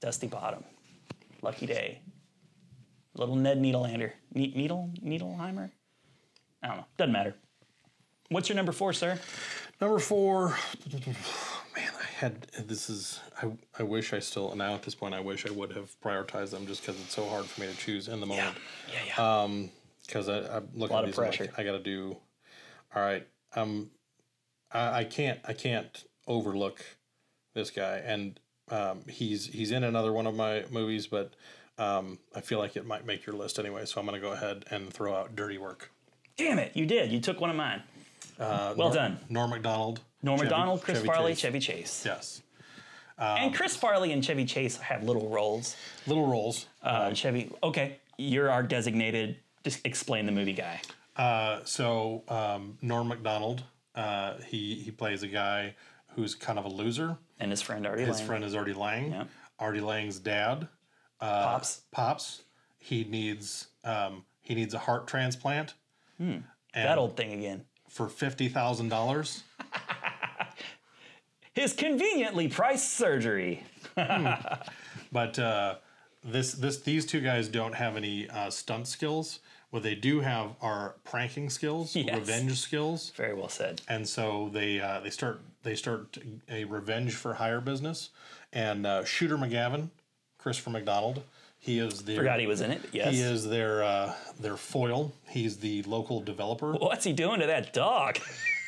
S6: Dusty Bottom, Lucky Day, Little Ned Needlehander, ne- Needle Needleheimer. I don't know. Doesn't matter. What's your number four, sir?
S1: Number four. I had this is I, I wish I still now at this point I wish I would have prioritized them just because it's so hard for me to choose in the moment.
S6: Yeah, yeah.
S1: yeah. Um, because I, I look
S6: Lot
S1: at
S6: of
S1: these I'm
S6: pressure.
S1: Like, I got to do. All right. Um, I, I can't I can't overlook this guy, and um, he's he's in another one of my movies, but um, I feel like it might make your list anyway, so I'm gonna go ahead and throw out Dirty Work.
S6: Damn it, you did. You took one of mine.
S1: Uh,
S6: Well
S1: Norm-
S6: done.
S1: Norm Macdonald.
S6: Norm
S1: Chevy-
S6: Macdonald, Chris
S1: Chevy
S6: Farley,
S1: Chase.
S6: Chevy Chase.
S1: Yes.
S6: and Chris Farley and Chevy Chase have little roles.
S1: Little roles.
S6: Uh, Chevy, okay, you're our designated. Just explain the movie guy.
S1: Uh, so um, Norm Macdonald, uh, he he plays a guy who's kind of a loser,
S6: and his friend Artie.
S1: His
S6: Lang.
S1: friend is Artie Lang. Artie Lang's dad, uh,
S6: Pops.
S1: Pops. He needs um, he needs a heart transplant.
S6: Hmm.
S1: And
S6: That old thing again.
S1: For fifty thousand dollars.
S6: His conveniently priced surgery.
S1: But uh, this this these two guys don't have any uh, stunt skills. What they do have are pranking skills,
S6: Yes.
S1: revenge skills.
S6: Very well said.
S1: And so they uh, they start they start a revenge for hire business. And uh, Shooter McGavin, Christopher McDonald, he is the
S6: Forgot he was in it, yes.
S1: he is their uh, their foil. He's the local developer.
S6: What's he doing to that dog?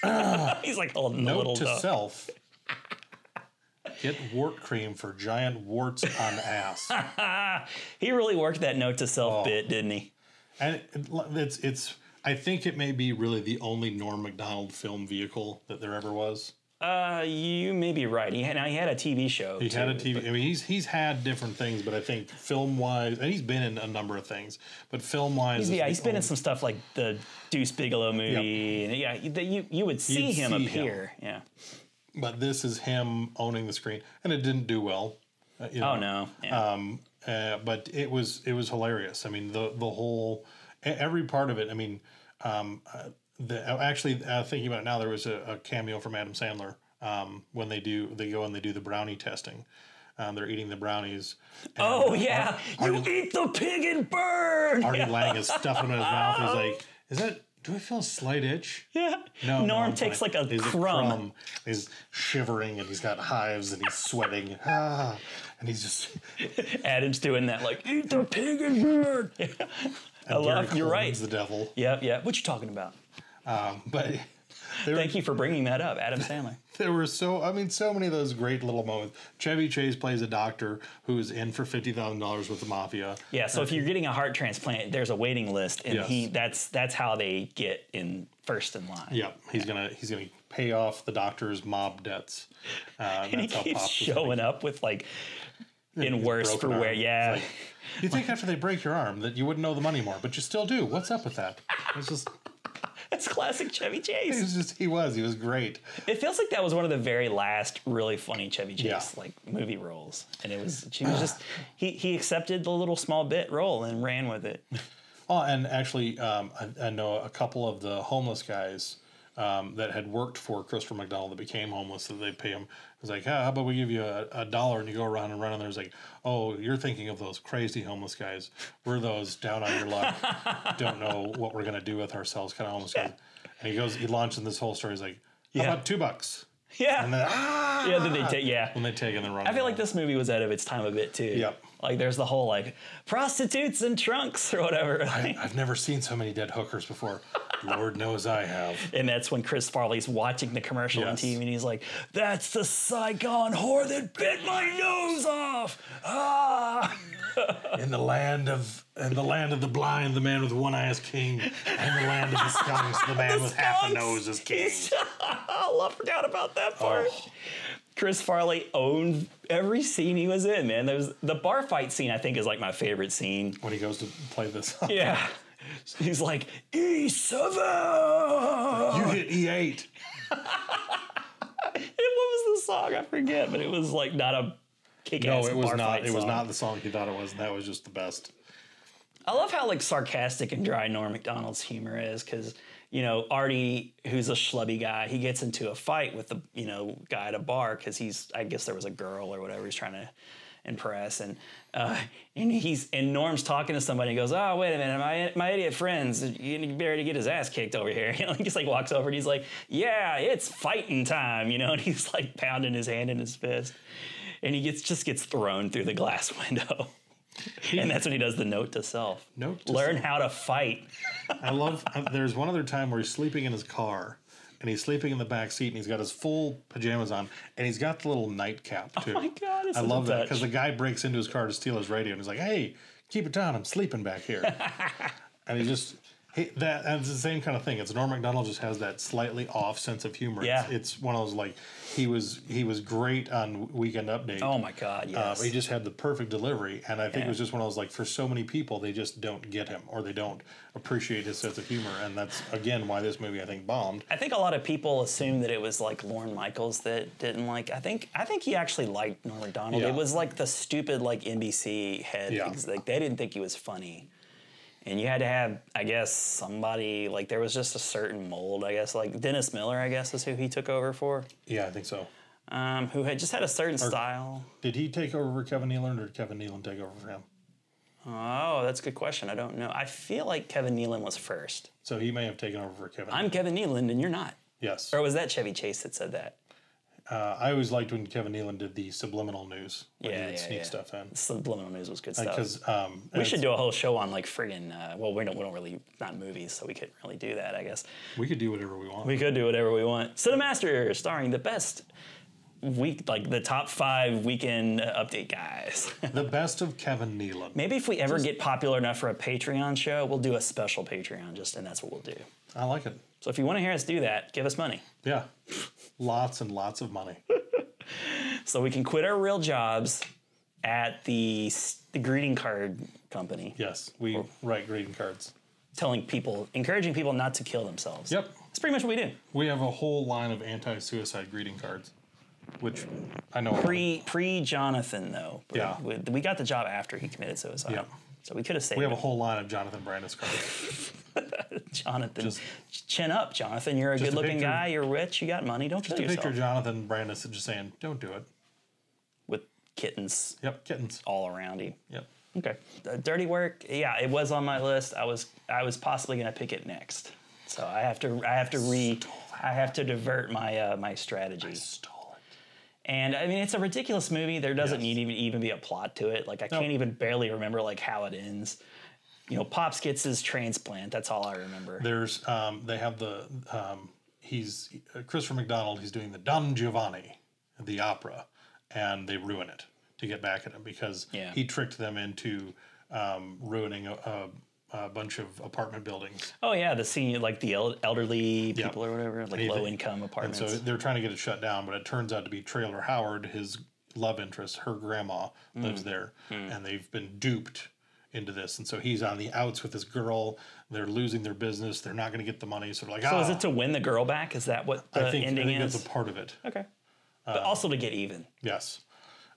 S6: He's like holding the
S1: Note
S6: little
S1: to
S6: dog.
S1: self: get wart cream for giant warts on ass.
S6: he really worked that note to
S1: Oh.
S6: self bit, didn't he?
S1: And it- it's it's. I think it may be really the only Norm Macdonald film vehicle that there ever was.
S6: Uh, you may be right. He had, now he had a TV show.
S1: He had a
S6: too.
S1: TV. I mean, he's he's had different things, but I think film wise, and he's been in a number of things. But film wise,
S6: He's, yeah, he's been in some stuff like the Deuce Bigelow movie, and yeah, you- that you you would see
S1: You'd
S6: him
S1: see
S6: appear. Yeah.
S1: But this is him owning the screen, and it didn't do well. uh, you
S6: Oh,
S1: know.
S6: no. Yeah.
S1: Um, uh, but it was it was hilarious. I mean, the the whole e- every part of it. I mean, um, uh, the uh, actually uh, thinking about it now, there was a, a cameo from Adam Sandler um, when they do they go and they do the brownie testing. Um, they're eating the brownies. and,
S6: Oh
S1: uh,
S6: yeah,
S1: Ar-
S6: you
S1: Artie-
S6: eat the pig and burn.
S1: Artie
S6: Yeah.
S1: Lang is stuffing him in his mouth. He's like, "Is that? Do I feel a slight itch?"
S6: Yeah.
S1: No. no,
S6: Norm
S1: I'm
S6: takes
S1: fine.
S6: like a
S1: He's
S6: crumb.
S1: He's shivering and he's got hives and he's sweating. ah, and he's just.
S6: Adam's doing that like eat the pig and burn. I
S1: and Gary
S6: love. You're right.
S1: Coleman's The devil.
S6: Yep. Yep. What you talking about?
S1: Um, but
S6: thank you for bringing that up, Adam Sandler.
S1: there were so I mean so many of those great little moments. Chevy Chase plays a doctor who is in for fifty thousand dollars with the mafia.
S6: Yeah, so if you're getting a heart transplant, there's a waiting list, and
S1: Yes.
S6: he that's that's how they get in first in line.
S1: Yeah, he's gonna he's gonna pay off the doctor's mob debts. Uh,
S6: and he
S1: that's how
S6: keeps
S1: Pops was like,
S6: showing up with like in
S1: his
S6: worse for
S1: broken
S6: wear.
S1: arm. It's
S6: Yeah,
S1: like, you think after they break your arm that you wouldn't know the money more, but you still do. What's up with that? It's just
S6: that's classic Chevy
S1: he
S6: Chase.
S1: was just he was he was great.
S6: It feels like that was one of the very last really funny Chevy Chase
S1: Yeah.
S6: like movie roles, and it was she was just he he accepted the little small bit role and ran with it.
S1: Oh, and actually, um, I, I know a couple of the homeless guys um, that had worked for Christopher McDonald that became homeless that they pay him. It was like, ah, how about we give you a, a dollar and you go around and run? And there's like, oh, you're thinking of those crazy homeless guys. We're those down on your luck, don't know what we're gonna do with ourselves kind of homeless guys. And he goes, he launches in this whole story. He's like, how about two bucks?
S6: Yeah,
S1: And then,
S6: yeah. Then they take yeah.
S1: When they take and then run.
S6: I feel like this movie was out of its time a bit too.
S1: Yep.
S6: Like there's the whole like prostitutes and trunks or whatever.
S1: I, I've never seen so many dead hookers before. Lord knows I have.
S6: And that's when Chris Farley's watching the commercial on
S1: Yes.
S6: TV and he's like, That's the Saigon whore that bit my nose off. Ah.
S1: In the land of in the land of the blind, the man with one eye is king. And the land of the skunks, the man with half a nose is king. Oh,
S6: I forgot about that part. Chris Farley owned every scene he was in, man. There was the bar fight scene, I think, is like my favorite scene.
S1: When he goes to play this.
S6: yeah. He's like, "E E7!
S1: You hit E E8.
S6: And what was the song? I forget, but it was like not a kick
S1: No,
S6: ass.
S1: it was not. It was not the song he thought it was. and That was just the best.
S6: I love how like sarcastic and dry Norm Macdonald's humor is because you know Artie, who's a schlubby guy, he gets into a fight with the you know guy at a bar because he's I guess there was a girl or whatever he's trying to and press and uh, and he's and Norm's talking to somebody and goes, oh wait a minute, my my idiot friends, you better get his ass kicked over here. You know, he just like walks over and he's like, yeah, it's fighting time, you know, and he's like pounding his hand in his fist, and he gets just gets thrown through the glass window. and that's when he does the note to self.
S1: Note to
S6: Learn how to fight.
S1: I love. uh, There's one other time where he's sleeping in his car, and he's sleeping in the back seat, and he's got his full pajamas on, and he's got the little nightcap too.
S6: Oh my God, it's
S1: I
S6: such a
S1: love that
S6: touch.
S1: because the guy breaks into his car to steal his radio, and he's like, "Hey, keep it down. I'm sleeping back here," and he just. He, that and it's the same kind of thing. It's Norm Macdonald just has that slightly off sense of humor. It's-
S6: Yeah.
S1: It's, one of those like he was he was great on Weekend Update.
S6: Oh my God,
S1: Uh,
S6: yes.
S1: he just had the perfect delivery, and I think
S6: Yeah.
S1: it was just one of those like for so many people they just don't get him or they don't appreciate his sense of humor, and that's again why this movie I think bombed.
S6: I think a lot of people assume that it was like Lorne Michaels that didn't like. I think I think he actually liked Norm Macdonald.
S1: Yeah.
S6: It was like the stupid like NBC head.
S1: Yeah.
S6: things, Like they didn't think he was funny, and you had to have I guess somebody like there was just a certain mold. I guess like Dennis Miller. I guess is who he took over for.
S1: Yeah, I think so.
S6: Um, who had just had a certain
S1: Or-
S6: style.
S1: Did he take over for Kevin Nealon, or did Kevin Nealon take over for him?
S6: Oh, that's a good question. I don't know. I feel like Kevin Nealon was first.
S1: So he may have taken over for Kevin.
S6: I'm Kevin Nealon, and you're not.
S1: Yes.
S6: Or was that Chevy Chase that said that?
S1: Uh, I always liked when Kevin Nealon did the subliminal news. When
S6: Yeah,
S1: he would
S6: yeah,
S1: sneak
S6: yeah.
S1: stuff in.
S6: Subliminal news was good stuff.
S1: Because um,
S6: we
S1: and
S6: should
S1: it's-
S6: do a whole show on like friggin' uh, well we don't we don't really not movies so we couldn't really do that I guess
S1: we could do whatever we want.
S6: we could do whatever we want Cinemaster starring the best week like the top five weekend uh, update guys
S1: the best of Kevin Nealon.
S6: maybe if we ever get popular enough for a Patreon show we'll do a special Patreon just and that's what we'll do
S1: I like it.
S6: so if you want to hear us do that give us money
S1: Yeah, lots and lots of money.
S6: so we can quit our real jobs at the s- the greeting card company
S1: yes we write greeting cards
S6: telling people encouraging people not to kill themselves
S1: Yep.
S6: That's pretty much what we do.
S1: We have a whole line of anti-suicide greeting cards, which I know.
S6: pre pre Jonathan though.
S1: Yeah.
S6: we, we got the job after he committed suicide.
S1: Yep.
S6: So we could have saved.
S1: We have a
S6: him.
S1: whole line of Jonathan Brandis cards.
S6: Jonathan. chin up, Jonathan. You're a
S1: Just a
S6: good looking
S1: picture-
S6: guy. You're rich. You got money. Don't
S1: Just
S6: kill
S1: a
S6: yourself.
S1: picture of Jonathan Brandis just saying, "Don't do it."
S6: With kittens.
S1: Yep, kittens
S6: all around him.
S1: Yep.
S6: Okay. Uh, dirty work. Yeah, it was on my list. I was I was possibly gonna pick it next. So I have to I have to re I have to divert my uh, my strategy. I
S1: stole
S6: it. And I mean it's a ridiculous movie. There doesn't need even even be a plot to it. Like I can't even barely remember like how it ends. You know, Pops gets his transplant. That's all I remember.
S1: There's um, they have the um, he's uh, Christopher McDonald. He's doing the Don Giovanni, the opera, and they ruin it to get back at him because
S6: Yeah.
S1: he tricked them into um, ruining a, a, a bunch of apartment buildings.
S6: Oh yeah, the senior like the el- elderly
S1: Yeah.
S6: people or whatever, like
S1: Anything.
S6: low income apartments.
S1: And so they're trying to get it shut down, but it turns out to be Trailer Howard, his love interest, her grandma lives
S6: Mm.
S1: there,
S6: Mm.
S1: and they've been duped into this. And so he's on the outs with this girl. They're losing their business. They're not going to get the money. So they're like,
S6: so
S1: ah,
S6: is it to win the girl back? Is that what the
S1: I think,
S6: ending
S1: I think
S6: is?
S1: that's a part Uh, of it.
S6: Okay. But also to get even.
S1: Yes.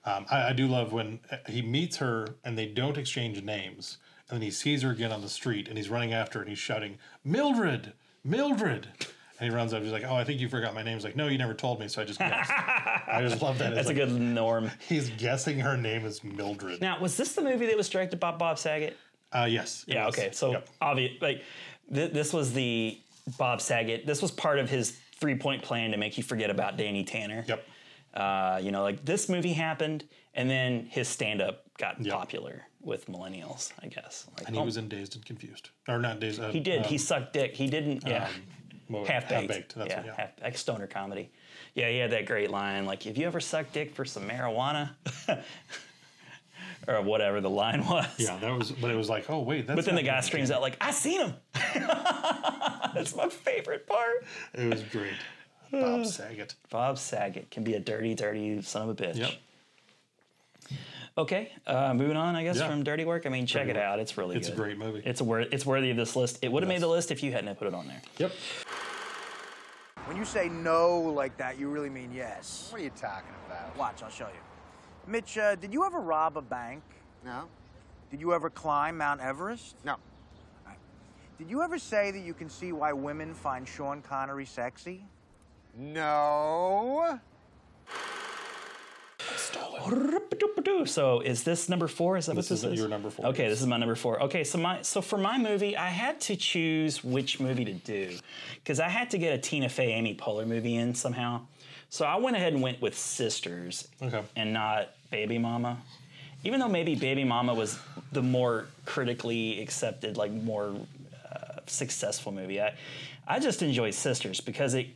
S1: Um, I, I do love when uh, he meets her and they don't exchange names. And then he sees her again on the street and he's running after her and he's shouting, Mildred, Mildred. And he runs up. He's like, Oh, I think you forgot my name. He's like, No, you never told me. So I just guessed. I just love that.
S6: That's a good norm.
S1: He's guessing her name is Mildred.
S6: Now, was this the movie that was directed by Bob Saget?
S1: Uh, yes.
S6: Yeah. Okay. So obvious. Like th- this was the Bob Saget. This was part of his three-point plan to make you forget about Danny Tanner.
S1: Yep.
S6: Uh, you know, like this movie happened, and then his stand-up got popular with millennials, I guess. Like,
S1: And he
S6: oh,
S1: was in Dazed and Confused. Or not Dazed. Uh,
S6: he did. he
S1: um,
S6: sucked dick. He didn't. Yeah.
S1: um, what-
S6: half baked.
S1: Half-Baked, that's
S6: yeah,
S1: what- yeah.
S6: half, like stoner comedy. Yeah, he had that great line like, "If you ever sucked dick for some marijuana?" or whatever the line was.
S1: Yeah, that was. But it was like, oh wait, that's.
S6: but then
S1: not
S6: the guy
S1: Danny
S6: screams out like, "I seen him." That's my favorite part.
S1: It was great. Bob Saget.
S6: Bob Saget can be a dirty, dirty son of a bitch.
S1: Yep.
S6: Okay, uh, moving on. I guess
S1: Yeah.
S6: from Dirty Work. I mean, check
S1: Dirty
S6: it
S1: Work.
S6: out. It's really
S1: It's a
S6: good.
S1: great movie.
S6: It's a wor- It's worthy of this list. It would have made the list if you hadn't have put it on there.
S1: Yep.
S10: When you say no like that, you really mean yes. What are you talking about? Watch, I'll show you. Mitch, uh, did you ever rob a bank? No. Did you ever climb Mount Everest? No. Did you ever say that you can see why women find Sean Connery sexy? No.
S6: So is this number four? Is that
S1: This
S6: what this
S1: is your
S6: number four. Okay, this is my number four. Okay, so my so for my movie, I had to choose which movie to do because I had to get a Tina Fey, Amy Poehler movie in somehow. So I went ahead and went with Sisters and not Baby Mama, even though maybe Baby Mama was the more critically accepted, like more uh, successful movie. I I just enjoy Sisters because it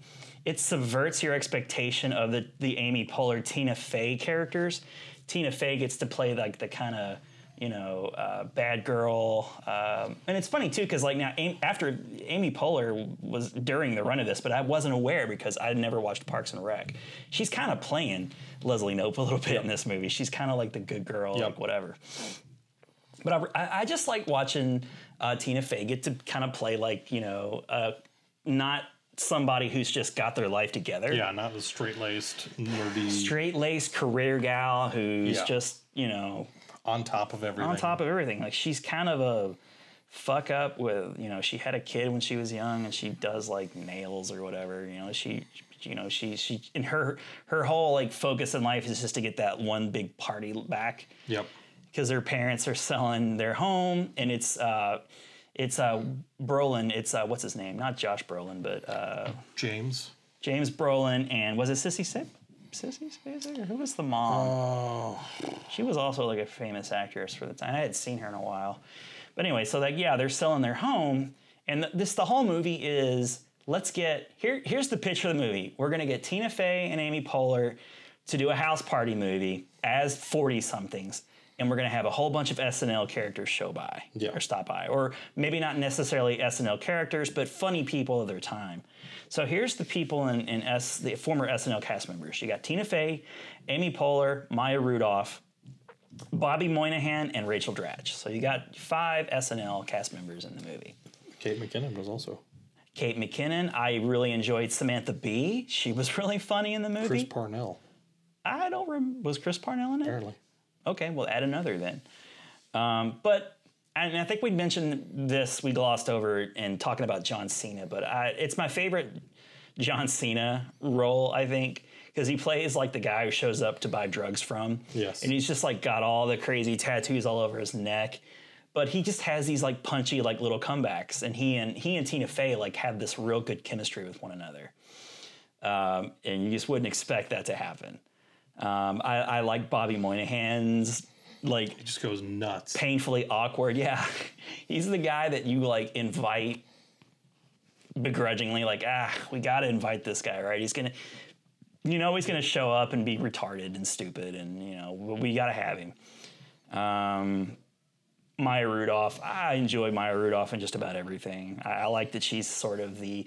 S6: it subverts your expectation of the the Amy Poehler Tina Fey characters. Tina Fey gets to play like the kind of you know uh, bad girl, um, and it's funny too because like now Am- after Amy Poehler was during the run of this, but I wasn't aware because I never watched Parks and Rec. She's kind of playing Leslie Nope a little bit in this movie. She's kind of like the good girl, like whatever. But I- I, I just like watching uh, Tina Fey get to kind of play like you know, uh, not somebody who's just got their life together.
S1: Yeah, not the straight laced nerdy.
S6: Straight laced career gal who's
S1: Yeah.
S6: just you know
S1: on top of everything.
S6: On top of everything, like she's kind of a fuck up with you know she had a kid when she was young and she does like nails or whatever you know she you know she she and her her whole like focus in life is just to get that one big party back
S1: Yep.
S6: because their parents are selling their home, and it's uh, it's uh, Brolin. It's uh, what's his name? Not Josh Brolin, but uh,
S1: James.
S6: James Brolin, and was it Sissy Sip? Sissy Spacek, or who was the mom? Oh, she was also like a famous actress for the time. I hadn't seen her in a while, but anyway, so like yeah, they're selling their home, and th- this the whole movie is let's get here. Here's the pitch of the movie. We're gonna get Tina Fey and Amy Poehler to do a house party movie as 40 somethings and we're going to have a whole bunch of SNL characters show by or stop by or maybe not necessarily SNL characters but funny people of their time. So here's the people in, in S the former SNL cast members. You got Tina Fey, Amy Poehler, Maya Rudolph, Bobby Moynihan and Rachel Dratch. So you got five SNL cast members in the movie.
S1: Kate McKinnon was also.
S6: Kate McKinnon, I really enjoyed Samantha Bee. She was really funny in the movie.
S1: Chris Parnell.
S6: I don't remember. Was Chris Parnell in it? Okay, we'll add another then. Um, but and I think we mentioned this. We glossed over it in talking about John Cena, but I, it's my favorite John Cena role. I think because he plays like the guy who shows up to buy drugs from.
S1: Yes.
S6: And he's just like got all the crazy tattoos all over his neck. But he just has these like punchy like little comebacks, and he and he and Tina Fey like have this real good chemistry with one another, um, and you just wouldn't expect that to happen. Um, I, I like Bobby Moynihan's like it
S1: just goes nuts,
S6: painfully awkward. Yeah, he's the guy that you like invite begrudgingly, like ah, we got to invite this guy, right? He's gonna you know he's going to show up and be retarded and stupid, and you know we- we got to have him. Um, Maya Rudolph, I enjoy Maya Rudolph in just about everything. I, I like that she's sort of the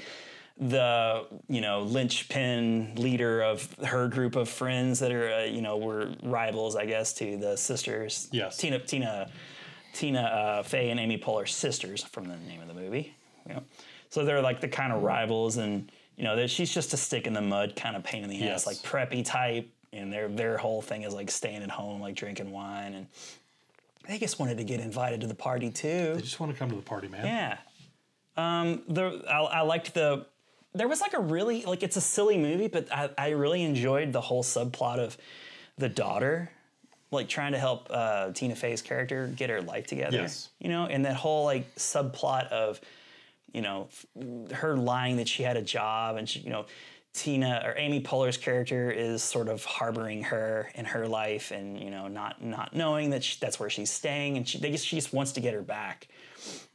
S6: the you know linchpin leader of her group of friends that are uh, you know were rivals, I guess, to the sisters. Yes, Tina Tina Tina uh, Fey and Amy Poehler sisters from the name of the movie. You know? So they're like the kind of rivals, and you know that she's just a stick in the mud kind of pain in the
S1: Yes.
S6: ass, like preppy type. And their their whole thing is like staying at home, like drinking wine, and they just wanted to get invited to the party too. They
S1: just want to come to the party, man.
S6: Yeah. Um, the I, I liked the. There was like a really like it's a silly movie, but I, I really enjoyed the whole subplot of the daughter, like trying to help uh, Tina Fey's character get her life together.
S1: Yes.
S6: You know, and that whole like subplot of, you know, f- her lying that she had a job and she, you know, Tina or Amy Poehler's character is sort of harboring her in her life and you know not not knowing that she, that's where she's staying and she they just, she just wants to get her back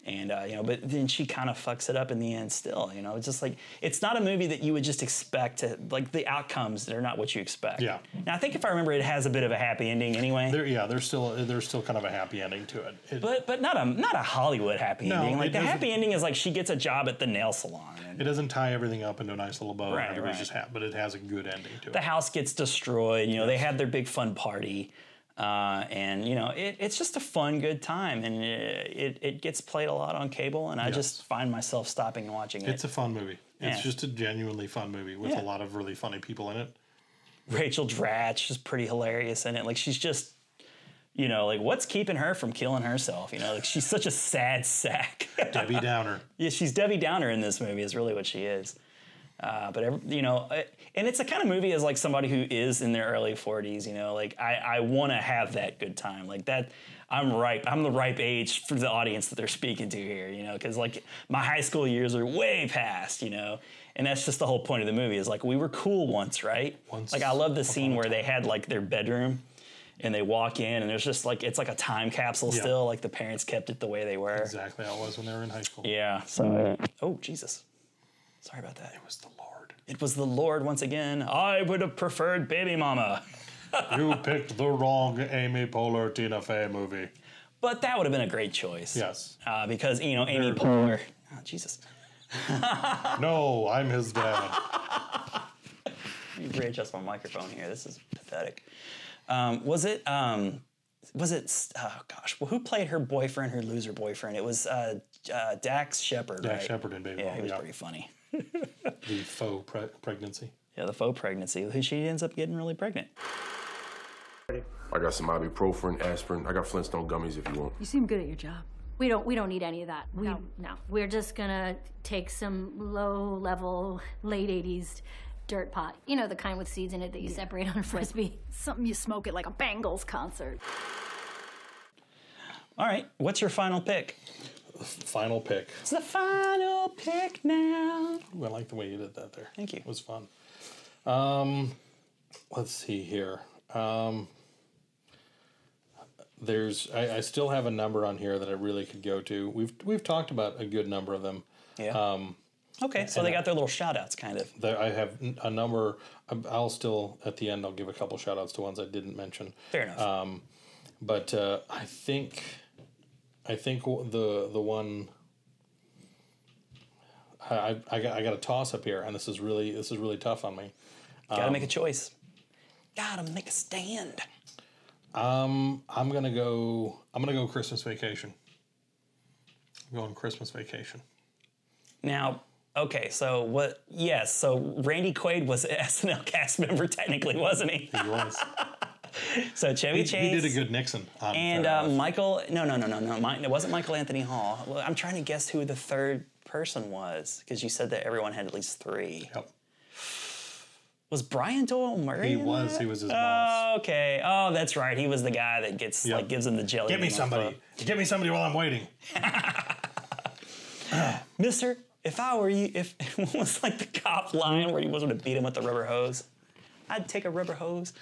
S6: and uh, you know but then she kind of fucks it up in the end still you know it's just like it's not a movie that you would just expect to like the outcomes they're not what you expect
S1: Yeah.
S6: now I think if I remember it has a bit of a happy ending anyway
S1: There, yeah, there's still there's still kind of a happy ending to it. it
S6: but but not a not a Hollywood happy
S1: No,
S6: ending like
S1: it
S6: the
S1: doesn't-
S6: happy ending is like she gets a job at the nail salon
S1: it doesn't tie everything up into a nice little bow. and
S6: Right,
S1: everybody's
S6: right.
S1: just happy, but it has a good ending to it.
S6: the house gets destroyed. You know, they have their big fun party, uh, and you know, it, it's just a fun, good time, and it, it, it gets played a lot on cable, and I
S1: Yes.
S6: just find myself stopping and watching it.
S1: It's a fun movie. It's
S6: Yeah.
S1: just a genuinely fun movie with
S6: Yeah.
S1: a lot of really funny people in it.
S6: Rachel Dratch is pretty hilarious in it. Like she's just, you know, like what's keeping her from killing herself? You know, like she's such a sad sack.
S1: Debbie Downer.
S6: Yeah, she's Debbie Downer in this movie. Is really what she is. Uh, but every, you know, I- and it's the kind of movie as like somebody who is in their early 40s. You know, like I, I want to have that good time. Like that, I'm ripe. I'm the ripe age for the audience that they're speaking to here. You know, because like my high school years are way past. You know, and that's just the whole point of the movie is like we were cool once, right? Once. Like I love the scene where they had like their bedroom. And they walk in, and there's just like it's like a time capsule
S1: Yeah.
S6: still. Like the parents kept it the way they were.
S1: Exactly how it was when they were in high school.
S6: Yeah. So, oh Jesus, sorry about that. It was the Lord. It was the Lord once again. I would have preferred Baby Mama.
S1: you picked the wrong Amy Poehler Tina Fey movie.
S6: But that would have been a great choice.
S1: Yes.
S6: Uh, because you know Amy Poehler. Oh, Jesus.
S1: no, I'm his dad.
S6: Let me readjust my microphone here. This is pathetic. Um, was it? Um, was it? Oh gosh. Well, who played her boyfriend? Her loser boyfriend. It was uh, uh, Dax Shepard.
S1: Dax
S6: right?
S1: Shepard in Baby
S6: Yeah,
S1: Mama,
S6: he was
S1: yeah.
S6: pretty funny.
S1: the faux pre- pregnancy.
S6: Yeah, the faux pregnancy. who She ends up getting really pregnant.
S18: I got some ibuprofen, aspirin. I got Flintstone gummies if you want.
S19: You seem good at your job.
S20: We don't we don't need any of that. We no, no. We're just gonna take some low level late eighties dirt pot. You know the kind with seeds in it that you separate on a frisbee. Something you smoke at like a Bangles concert.
S6: All right. What's your final pick?
S1: Final pick.
S6: It's the final pick now.
S1: Ooh, I like the way you did that there.
S6: Thank you.
S1: It was fun. Um, let's see here. Um, there's I, I still have a number on here that I really could go to. We've we've talked about a good number of them.
S6: Yeah.
S1: Um,
S6: Okay, so
S1: And
S6: they
S1: I-
S6: got their little shout outs, kind of.
S1: there I have n- a number. I'm- I'll still at the end. I'll give a couple shout outs to ones I didn't mention.
S6: Fair enough.
S1: Um, but uh, I think, I think w- the the one. I, I, I got I got a toss up here, and this is really this is really tough on me.
S6: Gotta
S1: Um,
S6: make a choice. Gotta make a stand.
S1: Um, I'm gonna go. I'm gonna go Christmas vacation. I'm going Christmas vacation.
S6: Now, okay, so what? Yes, so Randy Quaid was an SNL cast member, technically, wasn't he?
S1: He was.
S6: so Chevy
S1: He,
S6: Chase.
S1: he did a good Nixon. On
S6: And
S1: Fair
S6: uh,
S1: Enough.
S6: Michael, no, no, no, no, no. Mi- It wasn't Michael Anthony Hall. Well, I'm trying to guess who the third person was because you said that everyone had at least three.
S1: Yep.
S6: Was Brian Doyle Murray?
S1: He
S6: in
S1: was.
S6: that?
S1: He was his
S6: Oh, okay. Oh, that's right. He was the guy that gets like gives him the jelly.
S1: Get me
S6: in the
S1: somebody.
S6: mouth.
S1: Get me somebody while I'm waiting.
S6: Mister. If I were you, if it was like the cop line where he was going to beat him with the rubber hose, I'd take a rubber hose.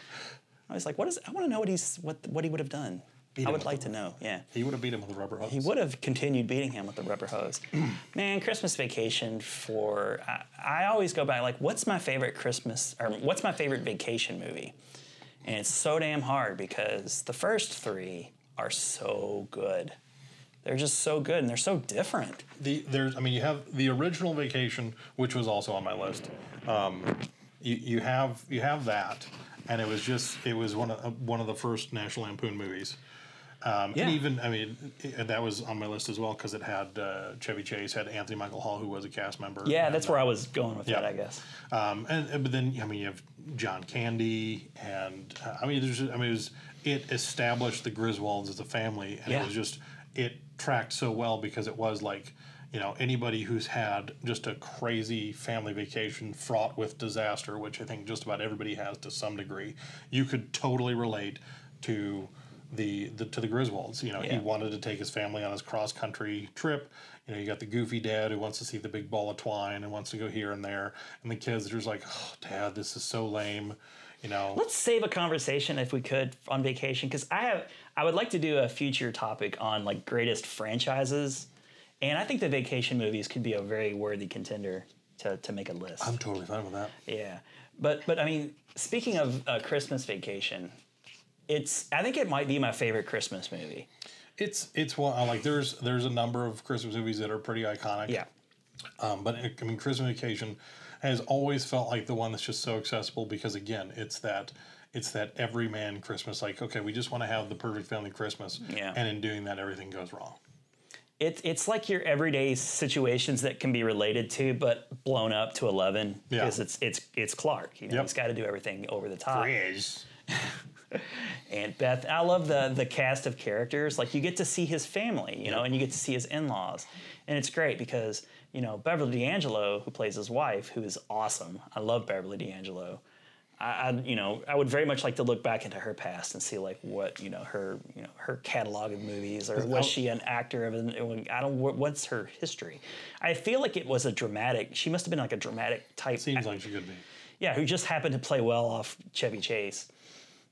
S6: I was like, what is? I want to know what he's what what he would have done. I would like to know. Yeah.
S1: He would have beat him with a rubber hose.
S6: He would have continued beating him with the rubber hose. Man, Christmas vacation for I, I always go back like, what's my favorite Christmas or what's my favorite vacation movie? And it's so damn hard because the first three are so good. They're just so good and they're so different.
S1: the there's I mean you have the original vacation which was also on my list. Um, you, you have you have that, and it was just it was one of uh, one of the first National Lampoon movies. Um,
S6: Yeah.
S1: And even I mean it, that was on my list as well because it had uh, Chevy Chase, had Anthony Michael Hall who was a cast member.
S6: Yeah,
S1: and,
S6: that's where I was going with that,
S1: yeah.
S6: I guess.
S1: Um, and, and- but then I mean you have John Candy and uh, I mean there's I mean it, was, it established the Griswolds as a family and
S6: Yeah.
S1: it was just it tracked so well because it was like you know anybody who's had just a crazy family vacation fraught with disaster which I think just about everybody has to some degree you could totally relate to the, the to the Griswolds you know he
S6: Yeah.
S1: wanted to take his family on his cross country trip you know you got the goofy dad who wants to see the big ball of twine and wants to go here and there and the kids are just like oh dad this is so lame you know
S6: Let's save a conversation if we could on vacation because I have I would like to do a future topic on like greatest franchises, and I think the vacation movies could be a very worthy contender to to make a list.
S1: I'm totally fine with that
S6: Yeah, but but I mean, speaking of uh, Christmas Vacation, it's I think it might be my favorite Christmas movie.
S1: It's it's one I like. There's there's a number of Christmas movies that are pretty iconic.
S6: Yeah.
S1: Um, but I mean, Christmas Vacation has always felt like the one that's just so accessible because again, it's that it's that everyman Christmas. Like, okay, we just want to have the perfect family Christmas.
S6: Yeah.
S1: And in doing that, everything goes wrong.
S6: It's it's like your everyday situations that can be related to, but blown up to eleven
S1: Yeah.
S6: because it's it's it's Clark. You know, he's got to do everything over the top.
S1: Frizz.
S6: Aunt Beth. I love the the cast of characters. Like you get to see his family, you know, and you get to see his in-laws, and it's great because you know Beverly D'Angelo, who plays his wife, who is awesome. I love Beverly D'Angelo. I, I you know I would very much like to look back into her past and see like what you know her you know her catalog of movies or was she an actor of an I don't what- what's her history. I feel like it was a dramatic. She must have been like a dramatic type. Seems like she could be. Yeah, who just happened to play well off Chevy Chase.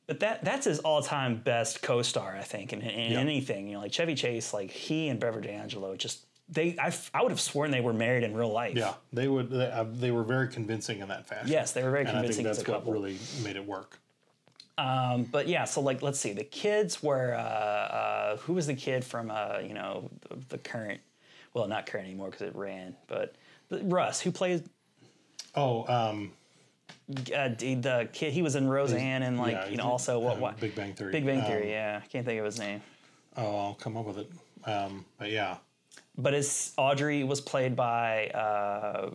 S6: But that that's his all time best co star, I think, in, in
S2: Yeah.
S6: anything. You know, like Chevy Chase, like he and Beverly D'Angelo, just they I, f- I would have sworn they were married in real life.
S1: Yeah, they would. They, uh, they were very convincing in that fashion.
S6: Yes, they were very
S1: and
S6: convincing
S1: I
S6: as
S1: think that's
S6: a
S1: what
S6: couple.
S1: really made it work.
S6: Um, but yeah, so like let's see, the kids were uh, uh, who was the kid from uh, you know the, the current, well not current anymore because it ran, but the, Russ who plays. Oh, um, uh, d- the kid he was in Roseanne and like
S1: yeah,
S6: you know
S1: he's-
S6: also what
S1: um,
S6: what
S1: Big Bang Theory.
S6: Big Bang
S1: Um,
S6: Theory, yeah, I can't think of his name.
S1: Oh, I'll come up with it. Um, but yeah,
S6: But it's Audrey was played by. Uh,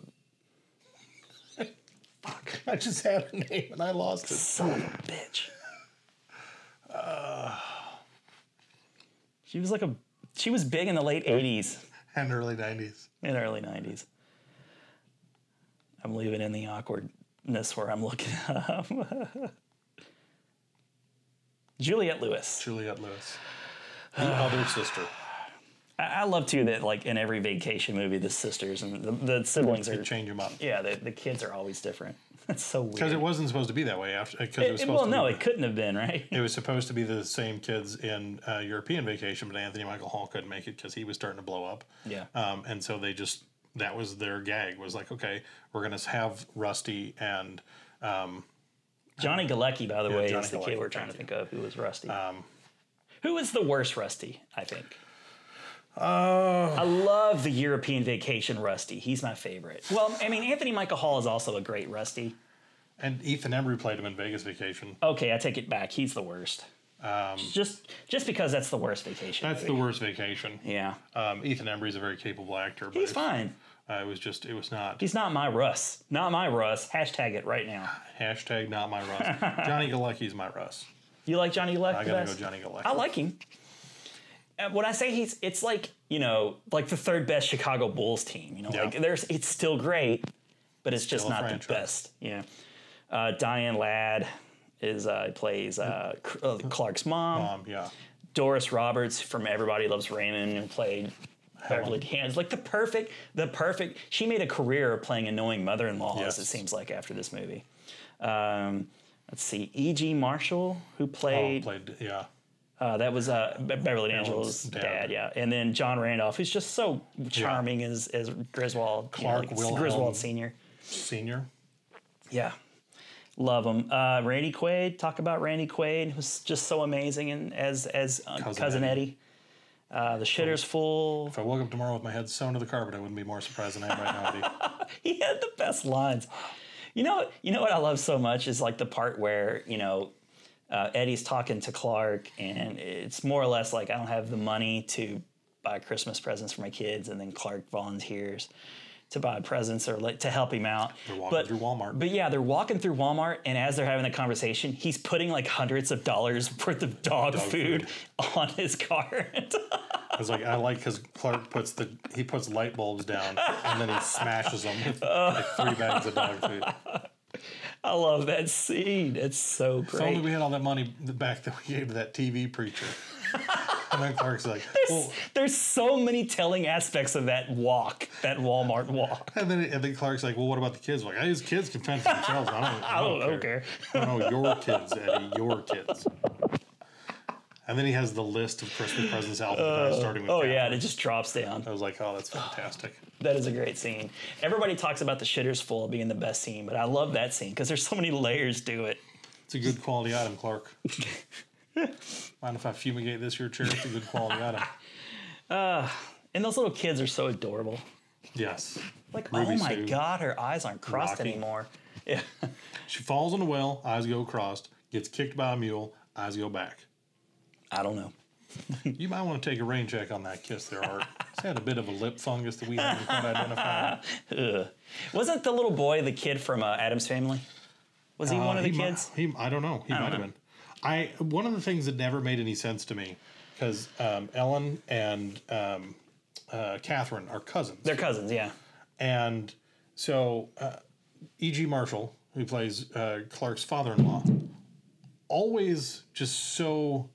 S1: I just had her name and I lost it.
S6: Son of a bitch. Uh, she was like a. She was big in the late '80s
S1: and early '90s.
S6: In early '90s. I'm leaving in the awkwardness where I'm looking up. Juliette Lewis.
S1: Juliette Lewis. The other sister.
S6: I, I love too that like in every vacation movie, the sisters and the, the siblings
S1: They
S6: are
S1: change them up.
S6: Yeah, the, the kids are always different. That's so weird.
S1: Because it wasn't supposed to be that way. After because it,
S6: It-
S1: was
S6: it-
S1: supposed
S6: well,
S1: to
S6: no,
S1: be,
S6: it couldn't have been right.
S1: It was supposed to be the same kids in uh, European Vacation, but Anthony Michael Hall couldn't make it because he was starting to blow up.
S6: Yeah.
S1: Um, and so they just that was their gag was like, okay, we're gonna have Rusty and um,
S6: Johnny Galecki, by the
S1: Yeah,
S6: way,
S1: Johnny
S6: is the
S1: Galecki, Um,
S6: kid we're trying to think of who was Rusty. who is the worst Rusty? I think.
S1: Uh,
S6: I love the European vacation Rusty. He's my favorite. Well, I mean, Anthony Michael Hall is also a great Rusty.
S1: And Ethan Embry played him in Vegas Vacation.
S6: Okay, I take it back. He's the worst.
S1: Um,
S6: just just because that's the worst vacation.
S1: That's the
S6: movie.
S1: worst vacation.
S6: Yeah.
S1: Um, Ethan Embry's a very capable actor. But
S6: He's
S1: it-
S6: fine.
S1: Uh, it was just, it was not.
S6: He's not my Russ. Not my Russ. Hashtag it right now.
S1: Hashtag not my Russ. Johnny Galecki's my Russ.
S6: You like Johnny Galecki?
S1: I
S6: the
S1: gotta
S6: best?
S1: go Johnny Galecki.
S6: I like him. Uh, When I say he's, it's like you know, like the third best Chicago Bulls team. You know, like there's, it's still great, but it's just
S1: Still a
S6: not the
S1: franchise.
S6: best. Yeah. Uh, Diane Ladd is uh, plays uh, C- uh, Clark's mom. Mom,
S1: Um, yeah.
S6: Doris Roberts from Everybody Loves Raymond and played Beverly Hands. Like the perfect, the perfect. She made a career of playing annoying mother-in-laws. It seems like after this movie. Um, let's see, E.G. Marshall, who
S1: Oh,
S6: played
S1: played yeah.
S6: Uh, that was uh, Be- Beverly D'Angelo's
S1: dad.
S6: dad. yeah, and then John Randolph, who's just so charming as as Griswold, you know,
S1: Clark
S6: like
S1: Wilhelm
S6: Griswold Senior.
S1: Senior.
S6: Yeah. Love him. Uh, Randy Quaid, talk about Randy Quaid, who's just so amazing and as as uh,
S1: Cousin
S6: Cousin, Eddie. Uh, the shitter's full.
S1: If I woke up tomorrow with my head sewn to the carpet, I wouldn't be more surprised than I am right now. Eddie.
S6: he had the best lines. You know, you know what I love so much is like the part where you know uh, Eddie's talking to Clark, and it's more or less like I don't have the money to buy Christmas presents for my kids, and then Clark volunteers to buy presents or like to help him out. They're
S1: walking
S6: through Walmart. But yeah, they're walking through Walmart, and as they're having the conversation, he's putting like hundreds of dollars worth of dog,
S1: Dog
S6: food, on his cart.
S1: I was like, I like because Clark puts the he puts light bulbs down and then he smashes them with like three bags of dog food.
S6: I love that scene. It's so
S1: If only
S6: great.
S1: we had all that money back that we gave to that TV preacher. and then Clark's like, well,
S6: There's so many telling aspects of that walk, that Walmart walk.
S1: and then and then Clark's like, well, what about the kids? Like, these kids can fend for themselves. I don't, I don't,
S6: I don't
S1: care. No, no, your kids, Eddie, your kids. And then he has the list of Christmas presents alphabetized,
S6: Uh,
S1: starting with
S6: oh
S1: Catherine.
S6: yeah, and it just drops down.
S1: I was like, oh, that's fantastic.
S6: That is a great scene. Everybody talks about the shitters full being the best scene, but I love that scene because there's so many layers to it.
S1: It's a good quality item, Clark. Mind if I fumigate this your chair? It's a good quality item.
S6: Uh, and those little kids are so adorable.
S1: Yes.
S6: Like,
S1: Ruby
S6: oh my
S1: Sue.
S6: god, her eyes aren't crossed
S1: Rocky.
S6: anymore. Yeah.
S1: She falls in a well, eyes go crossed, gets kicked by a mule, eyes go back.
S6: I don't know.
S1: you might want to take a rain check on that kiss there, Art. It's had a bit of a lip fungus that we haven't quite identified.
S6: Ugh. Wasn't the little boy the kid from uh, Adam's Family? Was he
S1: Uh,
S6: one of the
S1: he mi-
S6: kids?
S1: he, I don't know. He
S6: I don't
S1: might have
S6: know.
S1: been. I one of the things that never made any sense to me because um, Ellen and um, uh, Catherine are cousins.
S6: They're cousins, yeah.
S1: And so uh, E.G. Marshall, who plays uh, Clark's father-in-law, always just so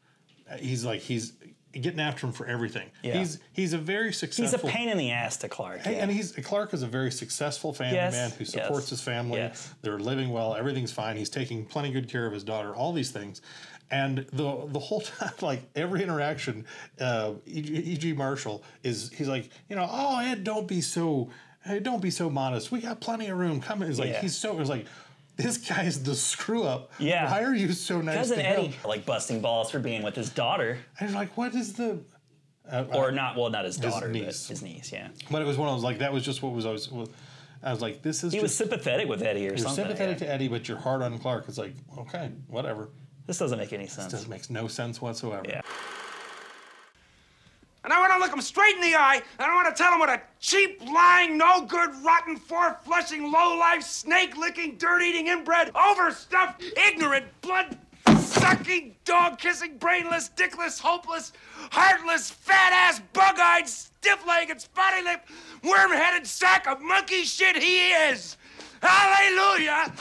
S1: uh, he's like he's getting after him for everything.
S6: Yeah.
S1: He's he's a very successful.
S6: He's a pain in the ass to Clark.
S1: Hey, and he's Clark is a very successful family
S6: Yes,
S1: man who
S6: yes,
S1: supports his family.
S6: yes.
S1: They're living well. Everything's fine. He's taking plenty good care of his daughter. All these things, and the the whole time, like every interaction, uh, E.G. Marshall is he's like, you know, oh Ed, don't be so, hey, don't be so modest. We got plenty of room. Come, it's like
S6: Yeah.
S1: he's so, it's like. This guy is the screw up.
S6: Yeah.
S1: Why are you so nice
S6: Cousin
S1: to
S6: Eddie,
S1: him?
S6: like busting balls for being with his daughter,
S1: And he's like, what is the
S6: or not? Well, not his
S1: Uh-huh. his
S6: daughter,
S1: niece.
S6: but his niece. Yeah.
S1: But it was one of those like that was just what was always. I was like, this is.
S6: He was
S1: just-
S6: sympathetic with Eddie or
S1: You're
S6: something,
S1: sympathetic to Eddie, but you're hard on Clark. It's like, okay, whatever.
S6: This doesn't make any sense.
S1: This makes no sense whatsoever. Yeah.
S3: And I want to look him straight in the eye, and I want to tell him what a cheap, lying, no good, rotten, four flushing, low life, snake licking, dirt eating, inbred, overstuffed, ignorant, blood sucking, dog kissing, brainless, dickless, hopeless, heartless, fat ass, bug eyed, stiff legged, spotty lipped, worm headed sack of monkey shit he is! Hallelujah!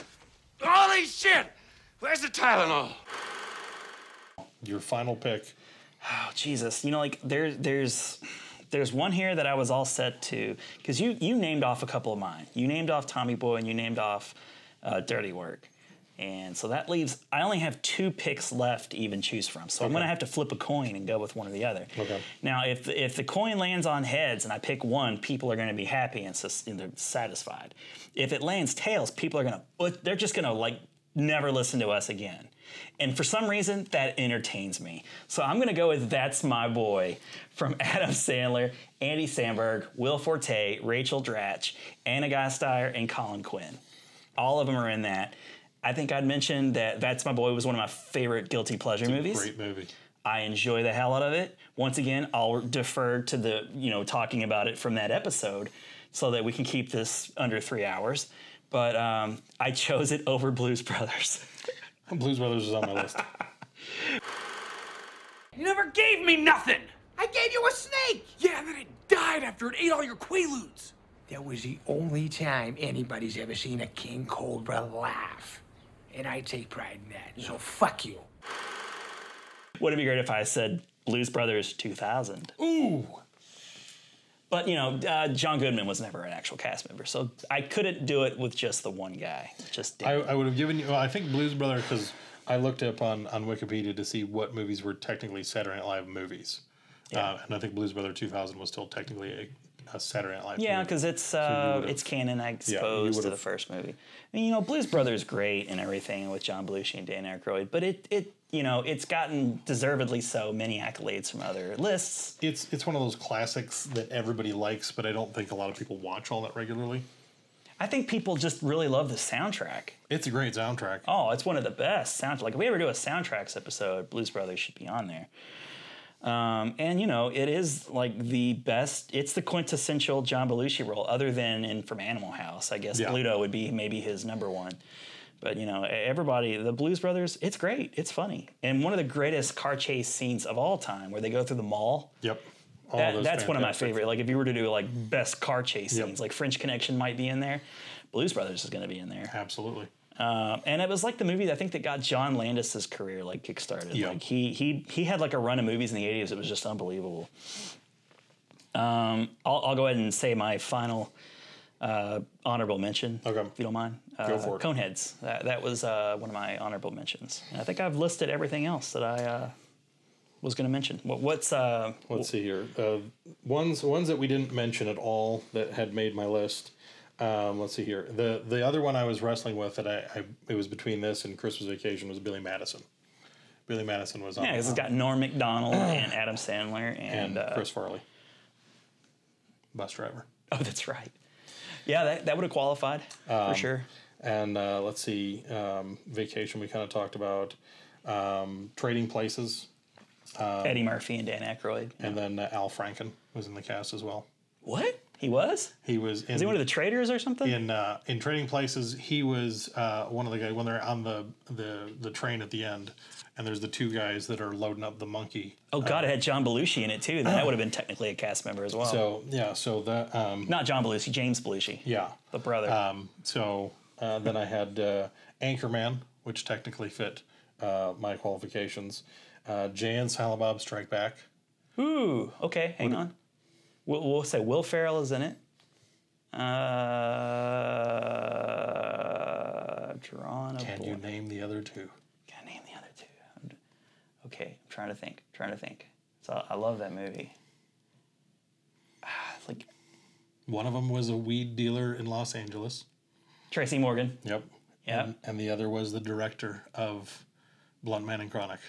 S3: Holy shit! Where's the Tylenol?
S1: Your final pick.
S6: Oh Jesus! You know, like there, there's, there's one here that I was all set to because you you named off a couple of mine. You named off Tommy Boy and you named off uh, Dirty Work, and so that leaves I only have two picks left to even choose from. So I'm gonna have to flip a coin and go with one or the other. Okay. Now, if if the coin lands on heads and I pick one, people are going to be happy and, sus- and they're satisfied. If it lands tails, people are going to they're just going to like never listen to us again. And for some reason, that entertains me. So I'm going to go with "That's My Boy" from Adam Sandler, Andy Samberg, Will Forte, Rachel Dratch, Anna Gasteyer, and Colin Quinn. All of them are in that. I think I'd mentioned that "That's My Boy" was one of my favorite guilty pleasure movies.
S1: Great movie.
S6: I enjoy the hell out of it. Once again, I'll defer to the, you know, talking about it from that episode so that we can keep this under three hours. But um, I chose it over Blues Brothers.
S1: Blues Brothers is on my list.
S3: You never gave me nothing! I gave you a snake! Yeah, and then it died after it ate all your quaaludes.
S19: That was the only time anybody's ever seen a king cobra laugh. And I take pride in that. So fuck you.
S6: Would it be great if I said Blues Brothers 2000?
S1: Ooh.
S6: But, you know, uh, John Goodman was never an actual cast member, so I couldn't do it with just the one guy. Just
S1: I, I would have given you. Well, I think Blues Brother because I looked up on on Wikipedia to see what movies were technically Saturday Night Live movies, uh, and I think Blues Brother 2000 was still technically a, a Saturday Night Live.
S6: Yeah,
S1: movie.
S6: because it's
S1: you
S6: uh,
S1: would've-
S6: it's canon, I
S1: you
S6: suppose, to the
S1: would've-
S6: first movie. I mean, you know, Blues Brothers great and everything with John Belushi and Dan Aykroyd, but it it you know it's gotten deservedly so many accolades from other lists.
S1: It's it's one of those classics that everybody likes, but I don't think a lot of people watch all that regularly.
S6: I think people just really love the soundtrack.
S1: It's a great soundtrack.
S6: Oh, it's one of the best sound. Like if we ever do a soundtracks episode, Blues Brothers should be on there. Um, and you know, it is like the best. It's the quintessential John Belushi role, other than in From Animal House. I guess
S1: Yeah.
S6: Pluto would be maybe his number one. But you know, e- everybody, the Blues Brothers, it's great. It's funny, and one of the greatest car chase scenes of all time, where they go through the mall.
S1: Yep.
S6: That- that's one of my favorite. Like if you were to do like best car chase
S1: Yep.
S6: scenes, like French Connection might be in there. Blues Brothers is going to be in there.
S1: Absolutely.
S6: Um, and it was like the movie that I think that got John Landis's career like kickstarted.
S1: Yeah.
S6: Like he he he had like a run of movies in the '80s. It was just unbelievable. Um, I'll, I'll go ahead and say my final uh, honorable mention. Okay. If you don't mind. Uh,
S1: Go for it.
S6: Coneheads. That, that was uh, one of my honorable mentions. And I think I've listed everything else that I uh, was going to mention. What, what's uh,
S1: Let's see here. Uh, ones ones that we didn't mention at all that had made my list. Um, let's see here. The the other one I was wrestling with that I, I it was between this and Christmas Vacation was Billy Madison. Billy Madison was on.
S6: Yeah, 'cause it's got Norm Macdonald and Adam Sandler
S1: and
S6: and, uh,
S1: Chris Farley, bus driver.
S6: Oh, that's right. Yeah, that, that would have qualified
S1: Um,
S6: for sure.
S1: And uh, let's see, um, Vacation we kind of talked about, um, Trading Places. Um,
S6: Eddie Murphy and Dan Aykroyd.
S1: And then uh, Al Franken was in the cast as well.
S6: What? He was.
S1: He was. In,
S6: he one of the traders or something?
S1: In uh, in Trading Places, he was uh, one of the guys when they're on the, the the train at the end, and there's the two guys that are loading up the monkey.
S6: Oh God, it had John Belushi in it too. Then that would have been technically a cast member as well.
S1: Oh. So yeah, so that um,
S6: not John Belushi, James Belushi.
S1: Yeah,
S6: the brother.
S1: Um, so uh, then I had uh, Anchorman, which technically fit uh, my qualifications. Uh, Jay and Silent Bob Strike Back.
S6: Ooh, okay, hang on. We'll, we'll say Will Ferrell is in it. Uh, drawn a
S1: Can you name the other two?
S6: Okay, I'm trying to think. Trying to think. So I love that movie. Ah,
S1: One of them was a weed dealer in Los Angeles.
S6: Tracy Morgan.
S1: Yep.
S6: Yep.
S1: And, and the other was the director of Blunt Man and Chronic.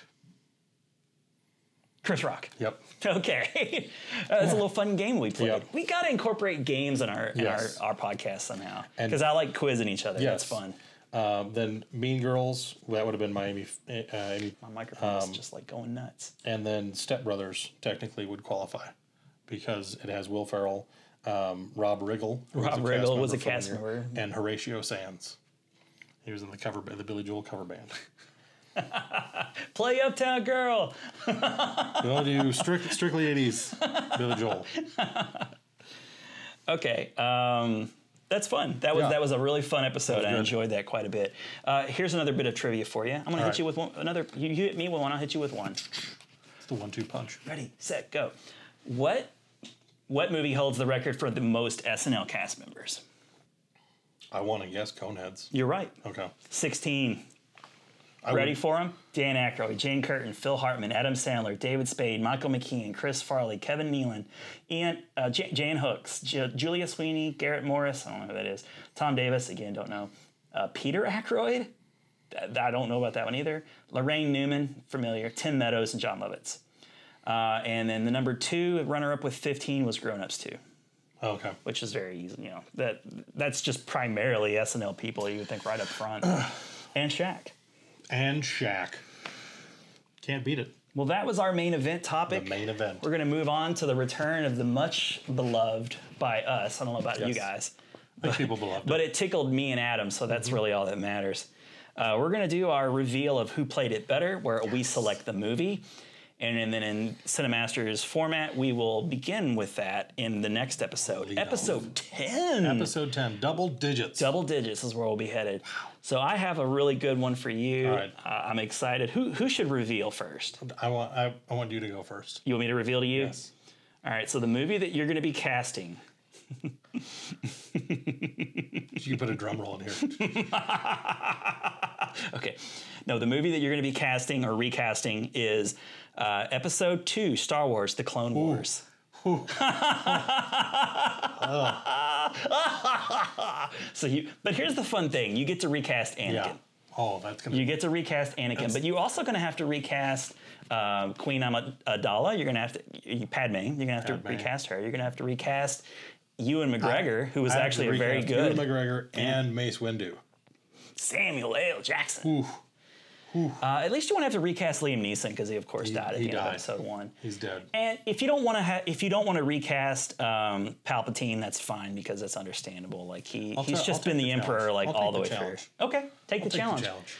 S6: Chris Rock.
S1: Yep.
S6: Okay, uh, it's a little fun game we played.
S1: Yep.
S6: We got to incorporate games in our in
S1: Yes.
S6: our, our podcast somehow
S1: And-
S6: because I like quizzing each other. That's
S1: Yes.
S6: fun.
S1: Um, then Mean Girls. That would have been my Amy. Uh, Amy
S6: My microphone
S1: Um,
S6: is just like going nuts.
S1: And then Step Brothers technically would qualify because it has Will Ferrell, um, Rob Riggle. who
S6: Rob
S1: a cast
S6: Riggle
S1: member
S6: was a
S1: for one
S6: cast
S1: year,
S6: member.
S1: and Horatio Sands. He was in the cover, ba- the Billy Joel cover band.
S6: Play Uptown Girl.
S1: we only do strict, strictly eighties Billy Joel.
S6: Okay, um, that's fun. That was
S1: Yeah.
S6: that was a really fun
S1: That
S6: episode.
S1: was
S6: I
S1: good.
S6: enjoyed that quite a bit. Uh, here's another bit of trivia for you. I'm gonna
S1: All
S6: hit
S1: right.
S6: you with one, another. You, you hit me with one. I'll hit you with one.
S1: It's the one-two punch.
S6: Ready, set, go. What what movie holds the record for the most SNL cast members?
S1: I want to guess Coneheads.
S6: You're right.
S1: Okay.
S6: 16.
S1: I
S6: Ready
S1: would-
S6: for him? Dan Aykroyd, Jane Curtin, Phil Hartman, Adam Sandler, David Spade, Michael McKean, Chris Farley, Kevin Nealon, Ian, uh, J- Jane Hooks, J- Julia Sweeney, Garrett Morris, I don't know who that is, Tom Davis, again, don't know, uh, Peter Aykroyd, Th- I don't know about that one either, Lorraine Newman, familiar, Tim Meadows, and John Lovitz. Uh, and then the number two runner up with 15 was Grown Ups 2.
S1: Okay.
S6: Which is very easy, you know. That that's just primarily SNL people you would think right up front. and Shaq.
S1: And Shaq. Can't beat it.
S6: Well, that was our main event topic.
S1: The main event.
S6: We're gonna move on to the return of the much beloved by us. I don't know about you
S1: Yes.
S6: guys.
S1: I think people beloved.
S6: But it tickled me and Adam, so
S1: Mm-hmm.
S6: that's really all that matters. Uh, we're going to do our reveal of who played it better, where we select the movie. And, and then in Cinemasters format, we will begin with that in the next episode. episode 10.
S1: Episode 10. Double digits.
S6: Double digits is where we'll be headed. So I have a really good one for you.
S1: All right.
S6: Uh, I'm excited. Who, who should reveal first?
S1: I want I, I want you to go first.
S6: You want me to reveal to you? Yes. All right, so the movie that you're going to be casting
S1: You put a drum roll in here.
S6: Okay. No, the movie that you're going to be casting or recasting is uh, Episode Two, Star Wars: The Clone Wars. so you, but here's the fun thing: you get to recast Anakin.
S1: Oh. Yeah. Oh, that's gonna.
S6: You get to recast Anakin, but you're also going to have to recast um, Queen Amid- Adala. You're going to have to you- Padme. You're going to have to
S1: Padme.
S6: recast her. You're going to have to recast Ewan McGregor, who was
S1: I have
S6: actually
S1: to
S6: a very
S1: recast Ewan
S6: good
S1: McGregor and Mace Windu.
S6: Samuel L. Jackson. Uh, at least you won't have to recast Liam Neeson because he, of course, died at
S1: he
S6: the end of
S1: died.
S6: episode one.
S1: He's dead.
S6: And if you don't want to, ha- if you don't want to recast um, Palpatine, that's fine because that's understandable. Like he,
S1: I'll
S6: he's
S1: ta-
S6: just
S1: I'll
S6: been
S1: take the
S6: the emperor
S1: challenge.
S6: like
S1: I'll
S6: all
S1: take
S6: the
S1: the
S6: way
S1: challenge.
S6: through. Okay, take, the,
S1: I'll take the
S6: challenge.
S1: challenge.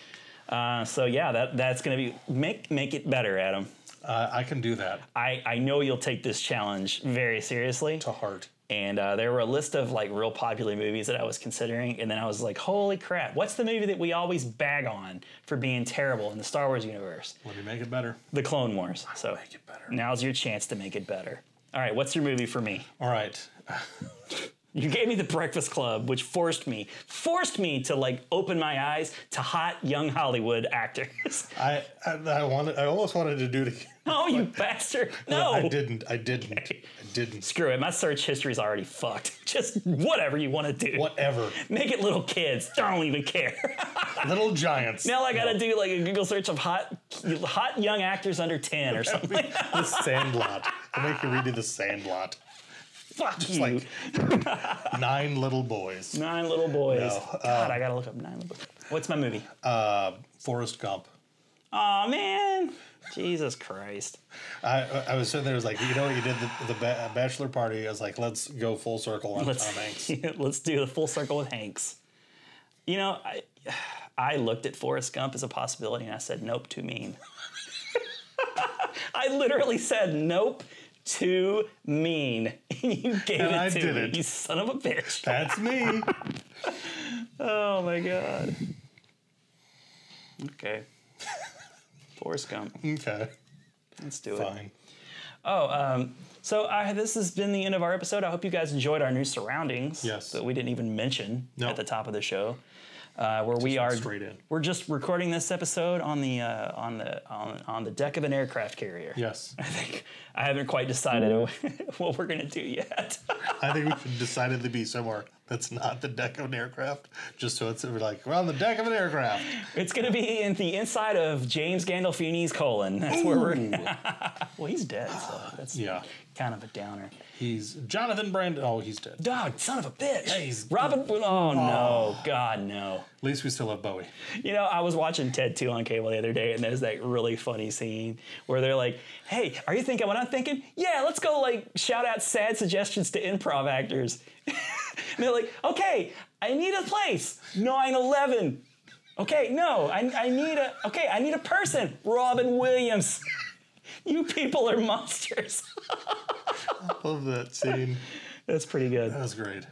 S6: Uh, so yeah, that that's gonna be make make it better, Adam.
S1: Uh, I can do that.
S6: I I know you'll take this challenge very seriously to
S1: heart.
S6: And uh, there were a list of like real popular movies that I was considering, and then I was like, "Holy crap! What's the movie that we always bag on for being terrible in the Star Wars universe?"
S1: Let me make it better.
S6: The Clone Wars. So make it better. now's your chance to make it better. All right, what's your movie for me?
S1: All right.
S6: You gave me The Breakfast Club, which forced me, forced me to like open my eyes to hot young Hollywood actors.
S1: I, I I wanted I almost wanted to do it again.
S6: Oh, you bastard! No,
S1: I didn't. I didn't. I didn't.
S6: Screw it. My search history's already fucked. Just whatever you want to do.
S1: Whatever.
S6: Make it little kids. Don't even care.
S1: little giants.
S6: Now I gotta do like a Google search of hot, hot young actors under ten or something.
S1: the Sandlot. I'll make you redo the Sandlot.
S6: Fuck
S1: Just
S6: you.
S1: like nine little boys.
S6: Nine little boys.
S1: No,
S6: God,
S1: um,
S6: I gotta look up nine little boys. What's my movie?
S1: Uh, Forrest Gump.
S6: Aw man. Jesus Christ.
S1: I, I was sitting there, I was like, you know what, you did the, the ba- bachelor party. I was like, let's go full circle on
S6: Let's-
S1: Tom Hanks.
S6: let's do the full circle with Hanks. You know, I I looked at Forrest Gump as a possibility and I said, nope, too mean. I literally said, nope, too mean. And you gave
S1: And
S6: it
S1: I
S6: to
S1: did
S6: me,
S1: it.
S6: you son of a bitch.
S1: That's me.
S6: oh my God. Okay. Forrest Gump.
S1: Okay.
S6: Let's do it.
S1: Fine.
S6: Oh, um, so I, this has been the end of our episode. I hope you guys enjoyed our new surroundings yes. that we didn't even mention at the top of the show, uh, where we are straight in. We're just recording this episode on the uh, on the on, on the deck of an aircraft carrier.
S1: Yes.
S6: I think I haven't quite decided what we're gonna do yet.
S1: I think we should decidedly be somewhere that's not the deck of an aircraft, just so it's we're like, we're on the deck of an aircraft.
S6: It's gonna be in the inside of James Gandolfini's colon. That's where we're. well, he's dead, so that's
S1: Yeah.
S6: kind of a downer.
S1: He's Jonathan Brandon. Oh, he's dead.
S6: Dog, son of a bitch.
S1: Yeah, he's
S6: Robin. Oh, no, God no.
S1: At least we still have Bowie.
S6: You know, I was watching Ted 2 on cable the other day, and there's that really funny scene where they're like, hey, are you thinking what I'm thinking? Yeah, let's go, like, shout out sad suggestions to improv actors. and they're like, okay, I need a place. 9 11. Okay, no, I, I need a, okay, I need a person. Robin Williams. you people are monsters.
S1: Love that scene.
S6: That's pretty good.
S1: That was great.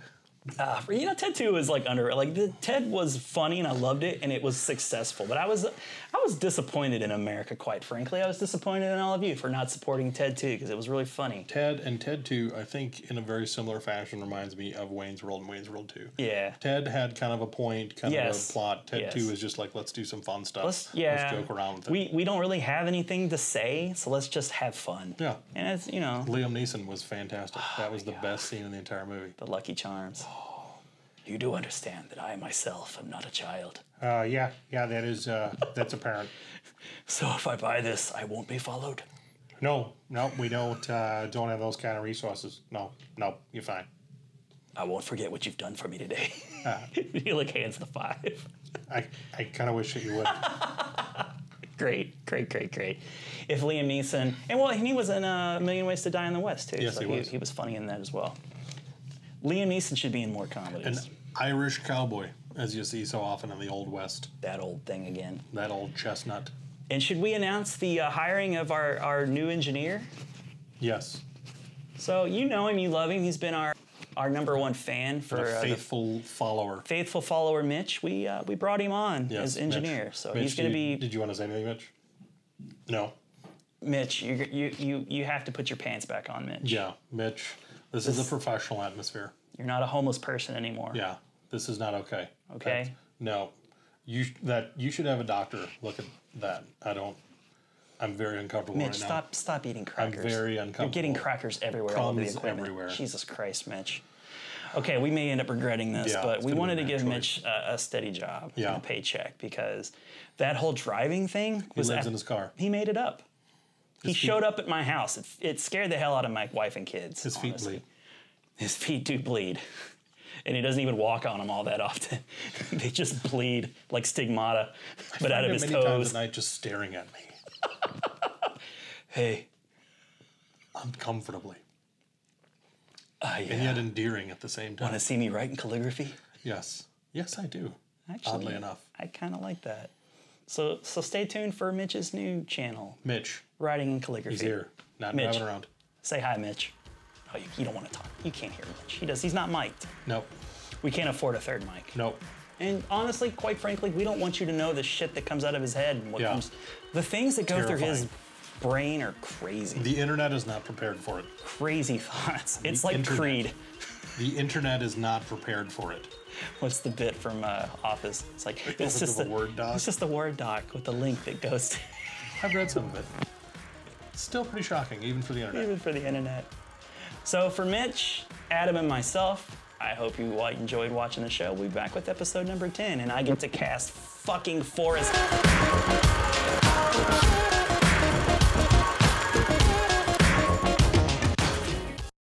S6: Ah, you know, Ted Two is like under like the Ted was funny and I loved it and it was successful, but I was I was disappointed in America. Quite frankly, I was disappointed in all of you for not supporting Ted Two because it was really funny.
S1: Ted and Ted 2, I think, in a very similar fashion, reminds me of Wayne's World and Wayne's World 2.
S6: Yeah.
S1: Ted had kind of a point, kind of
S6: Yes.
S1: a plot. Ted
S6: Yes.
S1: 2 is just like, let's do some fun stuff.
S6: Let's yeah.
S1: Let's joke around with it.
S6: We we don't really have anything to say, so let's just have fun.
S1: Yeah.
S6: And it's you know
S1: Liam Neeson was fantastic.
S6: Oh
S1: that was the best scene in the entire movie.
S6: The Lucky Charms. You do understand that I myself am not a child.
S1: Uh, yeah, yeah, that is uh, that's apparent.
S6: So if I buy this, I won't be followed.
S1: No, no, we don't uh, don't have those kind of resources. No, no, you're fine.
S6: I won't forget what you've done for me today. he like hands the five.
S1: I I kind of wish that you would.
S6: great, great, great, great. If Liam Neeson, and well, and he was in uh, A Million Ways to Die in the West too.
S1: Yes, he was.
S6: he was funny in that as well. Liam Neeson should be in more
S1: An
S6: comedies.
S1: Irish cowboy, as you see so often in the Old West.
S6: That old thing again.
S1: That old chestnut.
S6: And should we announce the uh, hiring of our, our new engineer?
S1: Yes,
S6: So you know him, you love him. He's been our our number one fan for
S1: a
S6: uh, the
S1: faithful follower.
S6: faithful follower Mitch. We uh, we brought him on
S1: Yes,
S6: as engineer,
S1: Mitch.
S6: so
S1: Mitch,
S6: he's going to
S1: do
S6: be
S1: you- Did you want to say anything, Mitch? No.
S6: Mitch. You, you you you have to put your pants back on, Mitch.
S1: Yeah, Mitch. This, is a professional atmosphere.
S6: You're not a homeless person anymore.
S1: Yeah, this is not okay.
S6: Okay.
S1: That's- no, you sh- that you should have a doctor look at that. I don't. I'm very uncomfortable
S6: Mitch,
S1: right now.
S6: stop stop eating crackers.
S1: very
S6: You're getting
S1: uncomfortable.
S6: crackers everywhere. all over the
S1: Crumbs
S6: equipment.
S1: everywhere.
S6: Jesus Christ, Mitch. Okay, we may end up regretting this,
S1: Yeah,
S6: but
S1: it's
S6: we
S1: gonna be
S6: wanted
S1: a
S6: to
S1: bad
S6: give
S1: choice.
S6: Mitch a, a steady job
S1: Yeah.
S6: and a paycheck because that whole driving thing
S1: He
S6: was
S1: lives
S6: at-
S1: in his car.
S6: He made it up. He showed up at my house. It, it scared the hell out of my wife and kids. His feet bleed. His feet do bleed. And he doesn't even walk on them all that often. they just bleed like stigmata, but out
S1: Find
S6: of
S1: him
S6: his
S1: many
S6: toes.
S1: times at night, just staring at me
S6: Hey,
S1: uncomfortably,
S6: ah, yeah.
S1: and yet endearing at the same time.
S6: Want to see me write in calligraphy?
S1: Yes, yes, I do.
S6: Actually,
S1: Oddly enough,
S6: I kind of like that. So, so stay tuned for Mitch's new channel,
S1: Mitch,
S6: writing and calligraphy.
S1: he's here, not
S6: Mitch,
S1: driving around.
S6: Say hi, Mitch. Oh, you, you don't want to talk. You can't hear Mitch. He does. He's not mic'd.
S1: Nope,
S6: We can't afford a third mic.
S1: nope.
S6: And honestly, quite frankly, we don't want you to know the shit that comes out of his head and what
S1: Yeah.
S6: comes. The things that go through his
S1: Terrifying.
S6: brain are crazy.
S1: The internet is not prepared for it.
S6: crazy thoughts. It's
S1: The
S6: like
S1: internet.
S6: Creed.
S1: The internet is not prepared for it.
S6: What's the bit from uh, Office? It's like
S1: opens
S6: it's just
S1: up
S6: a,
S1: a Word doc.
S6: It's just a word doc with a link that goes to.
S1: I've read some of it. Still pretty shocking, even for the internet.
S6: even for the internet. So for Mitch, Adam, and myself, I hope you uh, enjoyed watching the show. We'll be back with episode number 10, and I get to cast fucking Forrest.